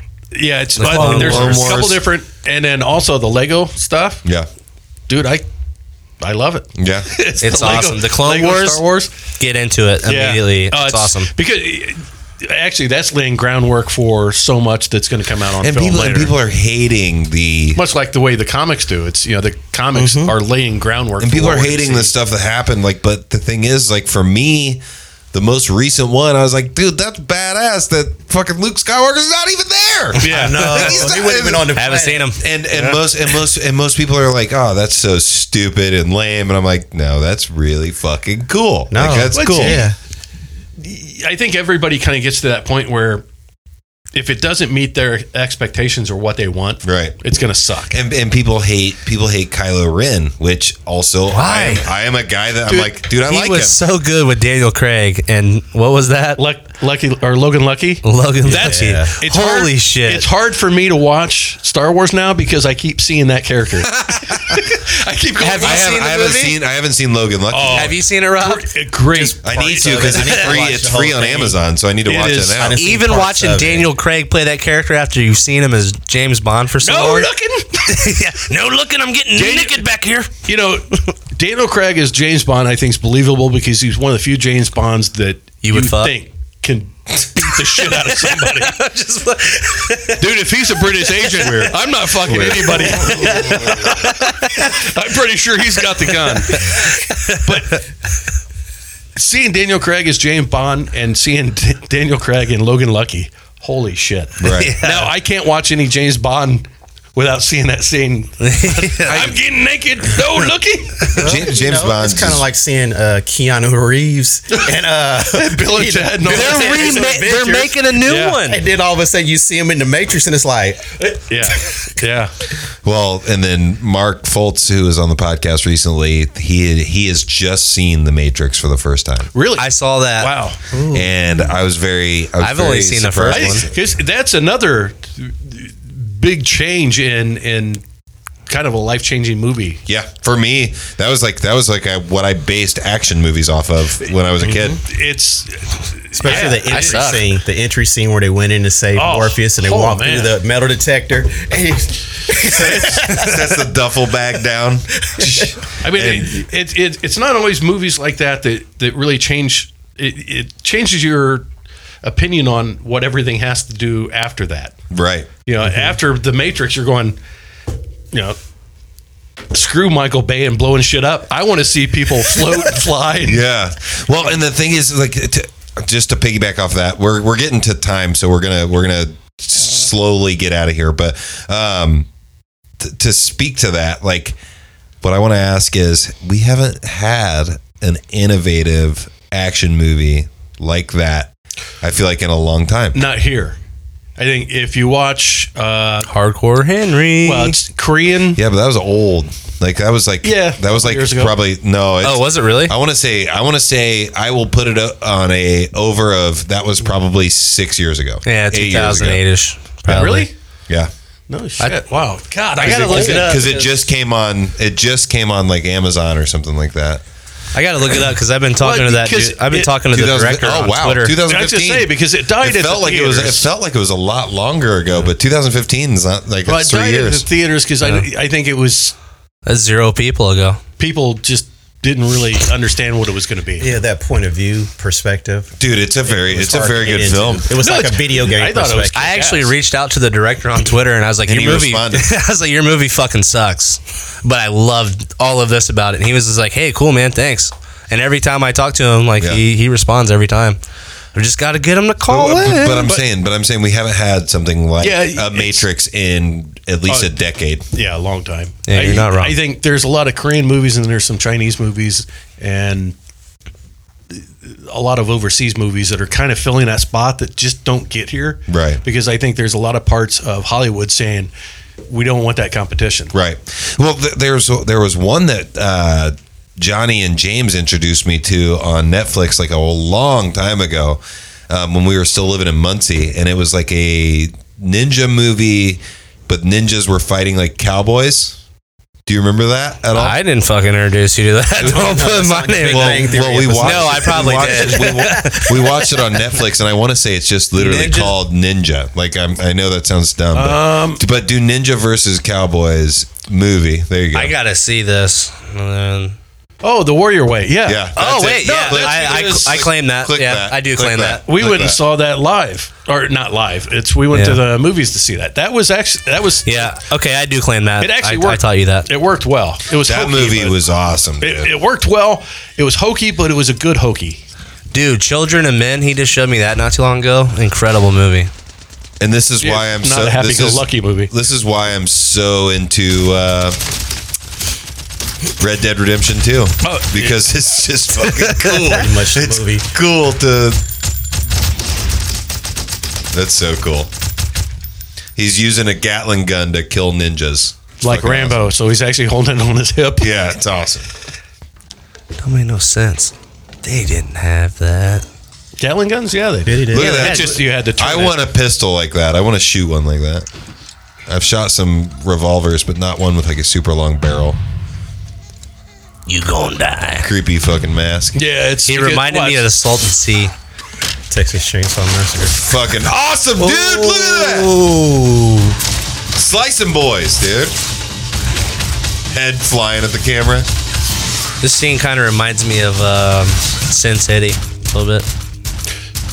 Clone- ani- yeah, it's The but Clone there's Wars. a couple different, and then also the Lego stuff. yeah. Dude, I I love it. Yeah. It's, It's the Lego- awesome. The Clone Lego Wars? Star Wars. Get into it Yeah. immediately. Uh, Oh, it's, awesome. because actually that's laying groundwork for so much that's going to come out on And film people later. and people are hating the. much like the way the comics do. It's you know the comics are laying Mm-hmm. groundwork. And for people what are we're hating seeing. the stuff that happened. Like, but the thing is, like for me. The most recent one, I was like, dude, that's badass. That fucking Luke Skywalker's not even there. Yeah, No, He's not- he wouldn't have been on the. Haven't seen him. and and most and most and most people are like, oh, that's so stupid and lame, and I'm like, no, that's really fucking cool. No. like, that's What's- cool. Yeah. I think everybody kind of gets to that point where if it doesn't meet their expectations or what they want, Right. it's going to suck. And, and people hate people hate Kylo Ren, which also I Why? am, I am a guy that Dude, I'm like, dude, I he like was him. so good with Daniel Craig. And what was that? Luck, lucky or Logan Lucky. Logan That's Lucky. Yeah. It's Holy hard- shit. It's hard for me to watch Star Wars now because I keep seeing that character. I keep going. Have I, have, you seen the I haven't movie? seen I haven't seen Logan Lucky. Oh, Have you seen it, Rob? Great. I need parts to of because it. it's I haven't free. watched It's the whole free on thing. Amazon, so I need to It watch is- it now. I didn't- Even parts watching of it. Daniel Craig play that character after you've seen him as James Bond for so No long. looking. yeah. No looking. I'm getting Daniel- naked back here. You know, Daniel Craig as James Bond, I think, is believable because he's one of the few James Bonds that You would fuck? think can beat the shit out of somebody. Just Dude, if he's a British agent, I'm not fucking anybody. I'm pretty sure he's got the gun. But seeing Daniel Craig as James Bond and seeing D- Daniel Craig and Logan Lucky, holy shit. Right. Now, I can't watch any James Bond without seeing that scene. I'm getting naked, no looking. James, James You know, Bond. It's kind of like seeing uh, Keanu Reeves and uh, Bill and Ted and all Bill that. and They're, Ted's rema- they're Adventures. making a new Yeah. one. And then all of a sudden you see him in the Matrix, and it's like, Yeah. Yeah. Well, and then Mark Foltz, who was on the podcast recently, he he has just seen The Matrix for the first time, Really? I saw that. wow. and I was very. I was I've only very seen the surprised. first one. Because that's another big change in in kind of a life changing movie. Yeah, for me, that was like that was like a, what I based action movies off of when I was a kid. Mm-hmm. It's especially Yeah, the I entry suck. scene, the entry scene where they went in to save Oh, Morpheus, and they oh, walked man. through the metal detector. And he's- That's the duffel bag down. I mean it, it, it it's not always movies like that that that really change it, it changes your opinion on what everything has to do after that. Right. You know, after the Matrix, you're going, you know. Screw Michael Bay and blowing shit up. I want to see people float and fly. Yeah. Well, and the thing is, like, to, just to piggyback off that, we're we're getting to time, so we're gonna we're gonna slowly get out of here. But um, t- to speak to that, like what I want to ask is, we haven't had an innovative action movie like that. I feel like in a long time. Not here. I think if you watch uh, Hardcore Henry, well, it's Korean. Yeah, but that was old. Like that was like Yeah, that was like years ago. probably no. it's- Oh, was it really? I want to say I want to say I will put it o- on a over of that was probably six years ago. Yeah, Eight years ago. 2008 ish. Really? Yeah. No shit. wow. God, I Cause gotta look cause it up. because it just came on. It just came on like Amazon or something like that. I gotta look it up because I've been talking to Well, that. because Dude. I've been it- talking to the 2000 director oh on wow, Twitter. 2015. I was just saying, because it died at felt the like it was. It theaters. felt like it was a lot longer ago, but 2015 is not like Well, it's three I tried it at the years. theaters because I, I think it was That's zero people ago. people just didn't really understand what it was going to be. Yeah, that point of view perspective. Dude, it's a very, was it's a hard very to get good into. film. It was No, like a it's- video game. I thought it was perspective. I actually Yes. reached out to the director on Twitter and I was like, And "Your he movie." I responded. was like, "Your movie fucking sucks," but I loved all of this about it. And he was just like, "Hey, cool man, thanks." And every time I talk to him, like Yeah. he he responds every time. We just got to get him to call But, uh, in. but- but I'm saying, but I'm saying we haven't had something like Yeah, a Matrix in at least Oh. a decade. Yeah, a long time. Yeah, you're I, not wrong. I think there's a lot of Korean movies and there's some Chinese movies and a lot of overseas movies that are kind of filling that spot that just don't get here. Right. Because I think there's a lot of parts of Hollywood saying we don't want that competition. Right. Well, th- there's there was one that uh, Johnny and James introduced me to on Netflix like a long time ago um, when we were still living in Muncie, and it was like a ninja movie, but ninjas were fighting like cowboys. Do you remember that at all? I didn't fucking introduce you to that. Don't put my name. well, in. well, we watched. No, I probably we watched, did. We, wa- we watched it on Netflix, and I want to say it's just literally Ninja- called Ninja. Like I'm, I know that sounds dumb, but, Um, but do Ninja versus Cowboys movie. There you go. I gotta see this. And then- Oh, The Warrior Way. Yeah. Yeah. Oh that's wait, it. yeah, No, that's- I, it is- I, I claim that. click Yeah, that. I do Click claim that. that. We Like went and that. saw that live, or not live. It's we went to Yeah. the movies to see that. That was actually that was Yeah. Okay, I do claim that. It actually I, I worked. taught you that. It worked well. It was That hokey, movie but- was awesome. Dude. It, it worked well. It was hokey, but it was a good hokey. Dude, Children and Men, he just showed me that not too long ago. Incredible movie. and this is why It's I'm not so a this is- happy-go-lucky movie. This is why I'm so into uh, Red Dead Redemption 2 Oh, because it's just fucking cool. Pretty much the it's movie. cool to. That's so cool. He's using a Gatling gun to kill ninjas. It's like fucking Rambo. So he's actually holding it on his hip. awesome. Yeah, it's awesome. Don't make no sense. They didn't have that. Gatling guns? Yeah, they Did he did. did? Look at that. That's just you had to. Turn I it. want a pistol like that. I want to shoot one like that. I've shot some revolvers, but not one with like a super long barrel. You gonna die. Creepy fucking mask. Yeah, it's. He reminded me of the Salton Sea. Texas Chainsaw Massacre. Fucking awesome, dude. Look at Oh. that. Ooh. Slicing boys, dude. Head flying at the camera. This scene kind of reminds me of um, Sin City a little bit.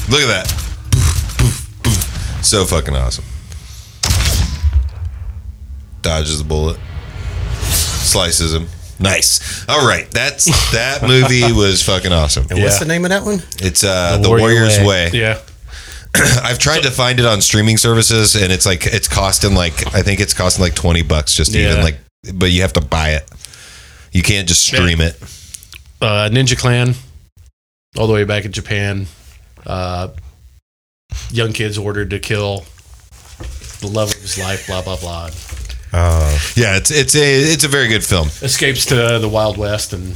Look at that. Poof, poof, poof. So fucking awesome. Dodges a bullet. Slices him. Nice. All right, that's that movie was fucking awesome. And what's Yeah. the name of that one? It's uh, the, Warrior Warrior's Way. Way. Yeah. I've tried to find it on streaming services, and it's like it's costing like I think it's costing like twenty bucks just to even Yeah. like, but you have to buy it. You can't just stream it. uh, Ninja Clan, all the way back in Japan. Uh, young kids ordered to kill. The love of his life, blah blah blah. Uh, Yeah, it's it's a it's a very good film. Escapes to the Wild West, and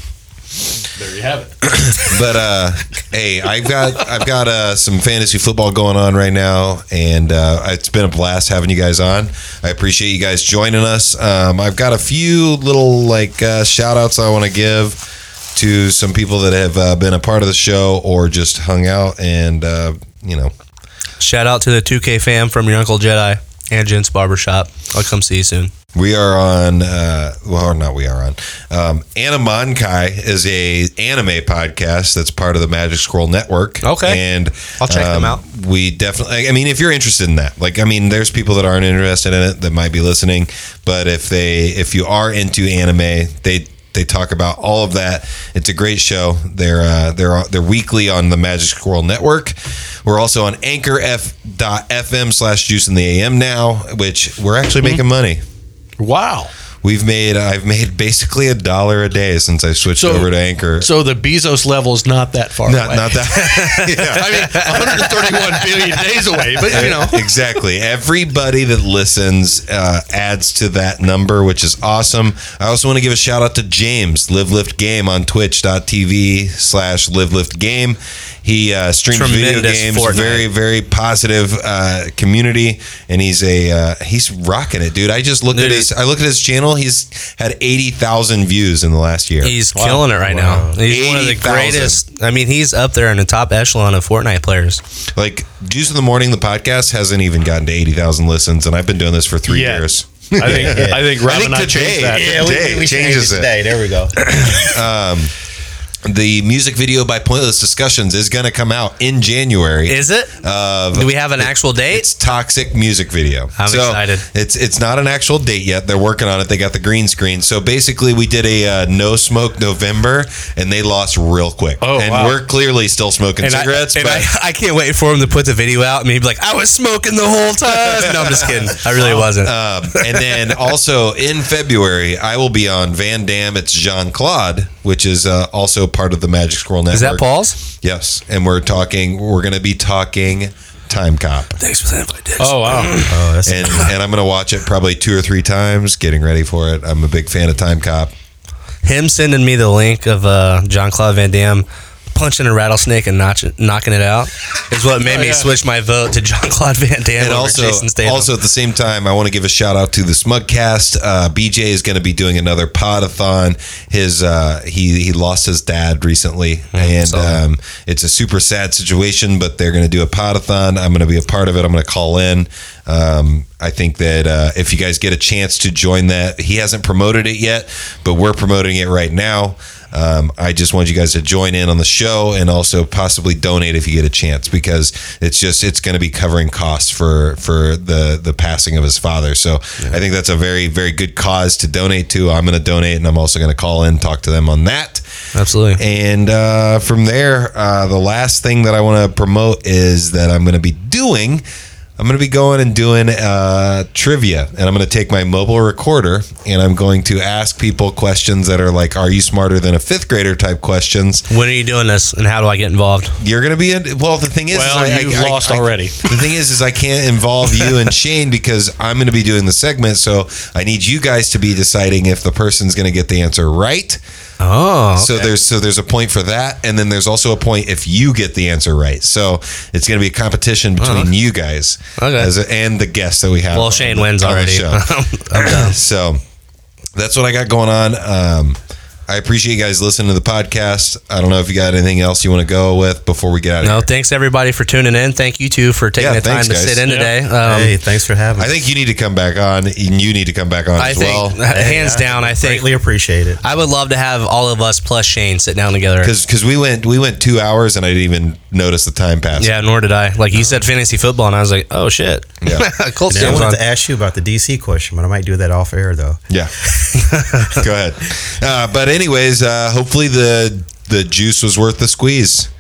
there you have it. But uh, hey, I've got I've got uh, some fantasy football going on right now, and uh, it's been a blast having you guys on. I appreciate you guys joining us. Um, I've got a few little like uh, shout outs I want to give to some people that have uh, been a part of the show or just hung out, and uh, you know, Shout out to the 2K fam from your Uncle Jedi and Gents Barbershop. I'll come see you soon. We are on. Uh, well, not we are on. Um, Animonkai is a anime podcast that's part of the Magic Scroll Network. Okay. and I'll check them out. Um, We definitely. I mean, if you're interested in that, like, I mean, there's people that aren't interested in it that might be listening, but if they, if you are into anime, they They talk about all of that. It's a great show. They're uh, they're they're weekly on the Magic Squirrel Network. We're also on Anchor F dot FM slash Juice in the AM now, which we're actually making money. Mm-hmm. Wow. We've made I've made basically a dollar a day since I switched over to Anchor. So the Bezos level is not that far Not- away. not that. I mean, 131 billion days away, but you know. exactly. Everybody that listens uh, adds to that number, which is awesome. I also want to give a shout out to James Live Lift Game on Twitch.tv slash Live Lift Game. He uh, streams video Tremendous games, Fortnite. very very positive uh, community, and he's a uh, he's rocking it, dude. I just look at Dude, his I look at his channel. He's had eighty thousand views in the last year. He's killing it right now. He's one of the 80,000. greatest. I mean, he's up there in the top echelon of Fortnite players. Like Juice in the Morning, the podcast hasn't even gotten to eighty thousand listens, and I've been doing this for three Yeah. years. I think- I think Rob and I today- changed that. Yeah, we- today we- we changes changed it today. There we go. um, the music video by Pointless Discussions is going to come out in January. Is it? Of, Do we have an actual date? It's Toxic music video. I'm excited. It's it's not an actual date yet. They're working on it. They got the green screen. So basically, we did a uh, no smoke November, and they lost real quick. Oh, and wow. we're clearly still smoking And I- cigarettes. and but I, I can't wait for him to put the video out and he'd be like, I was smoking the whole time. No, I'm just kidding. I really wasn't. Um, and then also in February, I will be on Van Dam. It's Jean Claude, which is uh, also part of the Magic Squirrel Network. Is that Paul's? Yes, and we're talking. We're going to be talking Time Cop. Thanks for the invite, Dix. Oh wow. Oh, that's and and I'm going to watch it probably two or three times, getting ready for it. I'm a big fan of Time Cop. Him sending me the link of uh, John Claude Van Damme punching a rattlesnake and notch, knocking it out is what made Oh, me yeah. switch my vote to John Claude Van Damme and over also, Jason Statham. also at the same time, I want to give a shout out to the Smugcast. Uh, BJ is going to be doing another podathon. His uh, he he lost his dad recently, and um, it's a super sad situation. But they're going to do a podathon. I'm going to be a part of it. I'm going to call in. Um, I think that uh, if you guys get a chance to join that, he hasn't promoted it yet, but we're promoting it right now. Um, I just want you guys to join in on the show and also possibly donate if you get a chance because it's just it's going to be covering costs for for the the passing of his father. So I think that's a very very good cause to donate to. I'm going to donate and I'm also going to call in talk to them on that. Absolutely. And uh, from there, uh, the last thing that I want to promote is that I'm going to be doing. I'm going to be going and doing uh, trivia, and I'm going to take my mobile recorder and I'm going to ask people questions that are like, "Are you smarter than a fifth grader?" type questions. When are you doing this and how do I get involved? You're going to be in. Well, the thing is, Well, is I- you've I- lost I- already. The thing is, is I can't involve you and Shane because I'm going to be doing the segment, so I need you guys to be deciding if the person's going to get the answer right. Oh. So there's so there's a point for that, and then there's also a point if you get the answer right. So it's going to be a competition between you guys Oh. Okay. as a- and the guests that we have. Well, Shane wins on the already. show. I'm done. so that's what I got going on. Um, I appreciate you guys listening to the podcast. I don't know if you got anything else you want to go with before we get out. of No, here. thanks everybody for tuning in. Thank you two for taking Yeah, the time thanks, to guys. sit in Yeah. today. Um, hey, thanks for having I us. think you need to come back on, and you need to come back on I as think, uh, well. hands down, I think greatly appreciate it. I would love to have all of us plus Shane sit down together. Because we went we went two hours and I didn't even notice the time pass. Yeah, nor did I. Like you said, fantasy football, and I was like, oh shit. Yeah. Colts And I game's wanted on. to ask you about the DC question, but I might do that off air though. Yeah. Go ahead. Uh, but anyways, uh, hopefully the the juice was worth the squeeze.